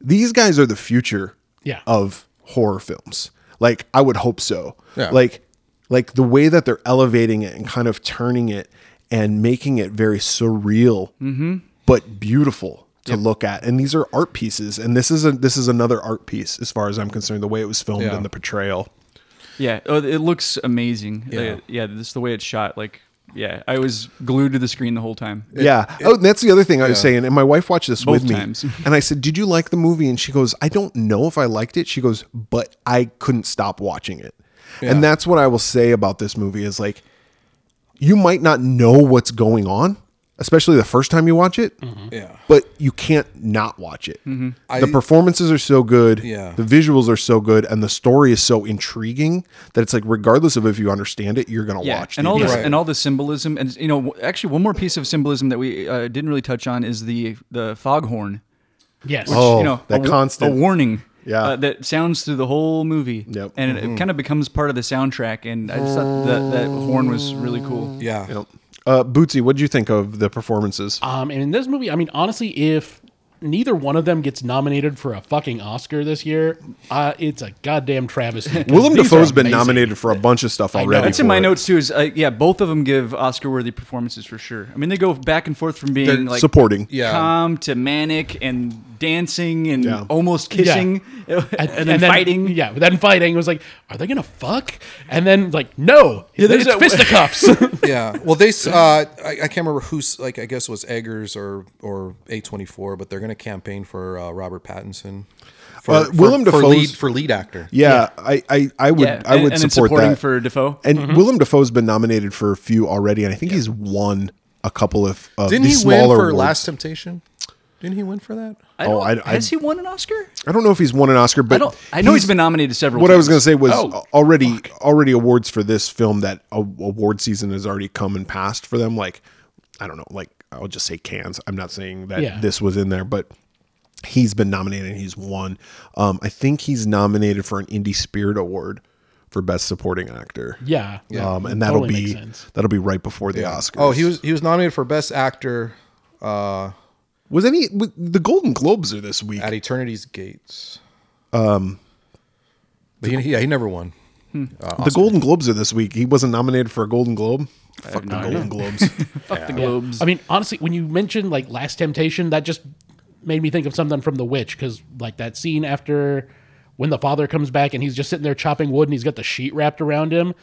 Speaker 2: These guys are the future
Speaker 4: Yeah.
Speaker 2: of horror films. Like I would hope so.
Speaker 3: Yeah.
Speaker 2: Like like the way that they're elevating it and kind of turning it and making it very surreal but beautiful to look at. And these are art pieces and this is a this is another art piece as far as I'm concerned the way it was filmed
Speaker 3: Yeah.
Speaker 2: and the portrayal.
Speaker 1: Yeah, oh, it looks amazing. Yeah,
Speaker 3: Yeah.
Speaker 1: uh, yeah, just the way it's shot. Like, yeah, I was glued to the screen the whole time.
Speaker 2: yeah. oh, and that's the other thing I was
Speaker 3: yeah.
Speaker 2: saying. And my wife watched this
Speaker 1: Both
Speaker 2: with me.
Speaker 1: times.
Speaker 2: and I said, Did you like the movie? And she goes, I don't know if I liked it. She goes, But I couldn't stop watching it. And that's what I will say about this movie is like, you might not know what's going on, especially the first time you watch it,
Speaker 1: Mm-hmm.
Speaker 3: Yeah.
Speaker 2: but you can't not watch it. The
Speaker 3: I-
Speaker 2: performances are so good.
Speaker 3: Yeah.
Speaker 2: The visuals are so good. And the story is so intriguing that it's like, regardless of if you understand it, you're going to
Speaker 1: Yeah,
Speaker 2: watch
Speaker 1: and
Speaker 2: the
Speaker 1: all this,
Speaker 3: Right.
Speaker 1: and all the symbolism, and you know, w- actually, one more piece of symbolism that we uh, didn't really touch on is the the foghorn.
Speaker 4: Yes.
Speaker 2: Oh.
Speaker 1: you know, a,
Speaker 2: that
Speaker 1: wa-
Speaker 2: constant-
Speaker 1: a warning.
Speaker 2: Yeah.
Speaker 1: uh, that sounds through the whole movie.
Speaker 2: Yep.
Speaker 1: and it, kind of becomes part of the soundtrack. And I just thought that that horn was really cool.
Speaker 3: Yeah.
Speaker 2: You know, uh, Bootsy, what did you think of the performances?
Speaker 4: Um, and in this movie, I mean, honestly, if neither one of them gets nominated for a fucking Oscar this year, uh, it's a goddamn travesty.
Speaker 2: Willem
Speaker 4: These
Speaker 2: Dafoe's
Speaker 4: are
Speaker 2: been
Speaker 4: amazing.
Speaker 2: nominated for a bunch of stuff already.
Speaker 1: That's in my
Speaker 2: for it.
Speaker 1: notes too. Is uh, yeah, both of them give Oscar-worthy performances for sure. I mean, they go back and forth from being
Speaker 3: They're
Speaker 1: like
Speaker 2: Supporting.
Speaker 3: Yeah.
Speaker 1: calm to manic and dancing and
Speaker 2: Yeah.
Speaker 1: almost kissing and, then fighting.
Speaker 4: Yeah, then fighting. It was like, are they gonna fuck? And then like, no,
Speaker 1: there's
Speaker 4: there's
Speaker 1: a-
Speaker 4: fisticuffs.
Speaker 3: yeah. Well, they. s- Uh, I, I can't remember who's like. I guess it was Eggers or or A twenty four, but they're going to campaign for uh, Robert Pattinson. For,
Speaker 2: Uh, Willem
Speaker 3: for, for
Speaker 2: Dafoe's-
Speaker 3: lead for lead actor.
Speaker 2: Yeah, I, I, I would,
Speaker 1: Yeah,
Speaker 2: I
Speaker 1: and-
Speaker 2: would
Speaker 1: and then
Speaker 2: support
Speaker 1: supporting
Speaker 2: that.
Speaker 1: for Mm-hmm. Defoe.
Speaker 2: and Willem Dafoe's been nominated for a few already, and I think he's won a couple of. of
Speaker 3: Didn't
Speaker 2: these
Speaker 3: he win
Speaker 2: smaller
Speaker 3: for
Speaker 2: awards.
Speaker 3: Last Temptation? Didn't he win for that?
Speaker 1: I
Speaker 2: Oh,
Speaker 1: don't-
Speaker 2: I- I-
Speaker 1: has he won an Oscar?
Speaker 2: I don't know if he's won an Oscar, but
Speaker 1: I don't. I know he's been nominated several.
Speaker 2: What I was going to
Speaker 1: times.
Speaker 2: say was
Speaker 4: Oh,
Speaker 2: already already awards for this film that a, award season has already come and passed for them. Like I don't know, like I'll just say Cannes. I'm not saying that
Speaker 4: Yeah.
Speaker 2: this was in there, but he's been nominated and he's won. Um, I think he's nominated for an Indie Spirit Award for Best Supporting Actor.
Speaker 4: yeah.
Speaker 2: Um, and that'll
Speaker 4: Totally
Speaker 2: be
Speaker 4: makes sense.
Speaker 2: that'll be right before the Oscars.
Speaker 3: Oh, he was he was nominated for best actor uh,
Speaker 2: was any w- the Golden Globes are this week.
Speaker 3: at Eternity's Gates. Um, but he, yeah, he never won.
Speaker 2: The Golden Globes are this week. He wasn't nominated for a Golden Globe. Fuck the Golden Globes.
Speaker 1: Fuck the
Speaker 4: Yeah.
Speaker 1: Globes.
Speaker 4: I mean, honestly, when you mentioned like Last Temptation, that just made me think of something from The Witch because like that scene after when the father comes back and he's just sitting there chopping wood and he's got the sheet wrapped around him.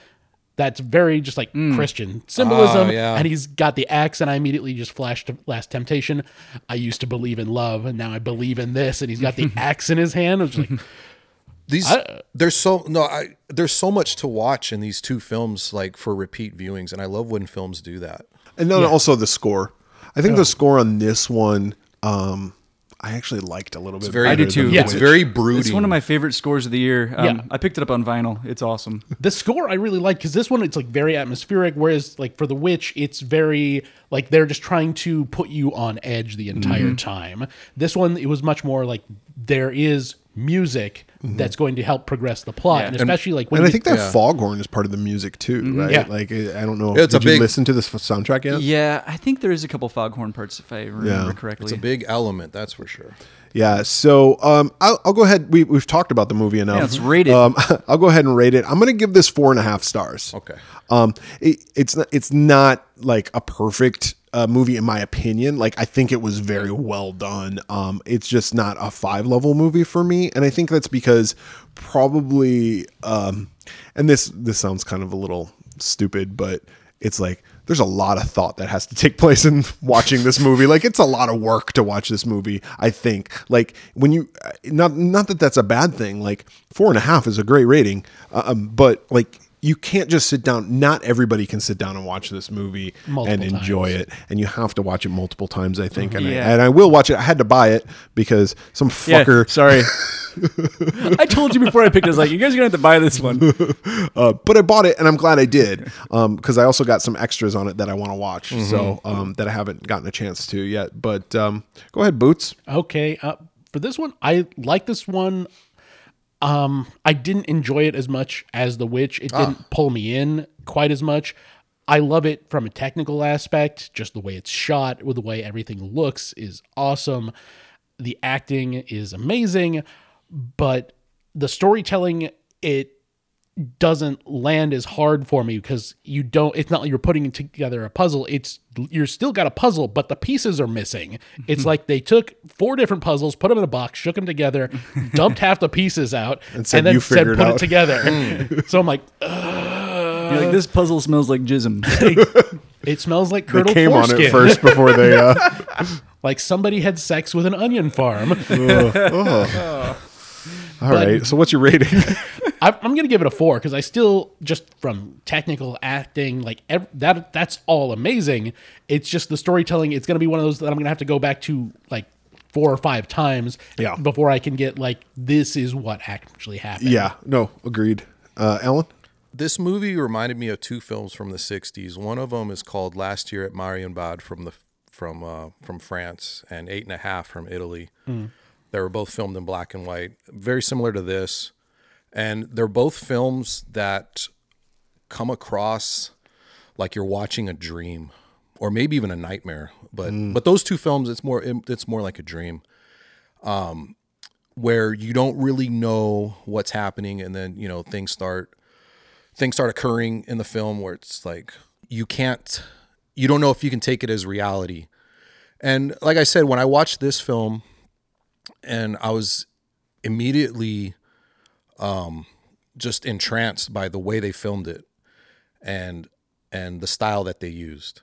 Speaker 4: That's very just like Christian symbolism,
Speaker 3: Oh, yeah.
Speaker 4: and he's got the axe, and I immediately just flashed to Last Temptation. I used to believe in love, and now I believe in this, and he's got the axe in his hand. I'm just like,
Speaker 3: These there's so no I there's so much to watch in these two films like for repeat viewings, and I love when films do that.
Speaker 2: And then also the score. I think the score on this one, um, I actually liked a little bit.
Speaker 3: Very,
Speaker 1: I do
Speaker 2: better
Speaker 1: too.
Speaker 2: than
Speaker 1: Yeah.
Speaker 2: the
Speaker 3: It's
Speaker 2: Witch.
Speaker 3: very brooding.
Speaker 1: it's one of my favorite scores of the year. Um,
Speaker 4: Yeah.
Speaker 1: I picked it up on vinyl. It's awesome.
Speaker 4: The score I really like because this one it's like very atmospheric, whereas like for The Witch it's very like they're just trying to put you on edge the entire
Speaker 2: Mm-hmm.
Speaker 4: time. This one it was much more like there is music that's going to help progress the plot, and especially like when
Speaker 2: Mm-hmm. And I
Speaker 4: you-
Speaker 2: think that
Speaker 3: Yeah. Mm-hmm.
Speaker 2: foghorn is part of the music too, right?
Speaker 4: Yeah.
Speaker 2: Like I I don't know.
Speaker 3: It's a
Speaker 2: Did you
Speaker 3: big-
Speaker 2: listen to this f- soundtrack yet?
Speaker 1: Yeah, I think there is a couple foghorn parts if I remember
Speaker 2: Yeah.
Speaker 1: correctly.
Speaker 3: it's a big element, that's for sure.
Speaker 2: Yeah. So um, I'll, I'll go ahead. We, we've talked about the movie enough.
Speaker 1: Yeah, let's rate it.
Speaker 2: Um, I'll go ahead and rate it. I'm going to give this four and a half stars.
Speaker 3: Okay.
Speaker 2: Um, it, it's not, it's not like a perfect uh, movie in my opinion. Like I think it was very well done. Um, it's just not a five level movie for me, and I think that's because probably um, and this this sounds kind of a little stupid, but it's like there's a lot of thought that has to take place in watching this movie. Like it's a lot of work to watch this movie. I think like when you uh, not not that that's a bad thing. Like four and a half is a great rating, um, but like you can't just sit down. Not everybody can sit down and watch this movie and
Speaker 4: Multiple
Speaker 2: enjoy it, and you have to watch it multiple times. I think, and, I,
Speaker 1: Yeah.
Speaker 2: and I will watch it. I had to buy it because some
Speaker 1: Yeah,
Speaker 2: fucker
Speaker 1: sorry. I told you before I picked it. I was like, you guys are going to have to buy this one.
Speaker 2: Uh, but I bought it, and I'm glad I did because I also got some extras on it that I want to watch, so um, that I haven't gotten a chance to yet. But um, go ahead, Boots.
Speaker 4: Okay, uh, for this one, I like this one. Um, I didn't enjoy it as much as The Witch. It didn't pull me in quite as much. I love it from a technical aspect, just the way it's shot, with the way everything looks is awesome. The acting is amazing, but the storytelling it doesn't land as hard for me because you don't it's not like you're putting together a puzzle it's you're still got a puzzle but the pieces are missing it's like they took four different puzzles put them in a box shook them together dumped half the pieces out and,
Speaker 2: said,
Speaker 4: then
Speaker 2: "You
Speaker 4: said
Speaker 2: figure it
Speaker 4: put
Speaker 2: out."
Speaker 4: it together so i'm like
Speaker 1: You're like, this puzzle smells like jism.
Speaker 4: it smells like
Speaker 2: They
Speaker 4: curdled
Speaker 2: came on
Speaker 4: Oh, foreskin
Speaker 2: it first before they. Uh,
Speaker 4: like somebody had sex with an onion farm
Speaker 2: all right, so what's your rating?
Speaker 4: I'm, I'm gonna give it a four because I still just from technical acting, like ev- that, that's all amazing. It's just the storytelling. It's gonna be one of those that I'm gonna have to go back to like four or five times
Speaker 2: Yeah.
Speaker 4: before I can get like this is what actually happened.
Speaker 2: yeah, no, agreed. Uh, Alan,
Speaker 3: This movie reminded me of two films from the '60s. One of them is called "Last Year at Marienbad" from the from uh, from France, and Eight and a Half from Italy. They were both filmed in black and white, very similar to this, and they're both films that come across like you're watching a dream, or maybe even a nightmare. But but those two films, it's more it's more like a dream um, where you don't really know what's happening and then you know things start things start occurring in the film where it's like you can't you don't know if you can take it as reality and like i said when i watched this film and i was immediately um just entranced by the way they filmed it and and the style that they used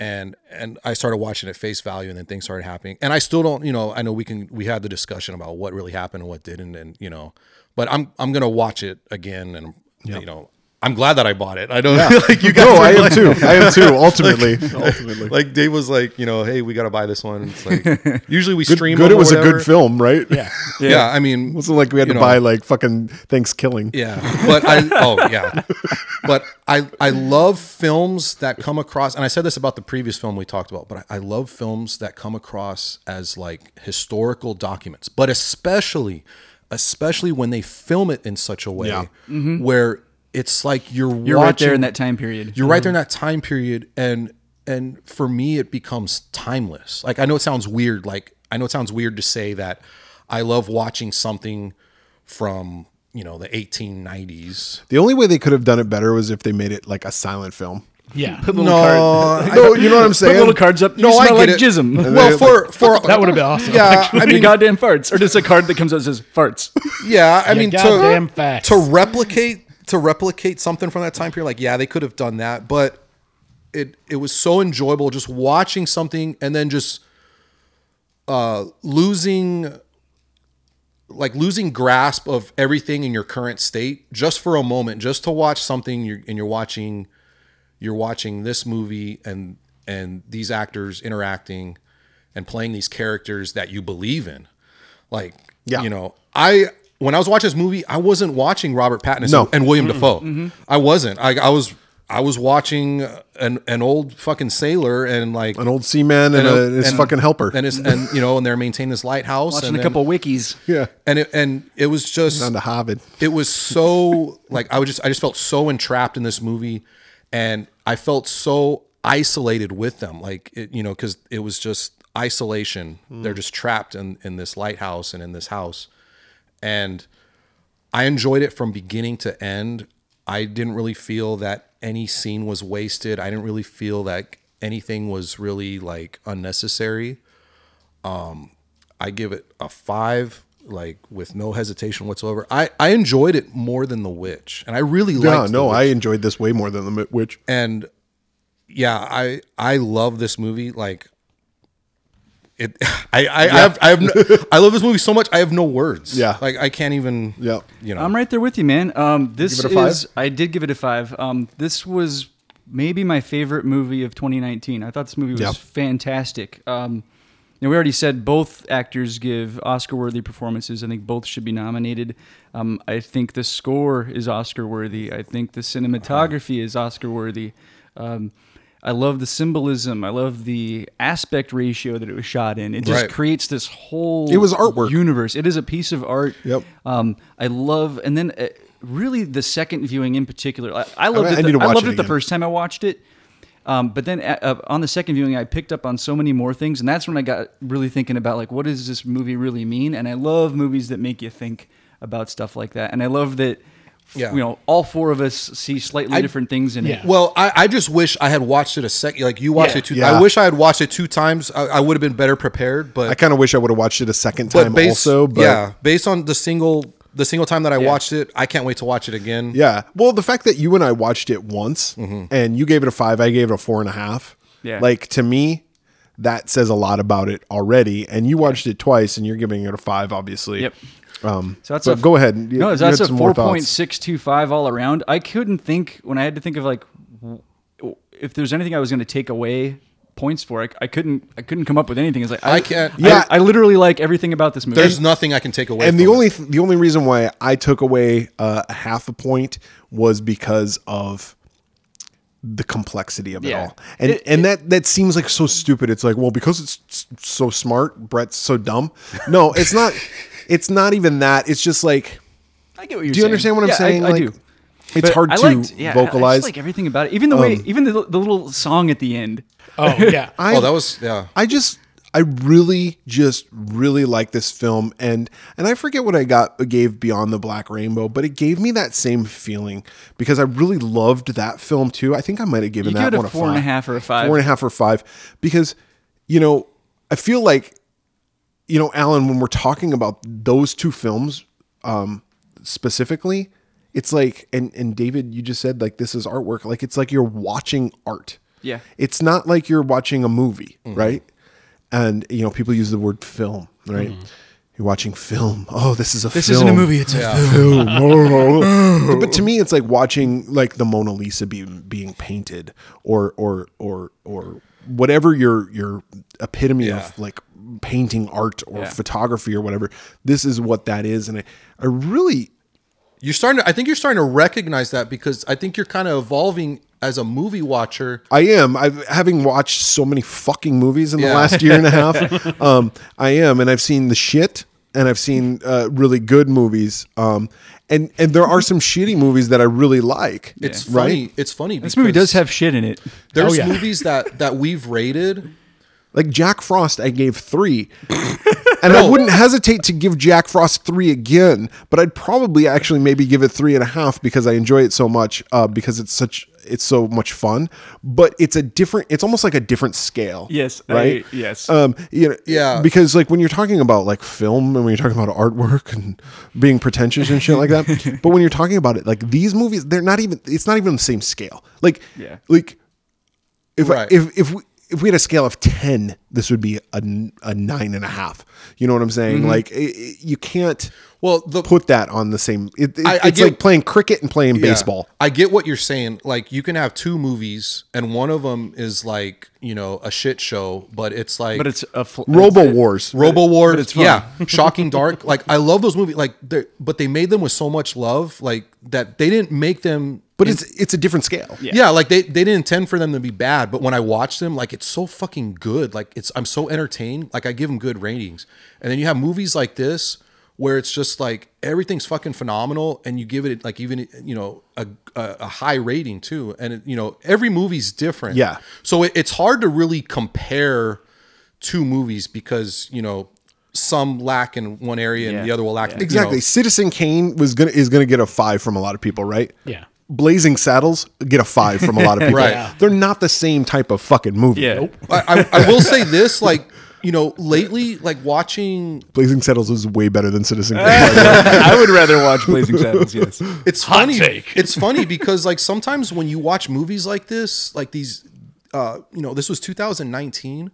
Speaker 3: and and I started watching it face value, and then things started happening. And I still don't, you know, I know we can we had the discussion about what really happened and what didn't, and you know, but I'm I'm gonna watch it again, and you know, I'm glad that I bought it. I don't like you guys.
Speaker 2: no,
Speaker 3: were
Speaker 2: I am
Speaker 3: like-
Speaker 2: too. I am too. Ultimately, ultimately,
Speaker 3: Like Dave was like, you know, hey, we gotta buy this one. It's like usually we stream.
Speaker 2: good.
Speaker 3: them
Speaker 2: It
Speaker 3: or
Speaker 2: was a
Speaker 3: whatever.
Speaker 2: good film, right? Yeah,
Speaker 3: Yeah. I mean,
Speaker 2: wasn't like we had
Speaker 3: you
Speaker 2: to
Speaker 3: know,
Speaker 2: buy like fucking Thanksgiving.
Speaker 3: Yeah, but I oh yeah, but I I love films that come across, and I said this about the previous film we talked about, but I, I love films that come across as like historical documents, but especially especially when they film it in such a way
Speaker 2: Yeah.
Speaker 3: where it's like you're
Speaker 1: You're
Speaker 3: watching,
Speaker 1: right there in that time period.
Speaker 3: you're right there in
Speaker 2: Mm-hmm.
Speaker 3: that time period and and for me it becomes timeless like i know it sounds weird like i know it sounds weird to say that i love watching something from you know the 1890s
Speaker 2: The only way they could have done it better was if they made it like a silent film.
Speaker 4: yeah.
Speaker 1: Little card-
Speaker 2: No, you know what I'm saying.
Speaker 1: little cards up. No, you smell like jism.
Speaker 3: well for for
Speaker 4: That would have been awesome.
Speaker 3: yeah i
Speaker 1: Your
Speaker 3: mean
Speaker 1: goddamn farts. Or just a card that comes out that says farts.
Speaker 3: yeah i mean
Speaker 4: goddamn
Speaker 3: to,
Speaker 4: facts.
Speaker 3: to replicate to replicate something from that time period like yeah they could have done that but it it was so enjoyable just watching something and then just uh losing like losing grasp of everything in your current state just for a moment just to watch something you're, and you're watching you're watching this movie and and these actors interacting and playing these characters that you believe in like
Speaker 2: Yeah.
Speaker 3: you know Oh, i when i was watching this movie i wasn't watching robert pattinson
Speaker 2: No.
Speaker 3: and william defoe
Speaker 1: Mm-hmm.
Speaker 3: i wasn't I, I was i was watching an an old fucking sailor and like
Speaker 2: an old seaman and, a, his fucking helper.
Speaker 3: and his and you know and they're maintaining this lighthouse
Speaker 1: Watching
Speaker 3: and
Speaker 1: a
Speaker 3: then-
Speaker 1: couple wikis.
Speaker 2: yeah,
Speaker 3: and it and it was just
Speaker 2: on the Hobbit.
Speaker 3: it was so like I was just I just felt so entrapped in this movie, and I felt so isolated with them. Like it, you know, because it was just isolation. They're just trapped in in this lighthouse and in this house, and I enjoyed it from beginning to end. I didn't really feel that any scene was wasted. I didn't really feel that anything was really like unnecessary. I give it a five, like with no hesitation whatsoever. I I enjoyed it more than The Witch, and I really
Speaker 2: Yeah,
Speaker 3: liked.
Speaker 2: no,
Speaker 3: The
Speaker 2: I
Speaker 3: Witch.
Speaker 2: enjoyed this way more than the Mi- witch.
Speaker 3: and yeah, I I love this movie. Like it, I I, I have I have no, I love this movie so much. I have no words.
Speaker 2: Yeah.
Speaker 3: like I can't even.
Speaker 2: Yep.
Speaker 3: you know.
Speaker 1: I'm right there with you, man. Um, this
Speaker 2: Give it a five?
Speaker 1: is I did give it a five. Um, this was maybe my favorite movie of 2019. I thought this movie was
Speaker 2: Yep.
Speaker 1: fantastic. Um, and we already said both actors give Oscar-worthy performances. I think both should be nominated. Um, I think the score is Oscar-worthy. I think the cinematography is Oscar-worthy. Um, I love the symbolism. I love the aspect ratio that it was shot in. It just
Speaker 3: Right.
Speaker 1: creates this whole
Speaker 2: It was artwork.
Speaker 1: universe. It is a piece of art.
Speaker 2: Yep.
Speaker 1: Um, I love, and then uh, really the second viewing in particular. I, I loved
Speaker 2: I- I
Speaker 1: it.
Speaker 2: need to
Speaker 1: The, I
Speaker 2: watch
Speaker 1: loved
Speaker 2: it
Speaker 1: it, the
Speaker 2: again.
Speaker 1: first time I watched it. Um, but then uh, uh, on the second viewing, I picked up on so many more things, and that's when I got really thinking about like, what does this movie really mean? And I love movies that make you think about stuff like that. And I love that,
Speaker 3: Yeah.
Speaker 1: you know, all four of us see slightly different things in
Speaker 4: Yeah.
Speaker 1: it.
Speaker 3: Well, I, I just wish I had watched it a sec. Like you watched
Speaker 4: Yeah.
Speaker 3: it two.
Speaker 2: Yeah.
Speaker 3: I wish I had watched it two times. I, I would have been better prepared. But
Speaker 2: I kind of wish I would have watched it a second
Speaker 3: but
Speaker 2: time
Speaker 3: based,
Speaker 2: also. But
Speaker 3: yeah, based on the single the single time that I watched it, I can't wait to watch it again.
Speaker 2: Yeah. Well, the fact that you and I watched it once
Speaker 3: Mm-hmm.
Speaker 2: and you gave it a five, I gave it a four and a half.
Speaker 1: Yeah.
Speaker 2: Like to me, that says a lot about it already. And you watched it twice and you're giving it a five, obviously.
Speaker 1: Yep.
Speaker 2: Um,
Speaker 1: So that's
Speaker 2: but
Speaker 1: a,
Speaker 2: go ahead. You-
Speaker 1: no,
Speaker 2: you
Speaker 1: that's a
Speaker 2: had some more
Speaker 1: four
Speaker 2: thoughts.
Speaker 1: point six two five all around. I couldn't think when I had to think of like w- w- if there's anything I was going to take away points for. I, I couldn't. I couldn't come up with anything. It's like
Speaker 3: I can't-
Speaker 2: Yeah.
Speaker 1: Yeah, I, I literally like everything about this movie.
Speaker 3: There's nothing I can take away.
Speaker 2: And the
Speaker 3: from it.
Speaker 2: only th- the only reason why I took away uh, a half a point was because of the complexity of it
Speaker 1: Yeah.
Speaker 2: all. And
Speaker 1: It-
Speaker 2: and that that seems like so stupid. It's like, well, because it's s- so smart, Brett's so dumb. No, it's not it's not even that. It's just like
Speaker 1: I get what you're
Speaker 2: Do you understand what I'm
Speaker 1: Yeah,
Speaker 2: saying?
Speaker 1: I, I
Speaker 2: like,
Speaker 1: do.
Speaker 2: It's
Speaker 1: But
Speaker 2: hard
Speaker 1: I
Speaker 2: to
Speaker 1: liked- yeah, I- I
Speaker 2: vocalize. Um,
Speaker 1: just like everything about it. Even the way, even the, the little song at the end.
Speaker 4: Oh yeah.
Speaker 2: I,
Speaker 3: oh, that was yeah.
Speaker 2: I just I really just really like this film and and I forget what I got gave Beyond the Black Rainbow, but it gave me that same feeling because I really loved that film too. I think I might have given
Speaker 1: You
Speaker 2: that
Speaker 1: give it a
Speaker 2: one
Speaker 1: four and a
Speaker 2: five.
Speaker 1: half or a five.
Speaker 2: Four and a half or five because you know, I feel like you know, Alan, when we're talking about those two films um, specifically, it's like, and and David, you just said like this is artwork. Like it's like you're watching art.
Speaker 1: Yeah. Mm-hmm.
Speaker 2: It's not like you're watching a movie, right? And you know, people use the word film, right? You're watching film. Oh, this is a
Speaker 1: Mm-hmm. This
Speaker 2: film.
Speaker 1: isn't a movie. It's a
Speaker 2: film. but to me, it's like watching like the Mona Lisa being being painted, or or or or whatever your your epitome
Speaker 3: Yeah.
Speaker 2: of like painting art or
Speaker 1: Yeah.
Speaker 2: photography or whatever. This is what that is, and I, I really
Speaker 3: You're starting. To, I think you're starting to recognize that because I think you're kind of evolving as a movie watcher.
Speaker 2: I am. I've having watched so many fucking movies in the
Speaker 3: Yeah.
Speaker 2: last year and a half. um, I am, and I've seen the shit, and I've seen uh, really good movies. Um, and and there are some shitty movies that I really like.
Speaker 3: It's
Speaker 2: right?
Speaker 3: funny. It's funny.
Speaker 1: This movie does have shit in it.
Speaker 3: There's
Speaker 4: Oh, yeah.
Speaker 3: movies that that we've rated.
Speaker 2: Like Jack Frost, I gave three, and I wouldn't hesitate to give Jack Frost three again. But I'd probably actually maybe give it three and a half because I enjoy it so much. Uh, because it's such it's so much fun. But it's a different. It's almost like a different scale.
Speaker 1: Yes, I-
Speaker 2: Right.
Speaker 1: yes.
Speaker 2: Um. You know.
Speaker 3: Yeah.
Speaker 2: Because like when you're talking about like film and when you're talking about artwork and being pretentious and shit like that. But when you're talking about it, like these movies, they're not even. It's not even the same scale. Like.
Speaker 1: Yeah.
Speaker 2: Like if
Speaker 3: Right.
Speaker 2: if if we, if we had a scale of ten, this would be a, n- a nine and a half. You know what I'm saying?
Speaker 3: Mm-hmm.
Speaker 2: Like i i you can't
Speaker 3: Well, the
Speaker 2: put that on the same. It, it-
Speaker 3: I- I
Speaker 2: it's
Speaker 3: get-
Speaker 2: like playing cricket and playing
Speaker 3: Yeah.
Speaker 2: baseball.
Speaker 3: I get what you're saying. Like you can have two movies, and one of them is like you know a shit show, but it's like
Speaker 1: But it's a fl-
Speaker 2: Robo Wars.
Speaker 3: Robo War.
Speaker 1: it's fun.
Speaker 3: Yeah, Shocking Dark. Like I love those movies. Like, they're- but they made them with so much love. Like that they didn't make them.
Speaker 2: But it's it's a different scale.
Speaker 3: yeah. like they they didn't intend for them to be bad. But when I watch them, like it's so fucking good. Like it's I'm so entertained. Like I give them good ratings. And then you have movies like this where it's just like everything's fucking phenomenal, and you give it like even you know a a, a high rating too. And it, you know every movie's different.
Speaker 2: Yeah.
Speaker 3: So it, it's hard to really compare two movies because you know some lack in one area and
Speaker 1: Yeah.
Speaker 3: the other will lack you know.
Speaker 2: Exactly. Citizen Kane was gonna is gonna get a five from a lot of people, right?
Speaker 4: Yeah.
Speaker 2: Blazing Saddles get a five from a lot of people.
Speaker 3: Right. Yeah.
Speaker 2: They're not the same type of fucking movie.
Speaker 1: Yeah.
Speaker 3: I, I, I will say this, like you know, lately, like watching,
Speaker 2: Blazing Saddles is way better than Citizen Kane. by the way.
Speaker 1: I would rather watch Blazing Saddles. Yes.
Speaker 3: it's
Speaker 4: Hot
Speaker 3: funny.
Speaker 4: take.
Speaker 3: It's funny because like sometimes when you watch movies like this, like these, uh, you know, this was 2019.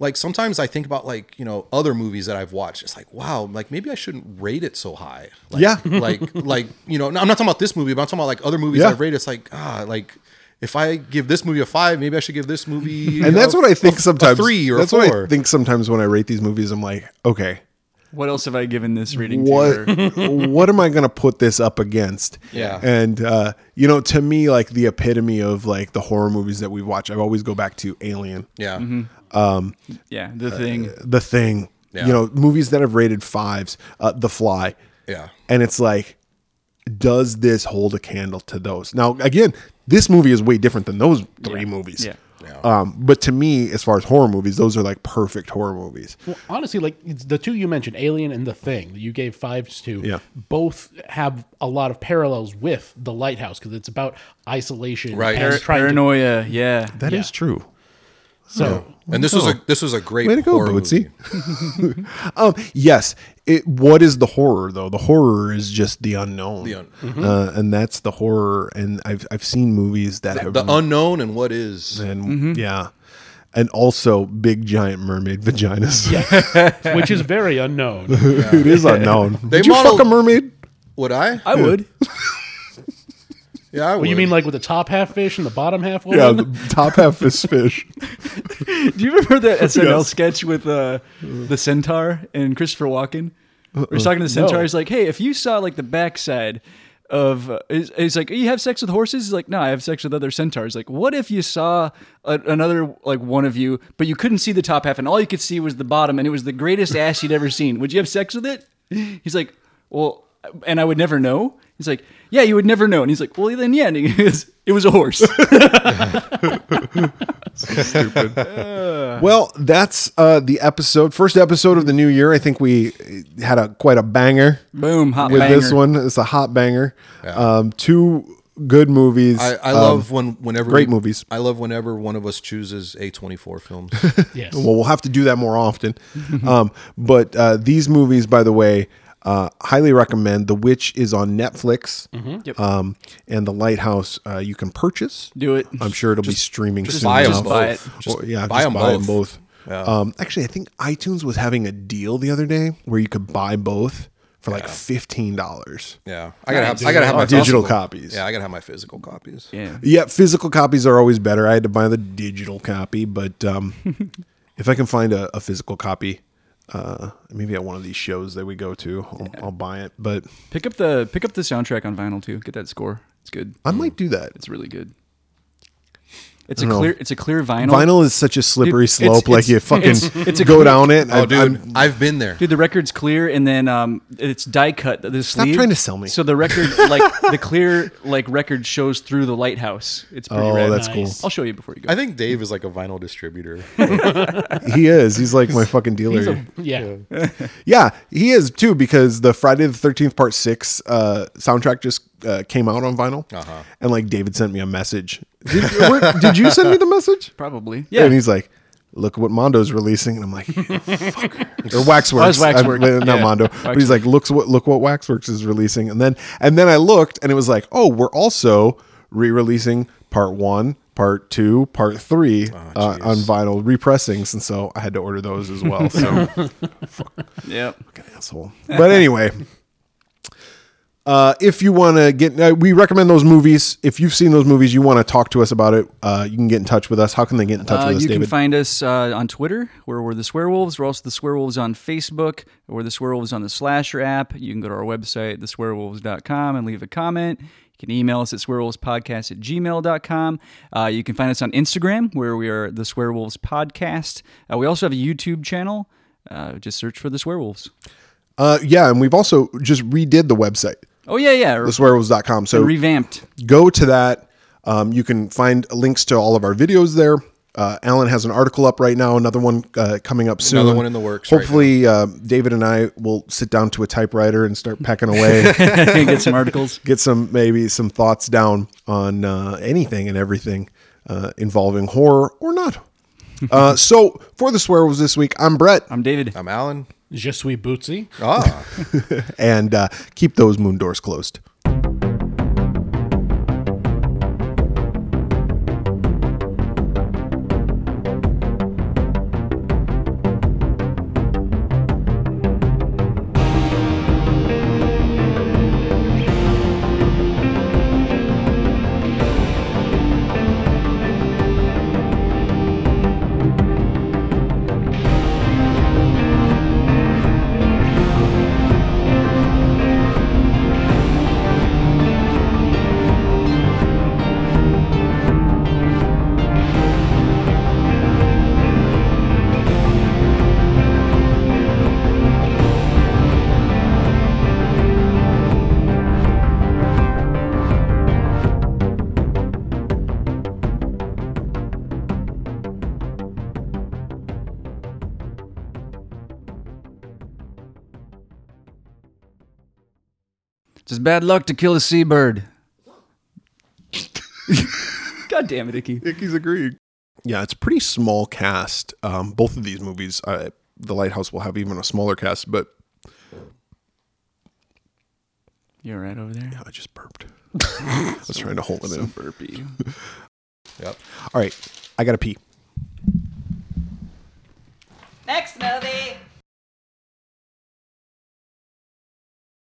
Speaker 3: Like sometimes I think about like you know other movies that I've watched. It's like wow, like maybe I shouldn't rate it so high. Like,
Speaker 2: Yeah.
Speaker 3: like like you know, no, I'm not talking about this movie, but I'm talking about like other movies
Speaker 2: Yeah.
Speaker 3: I've rated. It's like ah, like if I give this movie a five, maybe I should give this movie. you
Speaker 2: and that's
Speaker 3: know,
Speaker 2: what I think
Speaker 3: a- a
Speaker 2: sometimes.
Speaker 3: three or a
Speaker 2: that's
Speaker 3: four.
Speaker 2: what I think sometimes when I rate these movies. I'm like, okay,
Speaker 1: What else have I given this reading?
Speaker 2: what
Speaker 1: To or-
Speaker 2: what am I gonna put this up against?
Speaker 3: Yeah.
Speaker 2: and uh, you know, to me, like the epitome of like the horror movies that we watch. I always go back to Alien,
Speaker 3: Yeah,
Speaker 4: Mm-hmm.
Speaker 1: yeah, Uh, the thing.
Speaker 2: The Thing.
Speaker 3: Yeah.
Speaker 2: You know, movies that have rated fives, uh, The Fly.
Speaker 3: yeah,
Speaker 2: and it's like does this hold a candle to those now again this movie is way different than those three
Speaker 1: Yeah.
Speaker 2: movies
Speaker 1: Yeah.
Speaker 2: Um, but to me as far as horror movies those are like perfect horror movies
Speaker 4: Well, honestly, like it's the two you mentioned, Alien and The Thing, that you gave fives to,
Speaker 2: Yeah.
Speaker 4: both have a lot of parallels with The Lighthouse because it's about isolation,
Speaker 3: Right.
Speaker 4: and
Speaker 3: Par-
Speaker 4: trying to-
Speaker 1: Paranoia. Yeah.
Speaker 2: That is
Speaker 4: Yeah.
Speaker 2: true
Speaker 4: so
Speaker 3: and this was a this was a great
Speaker 2: Oh. way to go
Speaker 3: horror
Speaker 2: bootsy
Speaker 3: movie.
Speaker 2: um yes it what is the horror though the horror is just the unknown
Speaker 3: The un- mm-hmm.
Speaker 2: uh, and that's the horror and i've i've seen movies that have
Speaker 3: The unknown and what is.
Speaker 2: and
Speaker 1: Mm-hmm.
Speaker 2: yeah and also big giant mermaid vaginas
Speaker 4: which is very unknown.
Speaker 2: it is unknown did you
Speaker 3: modeled-
Speaker 2: fuck a mermaid
Speaker 3: Would I?
Speaker 1: I would.
Speaker 3: Yeah, I would.
Speaker 4: Well, you mean like with the top half fish and the bottom half woman?
Speaker 2: Yeah, the top half is fish.
Speaker 1: Do you remember that SNL sketch with uh, the centaur and Christopher Walken? Where He's talking to the centaur.
Speaker 4: No.
Speaker 1: He's like, "Hey, if you saw like the backside of," uh, he's, he's like, "You have sex with horses?" He's like, "No, I have sex with other centaurs." Like, what if you saw a, another like one of you, but you couldn't see the top half, and all you could see was the bottom, and it was the greatest ass you'd ever seen? Would you have sex with it? He's like, "Well," and I would never know. He's like, "Yeah, you would never know." And he's like, "Well, then, yeah." And he goes, "It was a horse."
Speaker 2: Well, that's uh, the episode, first episode of the new year. I think we had a quite a banger
Speaker 1: Boom, hot
Speaker 2: with
Speaker 1: banger.
Speaker 2: this one. It's a hot banger. Um, two good movies.
Speaker 3: I, I
Speaker 2: Um,
Speaker 3: love when whenever
Speaker 2: great movies.
Speaker 3: I love whenever one of us chooses a twenty four films.
Speaker 4: yes.
Speaker 2: Well, we'll have to do that more often. um, but uh, these movies, by the way, uh, highly recommend. The Witch is on Netflix,
Speaker 1: Yep.
Speaker 2: um, and The Lighthouse uh, you can purchase.
Speaker 1: Do it.
Speaker 2: I'm sure it'll be streaming
Speaker 3: just
Speaker 2: soon.
Speaker 3: buy 'em
Speaker 2: enough.
Speaker 1: both. Buy it.
Speaker 3: Just
Speaker 2: Or, yeah,
Speaker 3: buy
Speaker 2: just
Speaker 3: 'em
Speaker 2: buy 'em
Speaker 3: both.
Speaker 2: both. Um, actually, I think iTunes was having a deal the other day where you could buy both for like fifteen dollars.
Speaker 3: Yeah, I gotta have I
Speaker 1: Nice.
Speaker 3: gotta have
Speaker 2: Oh,
Speaker 3: my
Speaker 2: digital copies.
Speaker 3: Yeah, I gotta have my physical copies.
Speaker 1: Yeah.
Speaker 2: Yeah, physical copies are always better. I had to buy the digital copy, but um, if I can find a, a physical copy, uh, maybe at one of these shows that we go to, I'll, I'll buy it. But
Speaker 1: Pick up the pick up the soundtrack on vinyl too. Get that score. It's good.
Speaker 2: I might do that.
Speaker 1: It's really good. It's a
Speaker 2: dunno.
Speaker 1: clear. It's a clear vinyl.
Speaker 2: Vinyl is such a slippery
Speaker 1: Dude, it's-
Speaker 2: slope.
Speaker 1: it's-
Speaker 2: like you fucking
Speaker 1: it's- it's a
Speaker 2: go
Speaker 1: clear-
Speaker 2: down it.
Speaker 3: Oh,
Speaker 2: I've- I've-
Speaker 3: dude, I've been there.
Speaker 1: Dude, the record's clear, and then um, it's die cut. The
Speaker 2: Stop
Speaker 1: sleeve-
Speaker 2: trying to sell me.
Speaker 1: So the record, like the clear, like record shows through the lighthouse. It's pretty
Speaker 2: oh,
Speaker 1: rad.
Speaker 2: that's
Speaker 4: Nice.
Speaker 2: cool.
Speaker 1: I'll show you before you go.
Speaker 3: I think Dave is like a vinyl distributor.
Speaker 2: He is. He's like my fucking dealer.
Speaker 4: He's a- yeah.
Speaker 2: Yeah, he is too because the Friday the Thirteenth Part Six uh, soundtrack just uh, came out on vinyl,
Speaker 3: Uh-huh.
Speaker 2: and like David sent me a message. Did, where- did you send me the message?
Speaker 1: Probably. Yeah.
Speaker 2: and he's like, "Look what Mondo's releasing," and I'm like, "You fucker." "Or
Speaker 1: Oh,
Speaker 2: Waxworks,
Speaker 1: it's Waxworks.
Speaker 2: I'm- not
Speaker 1: Yeah.
Speaker 2: Mondo." But he's like, "Looks what look what Waxworks is releasing," and then and then I looked and it was like, "Oh, we're also re-releasing Part One." Part two, part three uh, on vinyl repressings, and so I had to order those as well. So
Speaker 1: Yep.
Speaker 2: asshole. But anyway, uh, if you want to get, uh, we recommend those movies. If you've seen those movies, you want to talk to us about it. Uh, you can get in touch with us. How can they get in touch
Speaker 1: Uh,
Speaker 2: with us,
Speaker 1: you
Speaker 2: David?
Speaker 1: can find us uh, on Twitter, where we're the Swearwolves. We're also the Swearwolves on Facebook. We're the Swearwolves on the Slasher app. You can go to our website, theswearwolves.com, and leave a comment. You can email us at swearwolvespodcast at gmail.com. Uh, you can find us on Instagram, where we are the Swearwolves Podcast. Uh, we also have a YouTube channel. Uh, just search for the Swearwolves.
Speaker 2: uh, yeah, and we've also just redid the website,
Speaker 1: Oh, yeah, yeah. Re-
Speaker 2: theswearwolves.com. So
Speaker 1: revamped.
Speaker 2: go to that. Um, you can find links to all of our videos there. Uh, Alan has an article up right now, another one uh, coming up soon.
Speaker 3: Another one in the works right
Speaker 2: Hopefully, uh, David and I will sit down to a typewriter and start pecking away.
Speaker 1: get some articles.
Speaker 2: get some maybe some thoughts down on uh, anything and everything uh, involving horror or not. uh, so for the swear was this week, I'm Brett,
Speaker 1: I'm David.
Speaker 3: I'm Alan.
Speaker 4: Je suis Bootsy.
Speaker 3: Ah.
Speaker 2: and uh, keep those moon doors closed.
Speaker 1: Just bad luck to kill a seabird. God damn it, Icky.
Speaker 2: Icky's agreeing. Yeah, it's a pretty small cast. Um, both of these movies, uh, The Lighthouse will have even a smaller cast, but
Speaker 1: You're right over there.
Speaker 2: Yeah, I just burped. I was trying to hold it in.
Speaker 1: Burpee.
Speaker 2: All right, I gotta pee.
Speaker 5: Next movie.